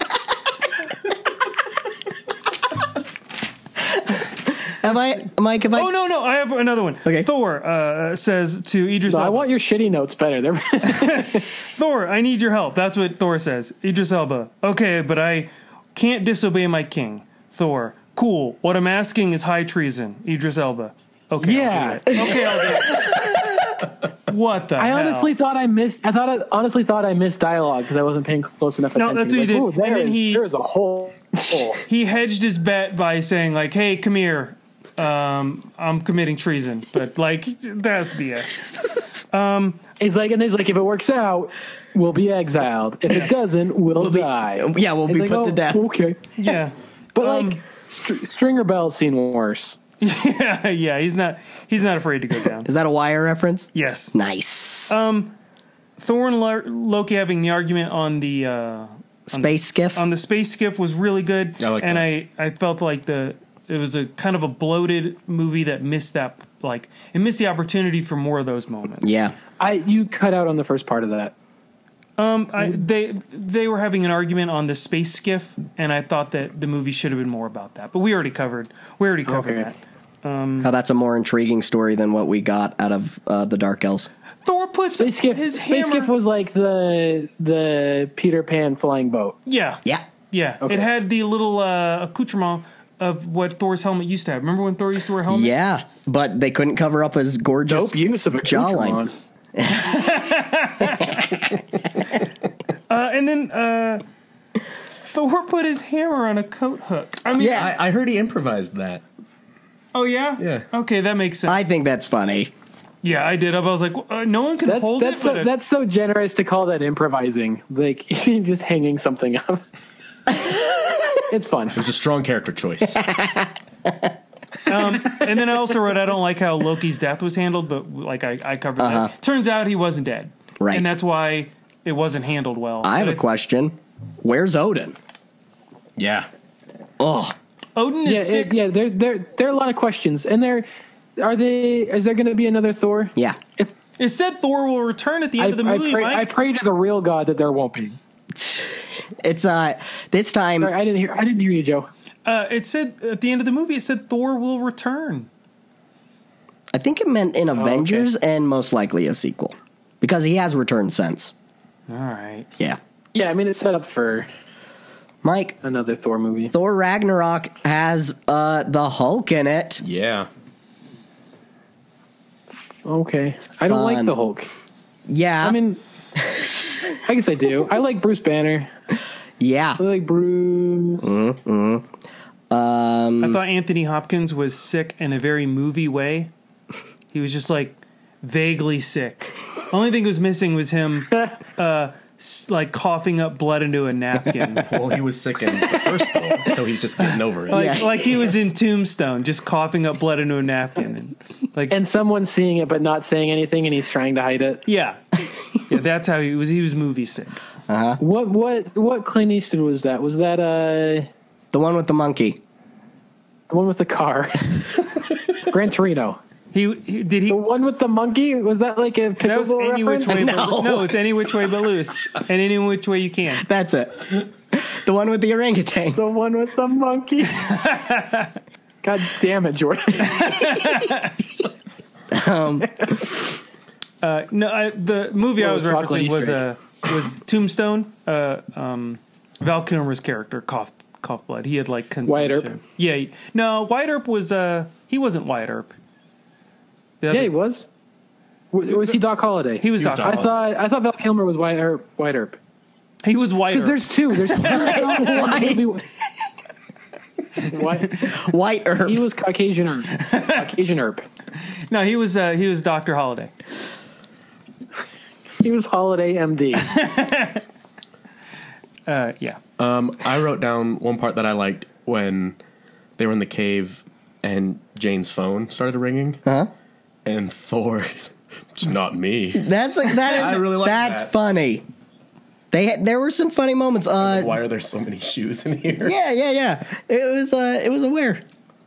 Speaker 1: Have I, Mike? Have I?
Speaker 3: Oh no, no, I have another one.
Speaker 1: Okay.
Speaker 3: Thor uh, says to Idris
Speaker 2: No, I
Speaker 3: Elba,
Speaker 2: want your shitty notes better.
Speaker 3: <laughs>
Speaker 2: They're
Speaker 3: "Thor, I need your help." That's what Thor says. Idris Elba, "Okay, but I can't disobey my king." Thor, "Cool. What I'm asking is high treason." Idris Elba, "Okay,
Speaker 2: yeah.
Speaker 3: I'll do it. okay, I'll do it." What the?
Speaker 2: I
Speaker 3: hell?
Speaker 2: honestly thought I missed. I thought I honestly thought I missed dialogue because I wasn't paying close enough
Speaker 3: No,
Speaker 2: attention.
Speaker 3: that's what
Speaker 2: Like,
Speaker 3: you did.
Speaker 2: "Ooh, there
Speaker 3: And then
Speaker 2: is-
Speaker 3: he- <laughs>
Speaker 2: there is a whole. hole."
Speaker 3: he hedged his bet by saying like, "Hey, come here." um, I'm committing treason. But like that's BS.
Speaker 2: He's like, and he's like, if it works out, we'll be exiled. If it doesn't, we'll,
Speaker 1: be-
Speaker 2: die.
Speaker 1: yeah, we'll
Speaker 2: It's
Speaker 1: be
Speaker 2: like,
Speaker 1: put to
Speaker 2: oh,
Speaker 1: death. Um,
Speaker 2: Okay,
Speaker 3: Yeah. <laughs>
Speaker 2: but like, str- Stringer Bell's seen worse.
Speaker 3: yeah, yeah. He's not he's not afraid to go down.
Speaker 1: Is that a wire reference?
Speaker 3: Yes.
Speaker 1: Nice.
Speaker 2: Um,
Speaker 3: Thor and Lar- Loki having the argument on the uh,
Speaker 1: Space skiff.
Speaker 2: um,
Speaker 3: on the space skiff was really good.
Speaker 4: I like
Speaker 3: and
Speaker 4: that.
Speaker 3: I I felt like the it was a kind of a bloated movie that missed that like it missed the opportunity for more of those moments.
Speaker 1: yeah.
Speaker 2: I you cut out on the first part of that.
Speaker 3: Um, I, they they were having an argument on the space skiff, and I thought that the movie should have been more about that. But we already covered we already covered
Speaker 2: Okay.
Speaker 3: that.
Speaker 1: How that's a more intriguing story than what we got out of uh, the Dark Elves.
Speaker 3: Thor puts
Speaker 2: Space Skiff,
Speaker 3: his
Speaker 2: Space
Speaker 3: hammer.
Speaker 2: Skiff was like the the Peter Pan flying boat.
Speaker 3: yeah,
Speaker 1: Yeah.
Speaker 3: yeah.
Speaker 2: Okay.
Speaker 3: It had the little uh, accoutrement of what Thor's helmet used to have. Remember when Thor used to wear a helmet?
Speaker 1: Yeah, but they couldn't cover up his gorgeous.
Speaker 2: Dope use of a
Speaker 1: jawline.
Speaker 2: jawline.
Speaker 3: Uh, and then uh, Thor put his hammer on a coat hook. I mean,
Speaker 1: Yeah.
Speaker 4: I, I heard he improvised that.
Speaker 3: oh yeah,
Speaker 4: Yeah.
Speaker 3: Okay, that makes sense.
Speaker 1: I think that's funny.
Speaker 3: yeah, I did. I was like, uh, no one can
Speaker 2: That's
Speaker 3: hold
Speaker 2: that's
Speaker 3: it.
Speaker 2: so,
Speaker 3: but uh,
Speaker 2: <laughs>
Speaker 3: a-
Speaker 2: that's so generous to call that improvising. Like <laughs> just hanging something
Speaker 1: <laughs>
Speaker 2: up. it's fun.
Speaker 4: It was a strong character choice.
Speaker 3: and then I also wrote, I don't like how Loki's death was handled, but like I, I covered
Speaker 2: Uh-huh.
Speaker 3: that. Turns out he wasn't dead,
Speaker 1: Right.
Speaker 3: And that's why it wasn't handled well.
Speaker 1: I have a
Speaker 3: But
Speaker 1: question. Where's Odin?
Speaker 4: yeah.
Speaker 1: Oh,
Speaker 3: Odin is
Speaker 2: Yeah,
Speaker 3: sick.
Speaker 2: it, yeah. There there there are a lot of questions, and there are they. Is there going to be another Thor?
Speaker 1: yeah.
Speaker 2: If,
Speaker 3: It said Thor will return at the end
Speaker 2: I,
Speaker 3: of the
Speaker 2: I
Speaker 3: movie.
Speaker 2: pray, I
Speaker 3: Mike.
Speaker 2: pray to the real God that there won't be.
Speaker 1: It's uh this time.
Speaker 2: Sorry, I didn't hear. I didn't hear you, Joe.
Speaker 3: uh, it said at the end of the movie, it said Thor will return.
Speaker 1: I think it meant
Speaker 2: Oh,
Speaker 1: in Avengers and most likely a sequel because he has returned since.
Speaker 3: All right.
Speaker 1: Yeah.
Speaker 2: Yeah, I mean it's set up for
Speaker 1: Mike,
Speaker 2: another Thor movie.
Speaker 1: Thor Ragnarok has uh the Hulk in it.
Speaker 4: Yeah.
Speaker 2: Okay, I don't
Speaker 1: Fun.
Speaker 2: like the Hulk.
Speaker 1: Yeah.
Speaker 2: I mean, I guess I do. I like Bruce Banner.
Speaker 1: yeah.
Speaker 2: I like Bruce.
Speaker 3: I thought Anthony Hopkins was sick in a very movie way. He was just like vaguely sick. Only thing was missing
Speaker 2: <laughs>
Speaker 3: was him uh, s- like coughing up blood into
Speaker 2: <laughs>
Speaker 3: a napkin.
Speaker 4: Well, he was sick in the first one, so he's just getting over it.
Speaker 3: like,
Speaker 1: Yeah.
Speaker 3: like he was in Tombstone, just coughing up blood into a napkin, and like
Speaker 2: And someone's seeing it but not saying anything, and he's trying to hide it.
Speaker 3: yeah, yeah. That's how he was. He was movie sick.
Speaker 2: What what what Clint Eastwood was that? Was that uh
Speaker 1: The one with the monkey.
Speaker 2: the one with the car? <laughs> Gran Torino.
Speaker 3: He, he did he.
Speaker 2: The one with the monkey was that like a
Speaker 3: <laughs> That was
Speaker 2: pickleball
Speaker 3: any which
Speaker 2: reference?
Speaker 3: way.
Speaker 1: No.
Speaker 3: But, no, it's any which way but loose, and any which way you can.
Speaker 1: That's it. <laughs> the one with the orangutan. <laughs>
Speaker 2: The one with the monkey.
Speaker 3: <laughs>
Speaker 2: God damn it, Jordan.
Speaker 3: Uh, no, I, the movie I
Speaker 2: Well,
Speaker 3: was
Speaker 2: it's not
Speaker 3: referencing
Speaker 2: Clint
Speaker 3: was uh, was Tombstone. Uh, um, Val Kilmer's character coughed coughed blood. He had like
Speaker 2: Wyatt Earp?
Speaker 3: consumption. Yeah, he- no, Wyatt Earp was uh, he wasn't Wyatt Earp. The other-
Speaker 2: yeah, he was. Was, was he Doc Holliday?
Speaker 3: he was
Speaker 4: He
Speaker 3: Doc.
Speaker 4: was Doc.
Speaker 2: I thought I thought Val Kilmer was White Earp. White Earp.
Speaker 3: He was Wyatt.
Speaker 2: Because
Speaker 3: Earp.
Speaker 2: there's two. <laughs> There's two. Why?
Speaker 1: White herb.
Speaker 2: He was Caucasian herb. Caucasian herb.
Speaker 3: No, he was uh, he was Doctor Holiday.
Speaker 2: He was Holiday <laughs> MD.
Speaker 3: Uh, yeah.
Speaker 4: Um, I wrote down one part that I liked when they were in the cave and Jane's phone started ringing,
Speaker 1: huh?
Speaker 4: and Thor, <laughs> it's not me.
Speaker 1: That's like that is
Speaker 4: I really like
Speaker 1: that's
Speaker 4: that.
Speaker 1: funny. They had, there were some funny moments. Uh,
Speaker 4: Why are there so many shoes in here?
Speaker 1: yeah, yeah, yeah. It was uh, it was aware.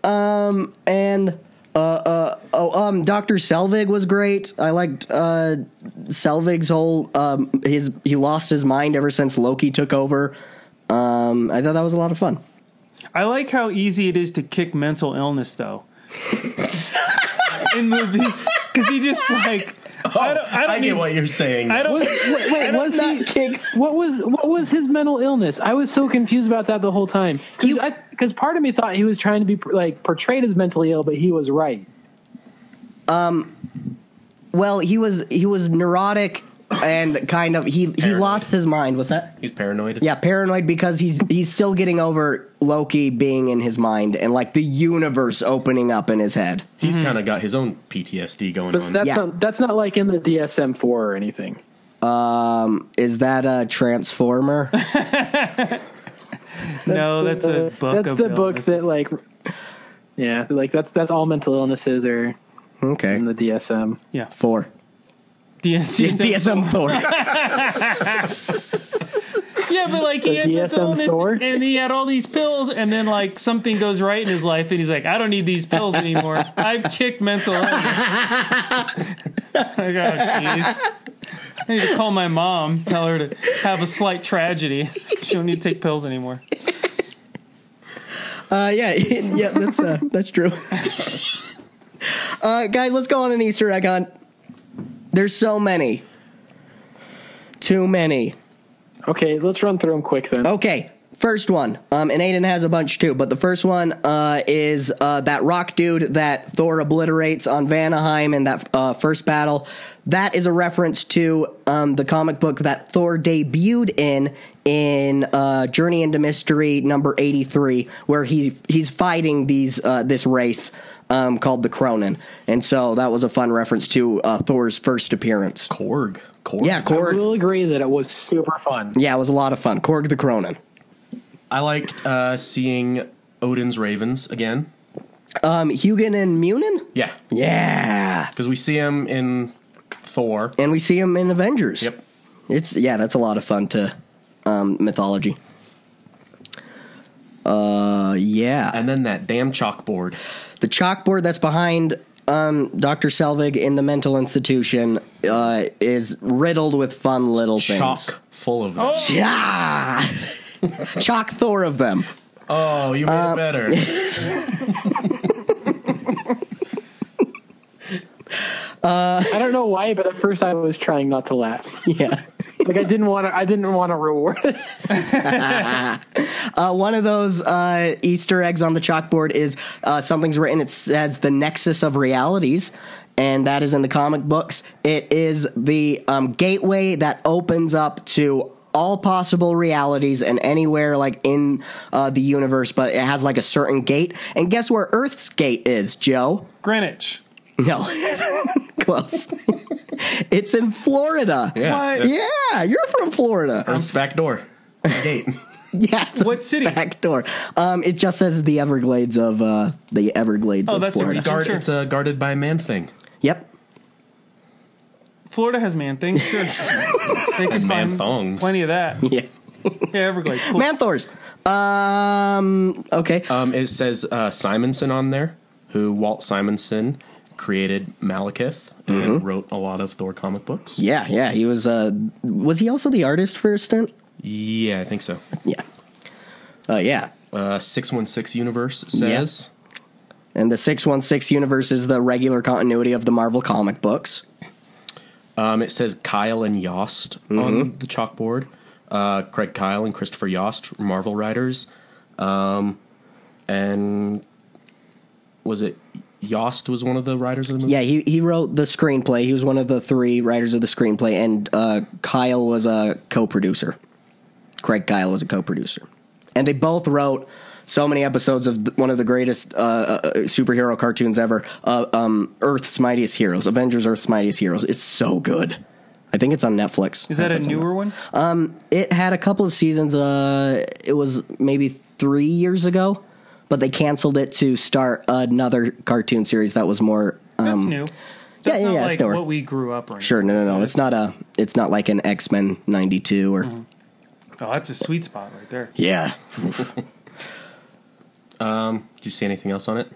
Speaker 1: Um, and uh, uh, oh, um, Doctor Selvig was great. I liked uh, Selvig's whole um, his he lost his mind ever since Loki took over. Um, I thought that was a lot of fun.
Speaker 3: I like how easy it is to kick mental illness though. in movies, because he just like I don't, I
Speaker 4: I,
Speaker 3: don't
Speaker 4: get
Speaker 3: need-
Speaker 4: what you're saying.
Speaker 3: I don't.
Speaker 2: Was, wait, wait, was he?
Speaker 1: kick.
Speaker 2: What was what was his mental illness? I was so confused about that the whole time. Because part of me thought he was trying to be like portrayed as mentally ill, but he was right.
Speaker 1: Well, he was he was neurotic and kind of he he
Speaker 4: Paranoid.
Speaker 1: lost his mind. Was that?
Speaker 4: He's paranoid.
Speaker 1: Yeah, paranoid because he's he's still getting over Loki being in his mind and like the universe opening up in his head.
Speaker 4: He's kind of got his own PTSD going
Speaker 2: But
Speaker 4: on.
Speaker 2: that's
Speaker 1: Yeah.
Speaker 2: not that's not like in the DSM four or anything.
Speaker 1: Is that a transformer?
Speaker 3: no, that's a book.
Speaker 2: That's
Speaker 3: of
Speaker 2: the book that
Speaker 3: illnesses.
Speaker 2: like Yeah, like that's that's all mental illnesses are
Speaker 1: Okay,
Speaker 2: in the DSM.
Speaker 3: yeah.
Speaker 1: four.
Speaker 3: DSM.
Speaker 1: DSM four. <laughs>
Speaker 3: Yeah, but like he
Speaker 2: The
Speaker 3: had this
Speaker 2: DSM
Speaker 3: illness
Speaker 2: Thor?
Speaker 3: and he had all these pills, and then like something goes right in his life, and he's like, I don't need these pills anymore. I've kicked mental <laughs> illness. like, oh, jeez. I need to call my mom, tell her to have a slight tragedy. She don't need to take pills anymore.
Speaker 1: Uh, yeah, <laughs> yeah, that's uh, that's true. <laughs> uh, guys, let's go on an Easter egg hunt. There's so many, too many.
Speaker 2: Okay, let's run through them quick then.
Speaker 1: Okay, first one. Um, and Aiden has a bunch too, but the first one uh, is uh, that rock dude that Thor obliterates on Vanaheim in that uh, first battle. That is a reference to um, the comic book that Thor debuted in in uh, Journey into Mystery number eighty three, where he he's fighting these uh, this race um, called the Cronin, and so that was a fun reference to uh, Thor's first appearance.
Speaker 4: Korg. Korg.
Speaker 1: Yeah,
Speaker 2: I
Speaker 1: Korg.
Speaker 2: will agree that it was super fun.
Speaker 1: Yeah, it was a lot of fun. Korg the Cronin.
Speaker 4: I liked uh, seeing Odin's ravens again.
Speaker 1: Um, Hugin and Munin.
Speaker 4: Yeah,
Speaker 1: Yeah.
Speaker 4: because we see him in Thor.
Speaker 1: And we see him in Avengers.
Speaker 4: Yep.
Speaker 1: It's yeah, that's a lot of fun to um mythology. Uh yeah.
Speaker 4: And then that damn chalkboard.
Speaker 1: The chalkboard that's behind um Dr. Selvig in the mental institution uh is riddled with fun little things.
Speaker 4: Chalk full of them. Oh,
Speaker 1: Yeah. <laughs> Chalk Thor of them.
Speaker 4: Oh, you made it better.
Speaker 2: I don't know why, but at first I was trying not to laugh.
Speaker 1: Yeah.
Speaker 2: Like I didn't want to. I didn't want to reward. it.
Speaker 1: Uh, one of those uh, Easter eggs on the chalkboard is uh, something's written. It says the nexus of realities, and that is in the comic books. It is the um, gateway that opens up to all possible realities and anywhere like in uh, the universe. But it has like a certain gate. And guess where Earth's gate is, Joe?
Speaker 3: Greenwich.
Speaker 1: No, <laughs> close. <laughs> it's in Florida.
Speaker 4: Yeah,
Speaker 3: What?
Speaker 4: that's
Speaker 1: Yeah, you're from Florida. <laughs>
Speaker 4: Earth's back door. Gate.
Speaker 1: Yeah. the
Speaker 3: What city?
Speaker 1: back door. Um, it just says the Everglades of uh, the Everglades
Speaker 3: Oh,
Speaker 1: of
Speaker 3: that's a
Speaker 1: Florida.
Speaker 3: regar-
Speaker 4: Guard,
Speaker 3: Sure.
Speaker 4: It's uh, guarded by a man thing.
Speaker 1: Yep.
Speaker 3: Florida has man things. Sure. they can
Speaker 4: man
Speaker 3: find
Speaker 4: thongs.
Speaker 3: plenty of that.
Speaker 1: Yeah.
Speaker 3: Yeah, Everglades. Cool.
Speaker 1: Manthors. Um. Okay.
Speaker 4: Um, it says uh, Simonson on there, who Walt Simonson created Malekith and wrote a lot of Thor comic books.
Speaker 1: Yeah. Yeah. He was. Uh. Was he also the artist for a stint?
Speaker 4: Yeah, I think so.
Speaker 1: Yeah. Uh. Yeah.
Speaker 4: Uh, 616 Universe says.
Speaker 1: And the six one six universe is the regular continuity of the Marvel comic books.
Speaker 4: Um, it says Kyle and Yost on the chalkboard. Uh, Craig Kyle and Christopher Yost, Marvel writers. Um, and was it Yost was one of the writers of the movie?
Speaker 1: Yeah. He he wrote the screenplay. He was one of the three writers of the screenplay, and uh, Kyle was a co-producer. Craig Kyle was a co-producer, and they both wrote so many episodes of th- one of the greatest uh, uh, superhero cartoons ever, uh, um, Earth's Mightiest Heroes, Avengers: Earth's Mightiest Heroes. It's so good. I think it's on Netflix.
Speaker 3: Is that
Speaker 1: I
Speaker 3: a
Speaker 1: think it's on
Speaker 3: newer one?
Speaker 1: Um, Netflix. It had a couple of seasons. Uh, it was maybe three years ago, but they canceled it to start another cartoon series that was more. Um,
Speaker 3: That's new. That's
Speaker 1: yeah,
Speaker 3: not
Speaker 1: yeah, it's
Speaker 3: like
Speaker 1: newer.
Speaker 3: what we grew up on.
Speaker 1: sure, no, no, no. It's not a. It's not like an X Men '92 or.
Speaker 3: Oh, that's a sweet spot right there.
Speaker 1: Yeah.
Speaker 4: Did you see anything else on it?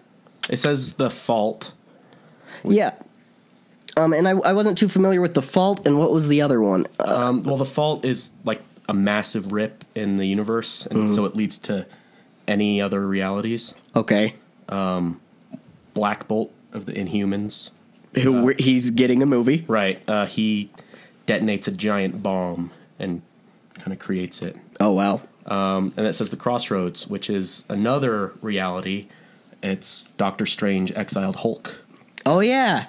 Speaker 4: It says The Fault.
Speaker 1: Yeah. Um, and I, I wasn't too familiar with the fault and what was the other one. Uh,
Speaker 4: Um, well, The Fault is like a massive rip in the universe, and so it leads to any other realities.
Speaker 1: okay,
Speaker 4: Black Bolt of the Inhumans.
Speaker 1: who he's getting a movie?
Speaker 4: Right. Uh, he detonates a giant bomb and kind of creates it.
Speaker 1: Oh wow,
Speaker 4: Um, and it says the crossroads, which is another reality. It's Doctor Strange exiled Hulk.
Speaker 1: oh yeah,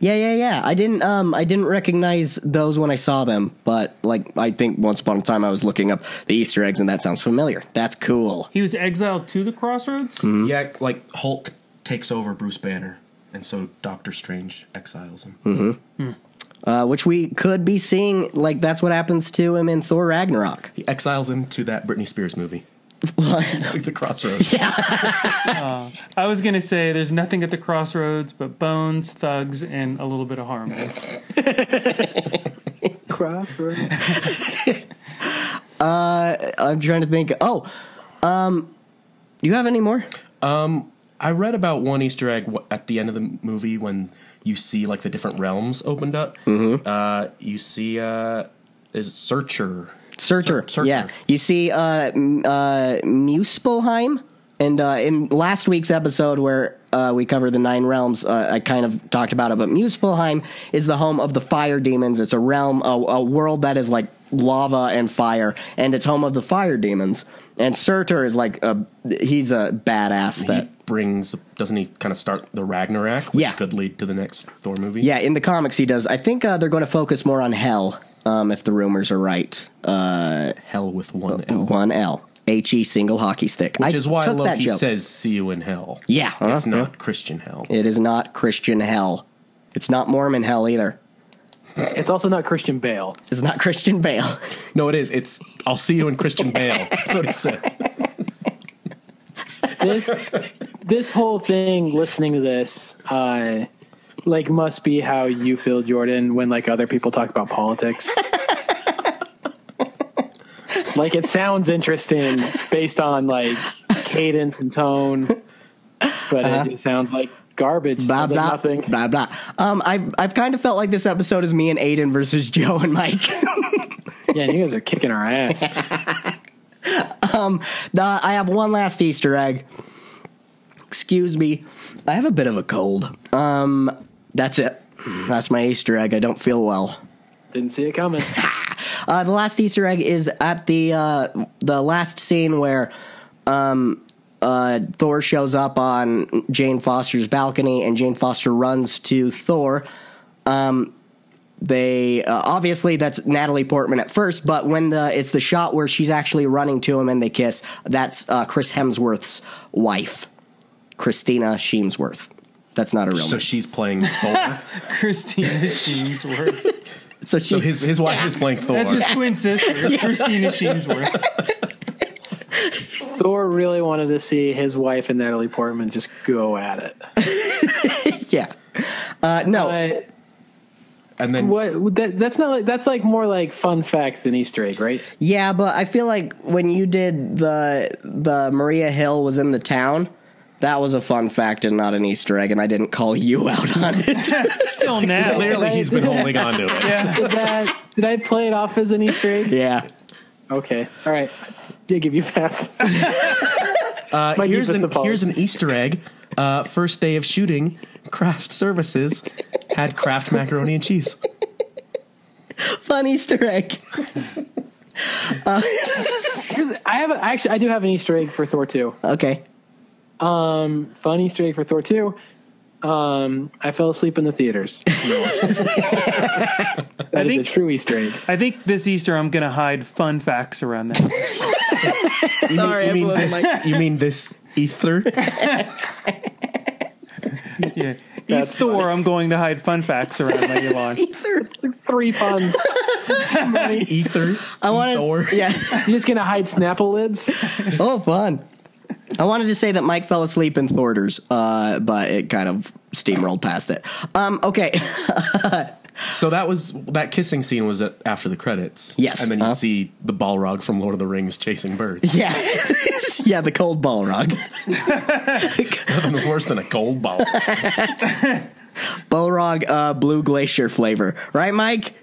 Speaker 1: Yeah, yeah, yeah. I didn't um I didn't recognize those when I saw them, but like I think once upon a time I was looking up the Easter eggs and that sounds familiar. That's cool.
Speaker 3: He was exiled to the crossroads.
Speaker 1: Mm. Mm-hmm.
Speaker 4: Yeah, like Hulk takes over Bruce Banner, and so Doctor Strange exiles him.
Speaker 1: Hmm. Uh, which we could be seeing like that's what happens to him in Thor Ragnarok.
Speaker 4: He exiles him to that Britney Spears
Speaker 1: <laughs>
Speaker 4: movie. <laughs> Like the crossroads.
Speaker 3: I was gonna say there's nothing at the crossroads but bones, thugs, and a little bit of
Speaker 1: <laughs>
Speaker 3: harm.
Speaker 2: Crossroads.
Speaker 1: I'm trying to think. Oh, um you have any more?
Speaker 4: I read about one Easter egg wh- at the end of the movie when you see like the different realms opened up.
Speaker 1: Mm-hmm.
Speaker 4: Uh, you see uh, is Searcher.
Speaker 1: Searcher.
Speaker 4: Searcher.
Speaker 1: Yeah. You see uh m- uh Muspelheim and uh in last week's episode where uh, we covered the nine realms. Uh, I kind of talked about it, but Muspelheim is the home of the fire demons. It's a realm, a, a world that is like lava and fire, and it's home of the fire demons. And Surtur is like a he's a badass. That
Speaker 4: He brings doesn't he kind of start the Ragnarok, which
Speaker 1: Yeah.
Speaker 4: could lead to the next Thor movie.
Speaker 1: yeah, in the comics he does. I think uh, they're going to focus more on hell, um, if the rumors are right.
Speaker 4: Hell with one L.
Speaker 1: One L H E single hockey stick,
Speaker 4: Which
Speaker 1: Uh, I
Speaker 4: is why
Speaker 1: took that
Speaker 4: Loki
Speaker 1: joke.
Speaker 4: says see you in hell.
Speaker 1: Yeah,
Speaker 4: It's
Speaker 1: uh-huh.
Speaker 4: not Christian hell.
Speaker 1: It is not Christian hell. It's not Mormon hell either.
Speaker 2: It's also not Christian Bale.
Speaker 1: It's not <laughs> Christian Bale.
Speaker 4: No, it is. It's I'll see you in
Speaker 1: <laughs>
Speaker 4: Christian Bale. That's what he said.
Speaker 2: This this whole thing, listening to this, uh, like must be how you feel, Jordan, when like other people talk about politics. like it sounds interesting based on like cadence and tone, but it just sounds like garbage.
Speaker 1: Uh-huh. Blah
Speaker 2: Sounds like
Speaker 1: blah
Speaker 2: nothing.
Speaker 1: blah blah. Um, I've I've kind of felt like this episode is me and Aiden versus <laughs> Joe and Mike.
Speaker 2: Yeah, and you guys are kicking our ass.
Speaker 1: <laughs> Uh, I have one last Easter egg. Excuse me. I have a bit of a cold. Um, that's it. That's my Easter egg. I don't feel well.
Speaker 2: Didn't see it coming.
Speaker 1: Uh, the last Easter egg is at the uh, the last scene where um, uh, Thor shows up on Jane Foster's balcony, and Jane Foster runs to Thor. Um, they uh, obviously that's Natalie Portman at first, but when the it's the shot where she's actually running to him and they kiss, that's uh, Chris Hemsworth's wife, Christina Sheemsworth. That's not a real
Speaker 4: So
Speaker 1: name.
Speaker 4: she's
Speaker 1: <laughs>
Speaker 4: playing Thor.
Speaker 3: Christina Sheemsworth.
Speaker 1: So
Speaker 4: so
Speaker 1: she's
Speaker 4: his his wife is playing Thor.
Speaker 3: That's his twin sister. It's Christina Sheemsworth.
Speaker 2: Thor really wanted to see his wife and Natalie Portman just go at
Speaker 1: <laughs>
Speaker 2: it.
Speaker 1: yeah. Uh, no,
Speaker 2: But
Speaker 4: And then
Speaker 2: what that, that's not like that's like more like fun facts than Easter egg, right?
Speaker 1: Yeah, but I feel like when you did the the Maria Hill was in the town, that was a fun fact and not an Easter egg, and I didn't call you <laughs> out on it.
Speaker 3: Till now.
Speaker 4: clearly he's been holding on to
Speaker 2: <laughs>
Speaker 4: it.
Speaker 1: <laughs>
Speaker 2: Did that did I play it off as an Easter egg?
Speaker 1: yeah.
Speaker 2: Okay, all right. Did give you <laughs> pass.
Speaker 4: Uh, here's,
Speaker 2: deepest
Speaker 4: an, here's
Speaker 2: apologies.
Speaker 4: an Easter egg. Uh, first day of shooting, Kraft Services had Kraft macaroni and cheese.
Speaker 1: Fun Easter egg.
Speaker 2: I have a, actually I do have an Easter egg for Thor two.
Speaker 1: Okay.
Speaker 2: Um, fun Easter egg for Thor two. Um, I fell asleep in the <laughs> theaters.
Speaker 3: I
Speaker 2: That is a
Speaker 3: think
Speaker 2: true Easter egg.
Speaker 3: I think this Easter I'm gonna hide fun facts around that.
Speaker 1: Sorry,
Speaker 4: you, mean
Speaker 1: everyone. <laughs>
Speaker 4: this, you mean this ether?
Speaker 3: Yeah. East Thor I'm going to hide fun facts around my
Speaker 1: <laughs>
Speaker 3: Elon.
Speaker 1: Easter.
Speaker 2: Three puns.
Speaker 4: Ether?
Speaker 1: I wanted.
Speaker 4: Thor?
Speaker 1: Yeah. <laughs>
Speaker 2: You're just gonna hide Snapple <laughs> lids.
Speaker 1: Oh, fun. I wanted to say that Mike fell asleep in Thorders, uh, but it kind of steamrolled past it. Um, okay. <laughs>
Speaker 4: So that was that kissing scene was at, after the credits.
Speaker 1: Yes.
Speaker 4: and then you
Speaker 1: Uh-huh.
Speaker 4: see the Balrog from Lord of the Rings chasing
Speaker 1: <laughs>
Speaker 4: birds.
Speaker 1: Yeah. yeah, the cold Balrog.
Speaker 4: Nothing was worse than a
Speaker 1: <laughs>
Speaker 4: cold Balrog.
Speaker 1: Balrog uh, blue glacier flavor. Right, Mike?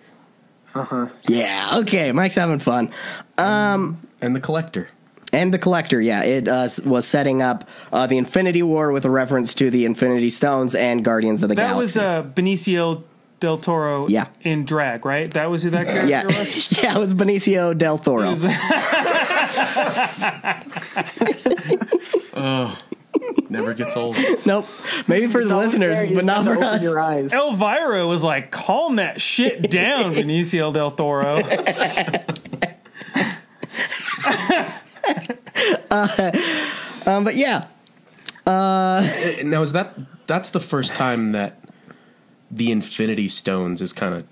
Speaker 1: Uh huh. Yeah, okay. Mike's having fun.
Speaker 4: And the Collector.
Speaker 1: And the collector, yeah, it uh, s- was setting up uh, the Infinity War with a reference to the Infinity Stones and Guardians of the
Speaker 3: That was
Speaker 1: Galaxy.
Speaker 3: uh Benicio del Toro
Speaker 1: Yeah.
Speaker 3: in drag, right? That was who that character
Speaker 1: yeah,
Speaker 3: was?
Speaker 1: <laughs> yeah, it was Benicio del Toro.
Speaker 3: Is-
Speaker 4: Never gets old.
Speaker 1: <laughs> Nope. Maybe for the
Speaker 2: Don't
Speaker 1: listeners,
Speaker 2: care, you
Speaker 1: but not
Speaker 2: just have
Speaker 1: for
Speaker 2: to open
Speaker 1: us.
Speaker 2: your eyes.
Speaker 3: Elvira was like, calm that
Speaker 1: <laughs>
Speaker 3: shit down, Benicio del Toro.
Speaker 1: Um, but yeah,
Speaker 4: Now is that that's the first time that the Infinity Stones is kind of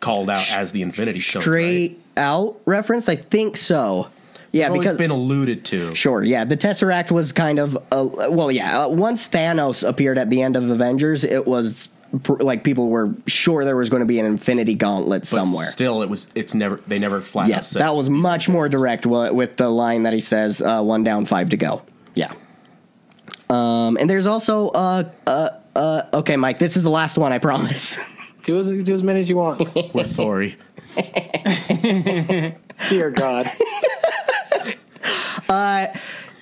Speaker 4: called out as the Infinity Stones.
Speaker 1: straight
Speaker 4: right?
Speaker 1: out referenced. I think so. Yeah,
Speaker 4: Well,
Speaker 1: because
Speaker 4: it's been alluded to.
Speaker 1: Sure, yeah. The Tesseract was kind of, uh, well, yeah. Uh, once Thanos appeared at the end of Avengers, it was pr- like people were sure there was going to be an Infinity Gauntlet
Speaker 4: but
Speaker 1: somewhere.
Speaker 4: Still, it was. It's never. They never flat. out
Speaker 1: yes,
Speaker 4: said
Speaker 1: that was
Speaker 4: these
Speaker 1: much
Speaker 4: are
Speaker 1: more
Speaker 4: things.
Speaker 1: direct wi- with the line that he says, uh, one down, five to go. Yeah. Um, and there's also, uh, uh, uh, okay, Mike, this is the last one, I promise. <laughs>
Speaker 2: Do as do as many as you <laughs> want.
Speaker 4: with Thori.
Speaker 2: Dear God,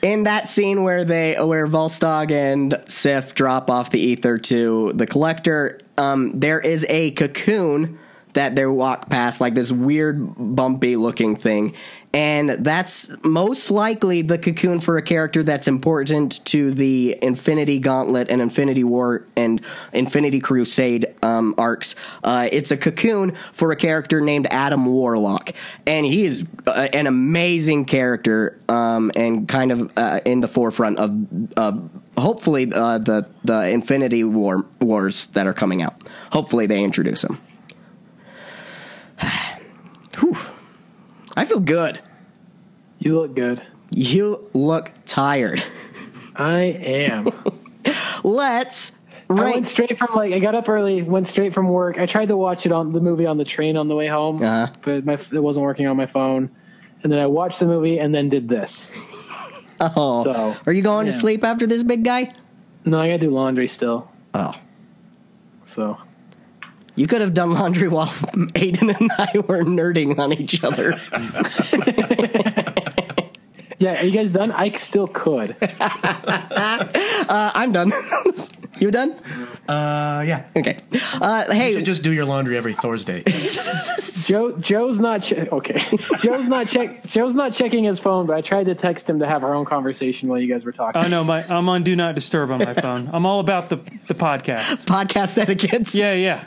Speaker 1: in that scene where they where Volstagg and Sif drop off the ether to the collector, um, there is a cocoon that they walk past, like this weird bumpy looking thing. And that's most likely the cocoon for a character that's important to the Infinity Gauntlet and Infinity War and Infinity Crusade um, arcs. Uh, it's a cocoon for a character named Adam Warlock, and he is uh, an amazing character um, and kind of uh, in the forefront of uh, hopefully uh, the the Infinity War wars that are coming out. Hopefully they introduce him. <sighs> Whew. I feel good.
Speaker 2: you look good.
Speaker 1: You look tired. <laughs>
Speaker 2: I am.
Speaker 1: Let's
Speaker 2: I went
Speaker 1: rank.
Speaker 2: straight from like I got up early, went straight from work. I tried to watch it on the movie on the train on the way home,
Speaker 1: Uh-huh.
Speaker 2: but my it wasn't working on my phone. And then I watched the movie and then did this.
Speaker 1: Oh,
Speaker 2: So-
Speaker 1: are you going to
Speaker 2: Yeah.
Speaker 1: sleep after this big guy?
Speaker 2: No, I gotta do laundry still.
Speaker 1: Oh.
Speaker 2: So
Speaker 1: You could have done laundry while <laughs> Aiden and I were nerding on each other. Uh,
Speaker 2: yeah, are you guys done? I
Speaker 1: <laughs>
Speaker 2: still could.
Speaker 1: Uh, I'm done. <laughs> you done?
Speaker 4: Uh, yeah.
Speaker 1: Okay. Uh,
Speaker 4: You
Speaker 1: hey,
Speaker 4: should just do your laundry every Thursday.
Speaker 2: Joe Joe's not che-
Speaker 1: <laughs>
Speaker 2: okay. Joe's not check Joe's not checking his phone, but I tried to text him to have our own conversation while you guys were talking.
Speaker 3: Oh
Speaker 1: Um,
Speaker 3: no, my I'm on Do Not Disturb on my phone. I'm all about the the podcast.
Speaker 1: podcast etiquette.
Speaker 3: Yeah, yeah.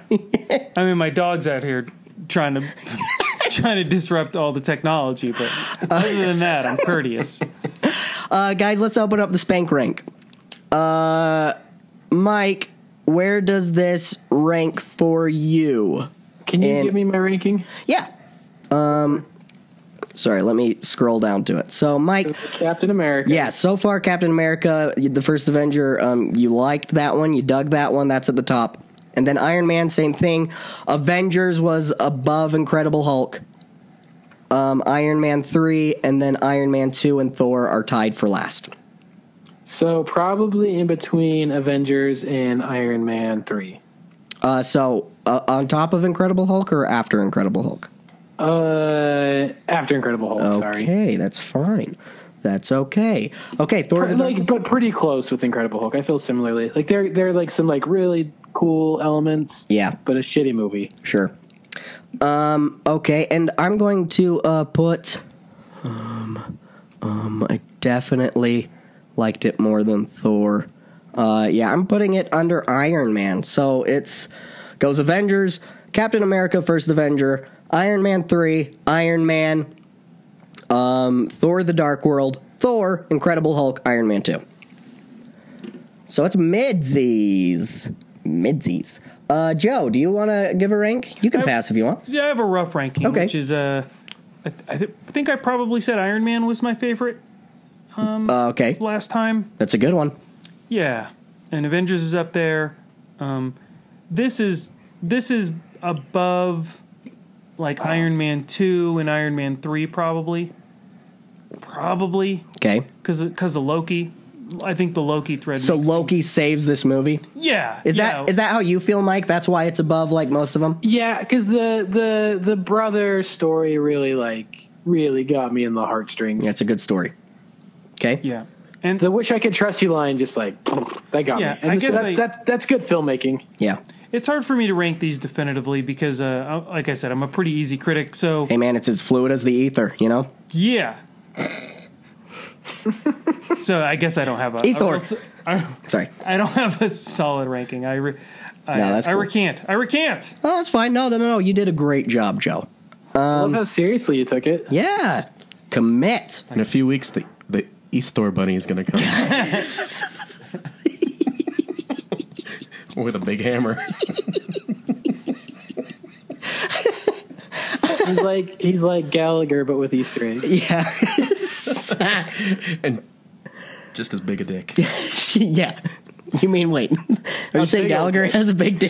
Speaker 3: I mean, my dog's out here trying to <laughs> trying to disrupt all the technology, but other than that, I'm courteous.
Speaker 1: Uh, guys, let's open up the spank rank. Uh, Mike, where does this rank for you?
Speaker 2: Can you
Speaker 1: And-
Speaker 2: give me my ranking?
Speaker 1: Yeah. Um, sorry, let me scroll down to it. So, Mike,
Speaker 2: Captain America.
Speaker 1: Yeah, so far Captain America, the first Avenger, um, you liked that one, you dug that one, that's at the top. And then Iron Man, same thing. Avengers was above Incredible Hulk. Um, Iron Man 3, and then Iron Man 2 and Thor are tied for last.
Speaker 2: So probably in between Avengers and Iron Man three.
Speaker 1: Uh, so, uh, on top of Incredible Hulk or after Incredible Hulk?
Speaker 2: Uh, after Incredible Hulk.
Speaker 1: okay,
Speaker 2: Sorry.
Speaker 1: that's fine. That's okay. Okay, Thor.
Speaker 2: But,
Speaker 1: the Dark-
Speaker 2: Like, but pretty close with Incredible Hulk. I feel similarly. Like there, there are like some like really cool elements.
Speaker 1: Yeah.
Speaker 2: But a shitty movie.
Speaker 1: Sure. Um, okay, and I'm going to uh, put. Um, um, I definitely liked it more than Thor. Uh, yeah, I'm putting it under Iron Man. So it's goes Avengers, Captain America, First Avenger, Iron Man three, Iron Man, um, Thor: The Dark World, Thor, Incredible Hulk, Iron Man two. So it's midsies. Midsies. Uh, Joe, do you want to give a rank? You can
Speaker 3: I-
Speaker 1: pass if you want.
Speaker 3: Yeah, I have a rough ranking,
Speaker 1: Okay.
Speaker 3: which is uh, I, th- I th- think I probably said Iron Man was my favorite
Speaker 1: Uh, okay.
Speaker 3: last time.
Speaker 1: That's a good one.
Speaker 3: Yeah, and Avengers is up there. Um, this is this is above like Iron Man two and Iron Man three probably, probably
Speaker 1: Okay.
Speaker 3: because because of Loki. I think the Loki thread.
Speaker 1: So
Speaker 3: makes-
Speaker 1: Loki saves this movie.
Speaker 3: yeah,
Speaker 1: Is
Speaker 3: yeah.
Speaker 1: that is that how you feel, Mike? That's why it's above like most of them.
Speaker 2: Yeah, because the the the brother story really like really got me in the heartstrings.
Speaker 1: Yeah, it's a good story. Okay.
Speaker 3: yeah, and
Speaker 2: The "Wish I Could Trust You" line just like that got
Speaker 3: Yeah,
Speaker 2: me. And
Speaker 3: I
Speaker 2: this-
Speaker 3: guess
Speaker 2: that's,
Speaker 3: I-
Speaker 2: that's that's good filmmaking.
Speaker 1: Yeah.
Speaker 3: it's hard for me to rank these definitively because, uh, I- like I said, I'm a pretty easy critic.
Speaker 1: <laughs>
Speaker 3: So
Speaker 1: Hey man, it's as fluid as the ether. You know.
Speaker 3: yeah, so I guess I don't have a a
Speaker 1: Ethor.
Speaker 3: real s- I,
Speaker 1: Sorry.
Speaker 3: I don't have a solid ranking. I, re, I,
Speaker 1: No, that's
Speaker 3: I
Speaker 1: cool.
Speaker 3: recant. I recant.
Speaker 1: Oh, that's fine. No, no, no, no. You did a great job, Joe.
Speaker 2: I
Speaker 1: Um,
Speaker 2: love how seriously you took it.
Speaker 1: Yeah. Commit. <laughs>
Speaker 4: In a few weeks, the the East Thor bunny is going to come with a big hammer.
Speaker 2: He's like he's like Gallagher, but with Easter egg.
Speaker 1: Yeah.
Speaker 4: and just as big a dick.
Speaker 1: <laughs> yeah. You mean wait? <laughs> Are you saying
Speaker 2: big are-
Speaker 1: Gallagher has a big dick?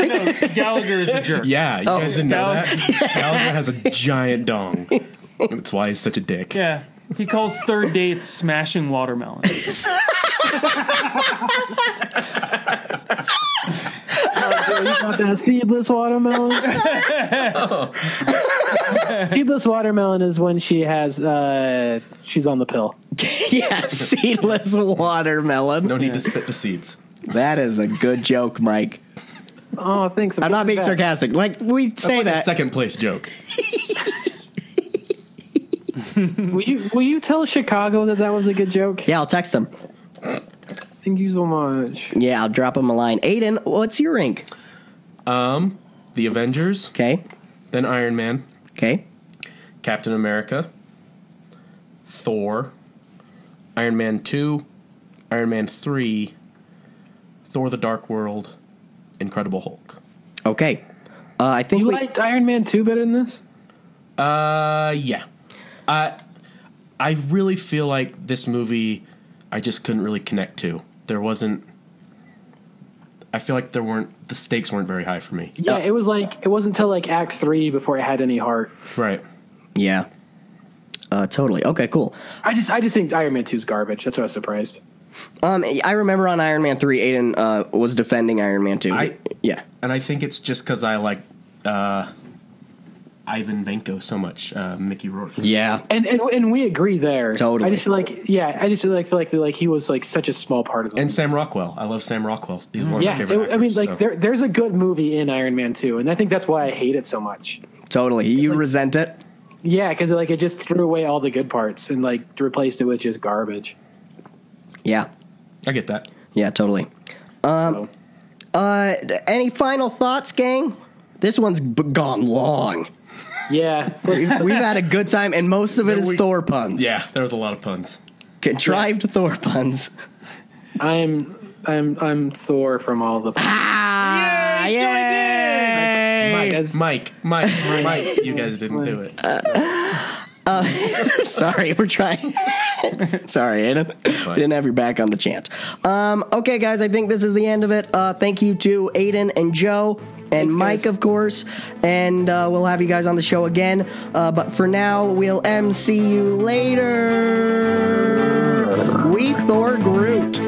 Speaker 3: Gallagher is a jerk.
Speaker 4: Yeah,
Speaker 1: Oh.
Speaker 4: you guys didn't know
Speaker 3: Gal-
Speaker 4: that. Gallagher has a giant dong. That's why he's such a dick.
Speaker 3: Yeah. He calls third dates smashing watermelon.
Speaker 2: Are you talking about seedless <laughs> watermelon?
Speaker 1: Oh.
Speaker 2: seedless watermelon is when she has uh, she's on the pill.
Speaker 1: <laughs> yeah, seedless watermelon.
Speaker 4: No need to spit the seeds.
Speaker 1: That is a good joke, Mike.
Speaker 2: Oh, thanks.
Speaker 1: I'm not being
Speaker 2: back.
Speaker 1: sarcastic. Like we say
Speaker 4: Like a
Speaker 1: that.
Speaker 4: second place joke.
Speaker 2: Will you will you tell Chicago that that was a good joke?
Speaker 1: Yeah, I'll text him.
Speaker 2: Thank you so much.
Speaker 1: Yeah, I'll drop him a line. Aiden, what's your rank?
Speaker 4: Um, the Avengers,
Speaker 1: Okay.
Speaker 4: then Iron Man,
Speaker 1: Okay.
Speaker 4: Captain America, Thor, Iron Man 2, Iron Man 3, Thor the Dark World, Incredible Hulk.
Speaker 1: Okay. Uh, I think
Speaker 2: You
Speaker 1: we,
Speaker 2: liked Iron Man two better than this?
Speaker 4: Uh, yeah. I I really feel like this movie I just couldn't really connect to. There wasn't. I feel like there weren't the stakes weren't very high for me.
Speaker 2: Yeah, it was like it wasn't until like Act three before it had any heart.
Speaker 4: Right.
Speaker 1: yeah. Uh, totally. Okay, cool.
Speaker 2: I just I just think Iron Man 2's garbage. That's why I was surprised.
Speaker 1: Um, I remember on Iron Man three, Aiden uh, was defending Iron Man two.
Speaker 4: I-
Speaker 1: yeah.
Speaker 4: And I think it's just because I like uh, Ivan Venko so much, uh, Mickey Rourke.
Speaker 1: Yeah.
Speaker 2: And and and we agree there.
Speaker 1: Totally.
Speaker 2: I just feel like yeah, I just feel like feel like like he was like such a small part of it.
Speaker 4: And Sam Rockwell. I love Sam Rockwell. He's one of
Speaker 2: yeah,
Speaker 4: my favorite
Speaker 2: it- I mean
Speaker 4: actors,
Speaker 2: like
Speaker 4: so.
Speaker 2: there there's a good movie in Iron Man 2 and I think that's why I hate it so much.
Speaker 1: Totally. You resent it.
Speaker 2: Yeah, cuz like it just threw away all the good parts and like replaced it with just garbage.
Speaker 1: Yeah.
Speaker 4: I get that.
Speaker 1: Yeah. Totally.
Speaker 2: so.
Speaker 1: Uh, d- any final thoughts, gang? This one's b- gone long.
Speaker 2: Yeah.
Speaker 1: We've, we've had a good time, and most
Speaker 4: <laughs>
Speaker 1: of it is
Speaker 4: we-
Speaker 1: Thor puns.
Speaker 4: Yeah, there was a lot of puns.
Speaker 1: Contrived Thor
Speaker 4: <laughs>
Speaker 1: puns.
Speaker 2: I'm I'm I'm Thor from all the
Speaker 1: Ah,
Speaker 3: Yay, Joey
Speaker 1: yay!
Speaker 4: Mike,
Speaker 2: guys.
Speaker 4: Mike, Mike, Mike, you guys didn't do it.
Speaker 1: <laughs> Sorry, we're trying. <laughs> Sorry, Adam.
Speaker 4: fine.
Speaker 1: We didn't have your back on the chant. Um, okay, guys, I think this is the end of it. Uh, thank you to Aiden and Joe and Mike, of course. And uh, we'll have you guys on the show again. Uh, but for now, we'll MC you later. We Thor Groot.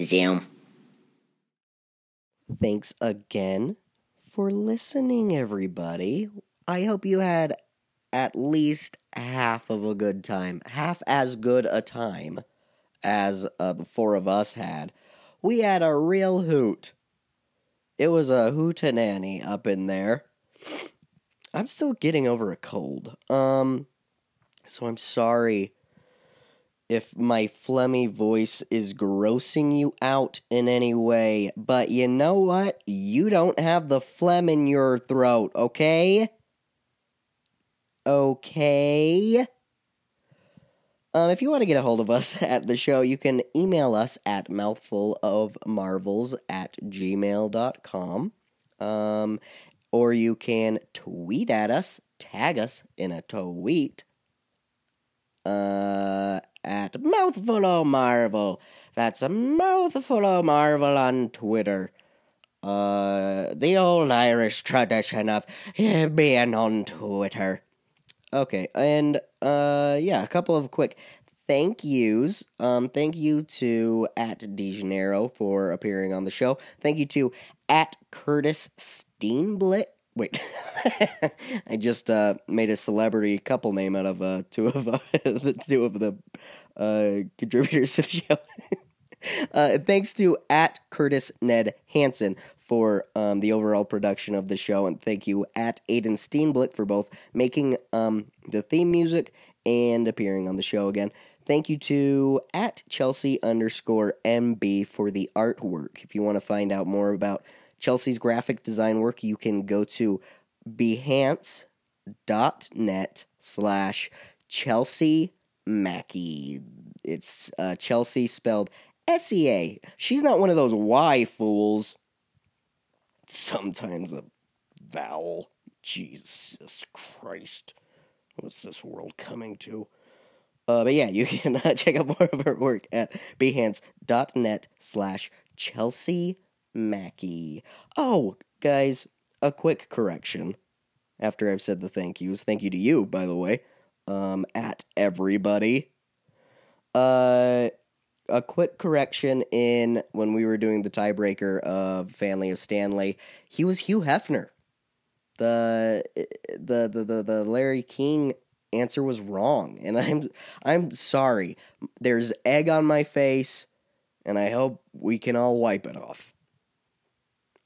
Speaker 6: Zoom.
Speaker 1: Thanks again for listening, everybody. I hope you had at least half of a good time, half as good a time as uh, the four of us had. We had a real hoot. It was a hootenanny up in there. I'm still getting over a cold. Um, so I'm sorry if my phlegmy voice is grossing you out in any way, but you know what? You don't have the phlegm in your throat, okay? Okay? Um, if you want to get a hold of us <laughs> at the show, you can email us at mouthfulofmarvels at gmail.com. Um, or you can tweet at us, tag us in a tweet uh, at mouthful of marvel. That's a mouthful of marvel on Twitter. Uh, the old Irish tradition of eh, being on Twitter. Okay, and uh, yeah, a couple of quick thank yous. Um, thank you to at De Janeiro for appearing on the show. Thank you to at Curtis Steenblit. Wait, <laughs> I just uh, made a celebrity couple name out of uh, two of <laughs> uh, the two of the uh, contributors to the show. <laughs> uh, thanks to at Curtis Ned Hansen for um, the overall production of the show, and thank you at Aiden Steenblick for both making um, the theme music and appearing on the show again. Thank you to at Chelsea underscore MB for the artwork. If you want to find out more about Chelsea's graphic design work, you can go to behance.net slash Chelsea Mackey. It's uh, Chelsea spelled S E A. She's not one of those Y fools. Sometimes a vowel. Jesus Christ. What's this world coming to? Uh, but yeah, you <laughs> can uh, check out more of her work at behance.net slash Chelsea Mackey. Oh, guys, a quick correction. After I've said the thank yous, thank you to you, by the way, um, at everybody. Uh, a quick correction in when we were doing the tiebreaker of Family of Stanley, he was Hugh Hefner. The the the the, the Larry King answer was wrong, and <laughs> I'm I'm sorry. There's egg on my face, and I hope we can all wipe it off.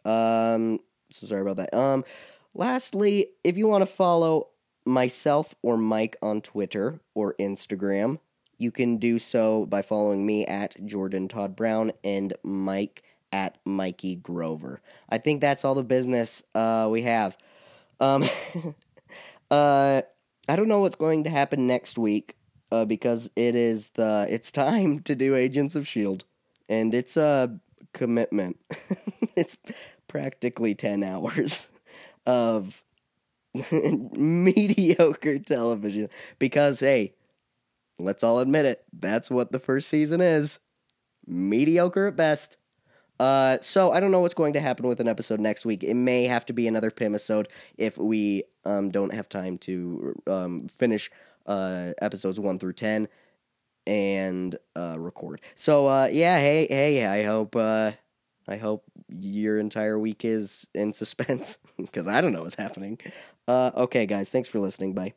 Speaker 1: Um, so sorry about that. Um, lastly, if you want to follow myself or Mike on Twitter or Instagram, you can do so by following me at Jordan Todd Brown and Mike at Mikey Grover. I think that's all the business uh, we have. Um, <laughs> uh, I don't know what's going to happen next week uh, because it is the it's time to do Agents of Shield, E and it's a commitment. <laughs> it's practically ten hours <laughs> of <laughs> mediocre television because hey let's all admit it. That's what the first season is. Mediocre at best. Uh, so I don't know what's going to happen with an episode next week. It may have to be another Pimisode if we um, don't have time to um, finish uh, episodes one through ten and uh, record. So uh, yeah, hey, hey, I hope uh, I hope your entire <laughs> week is in suspense because I don't know what's happening. Uh, okay, guys, thanks for listening. Bye.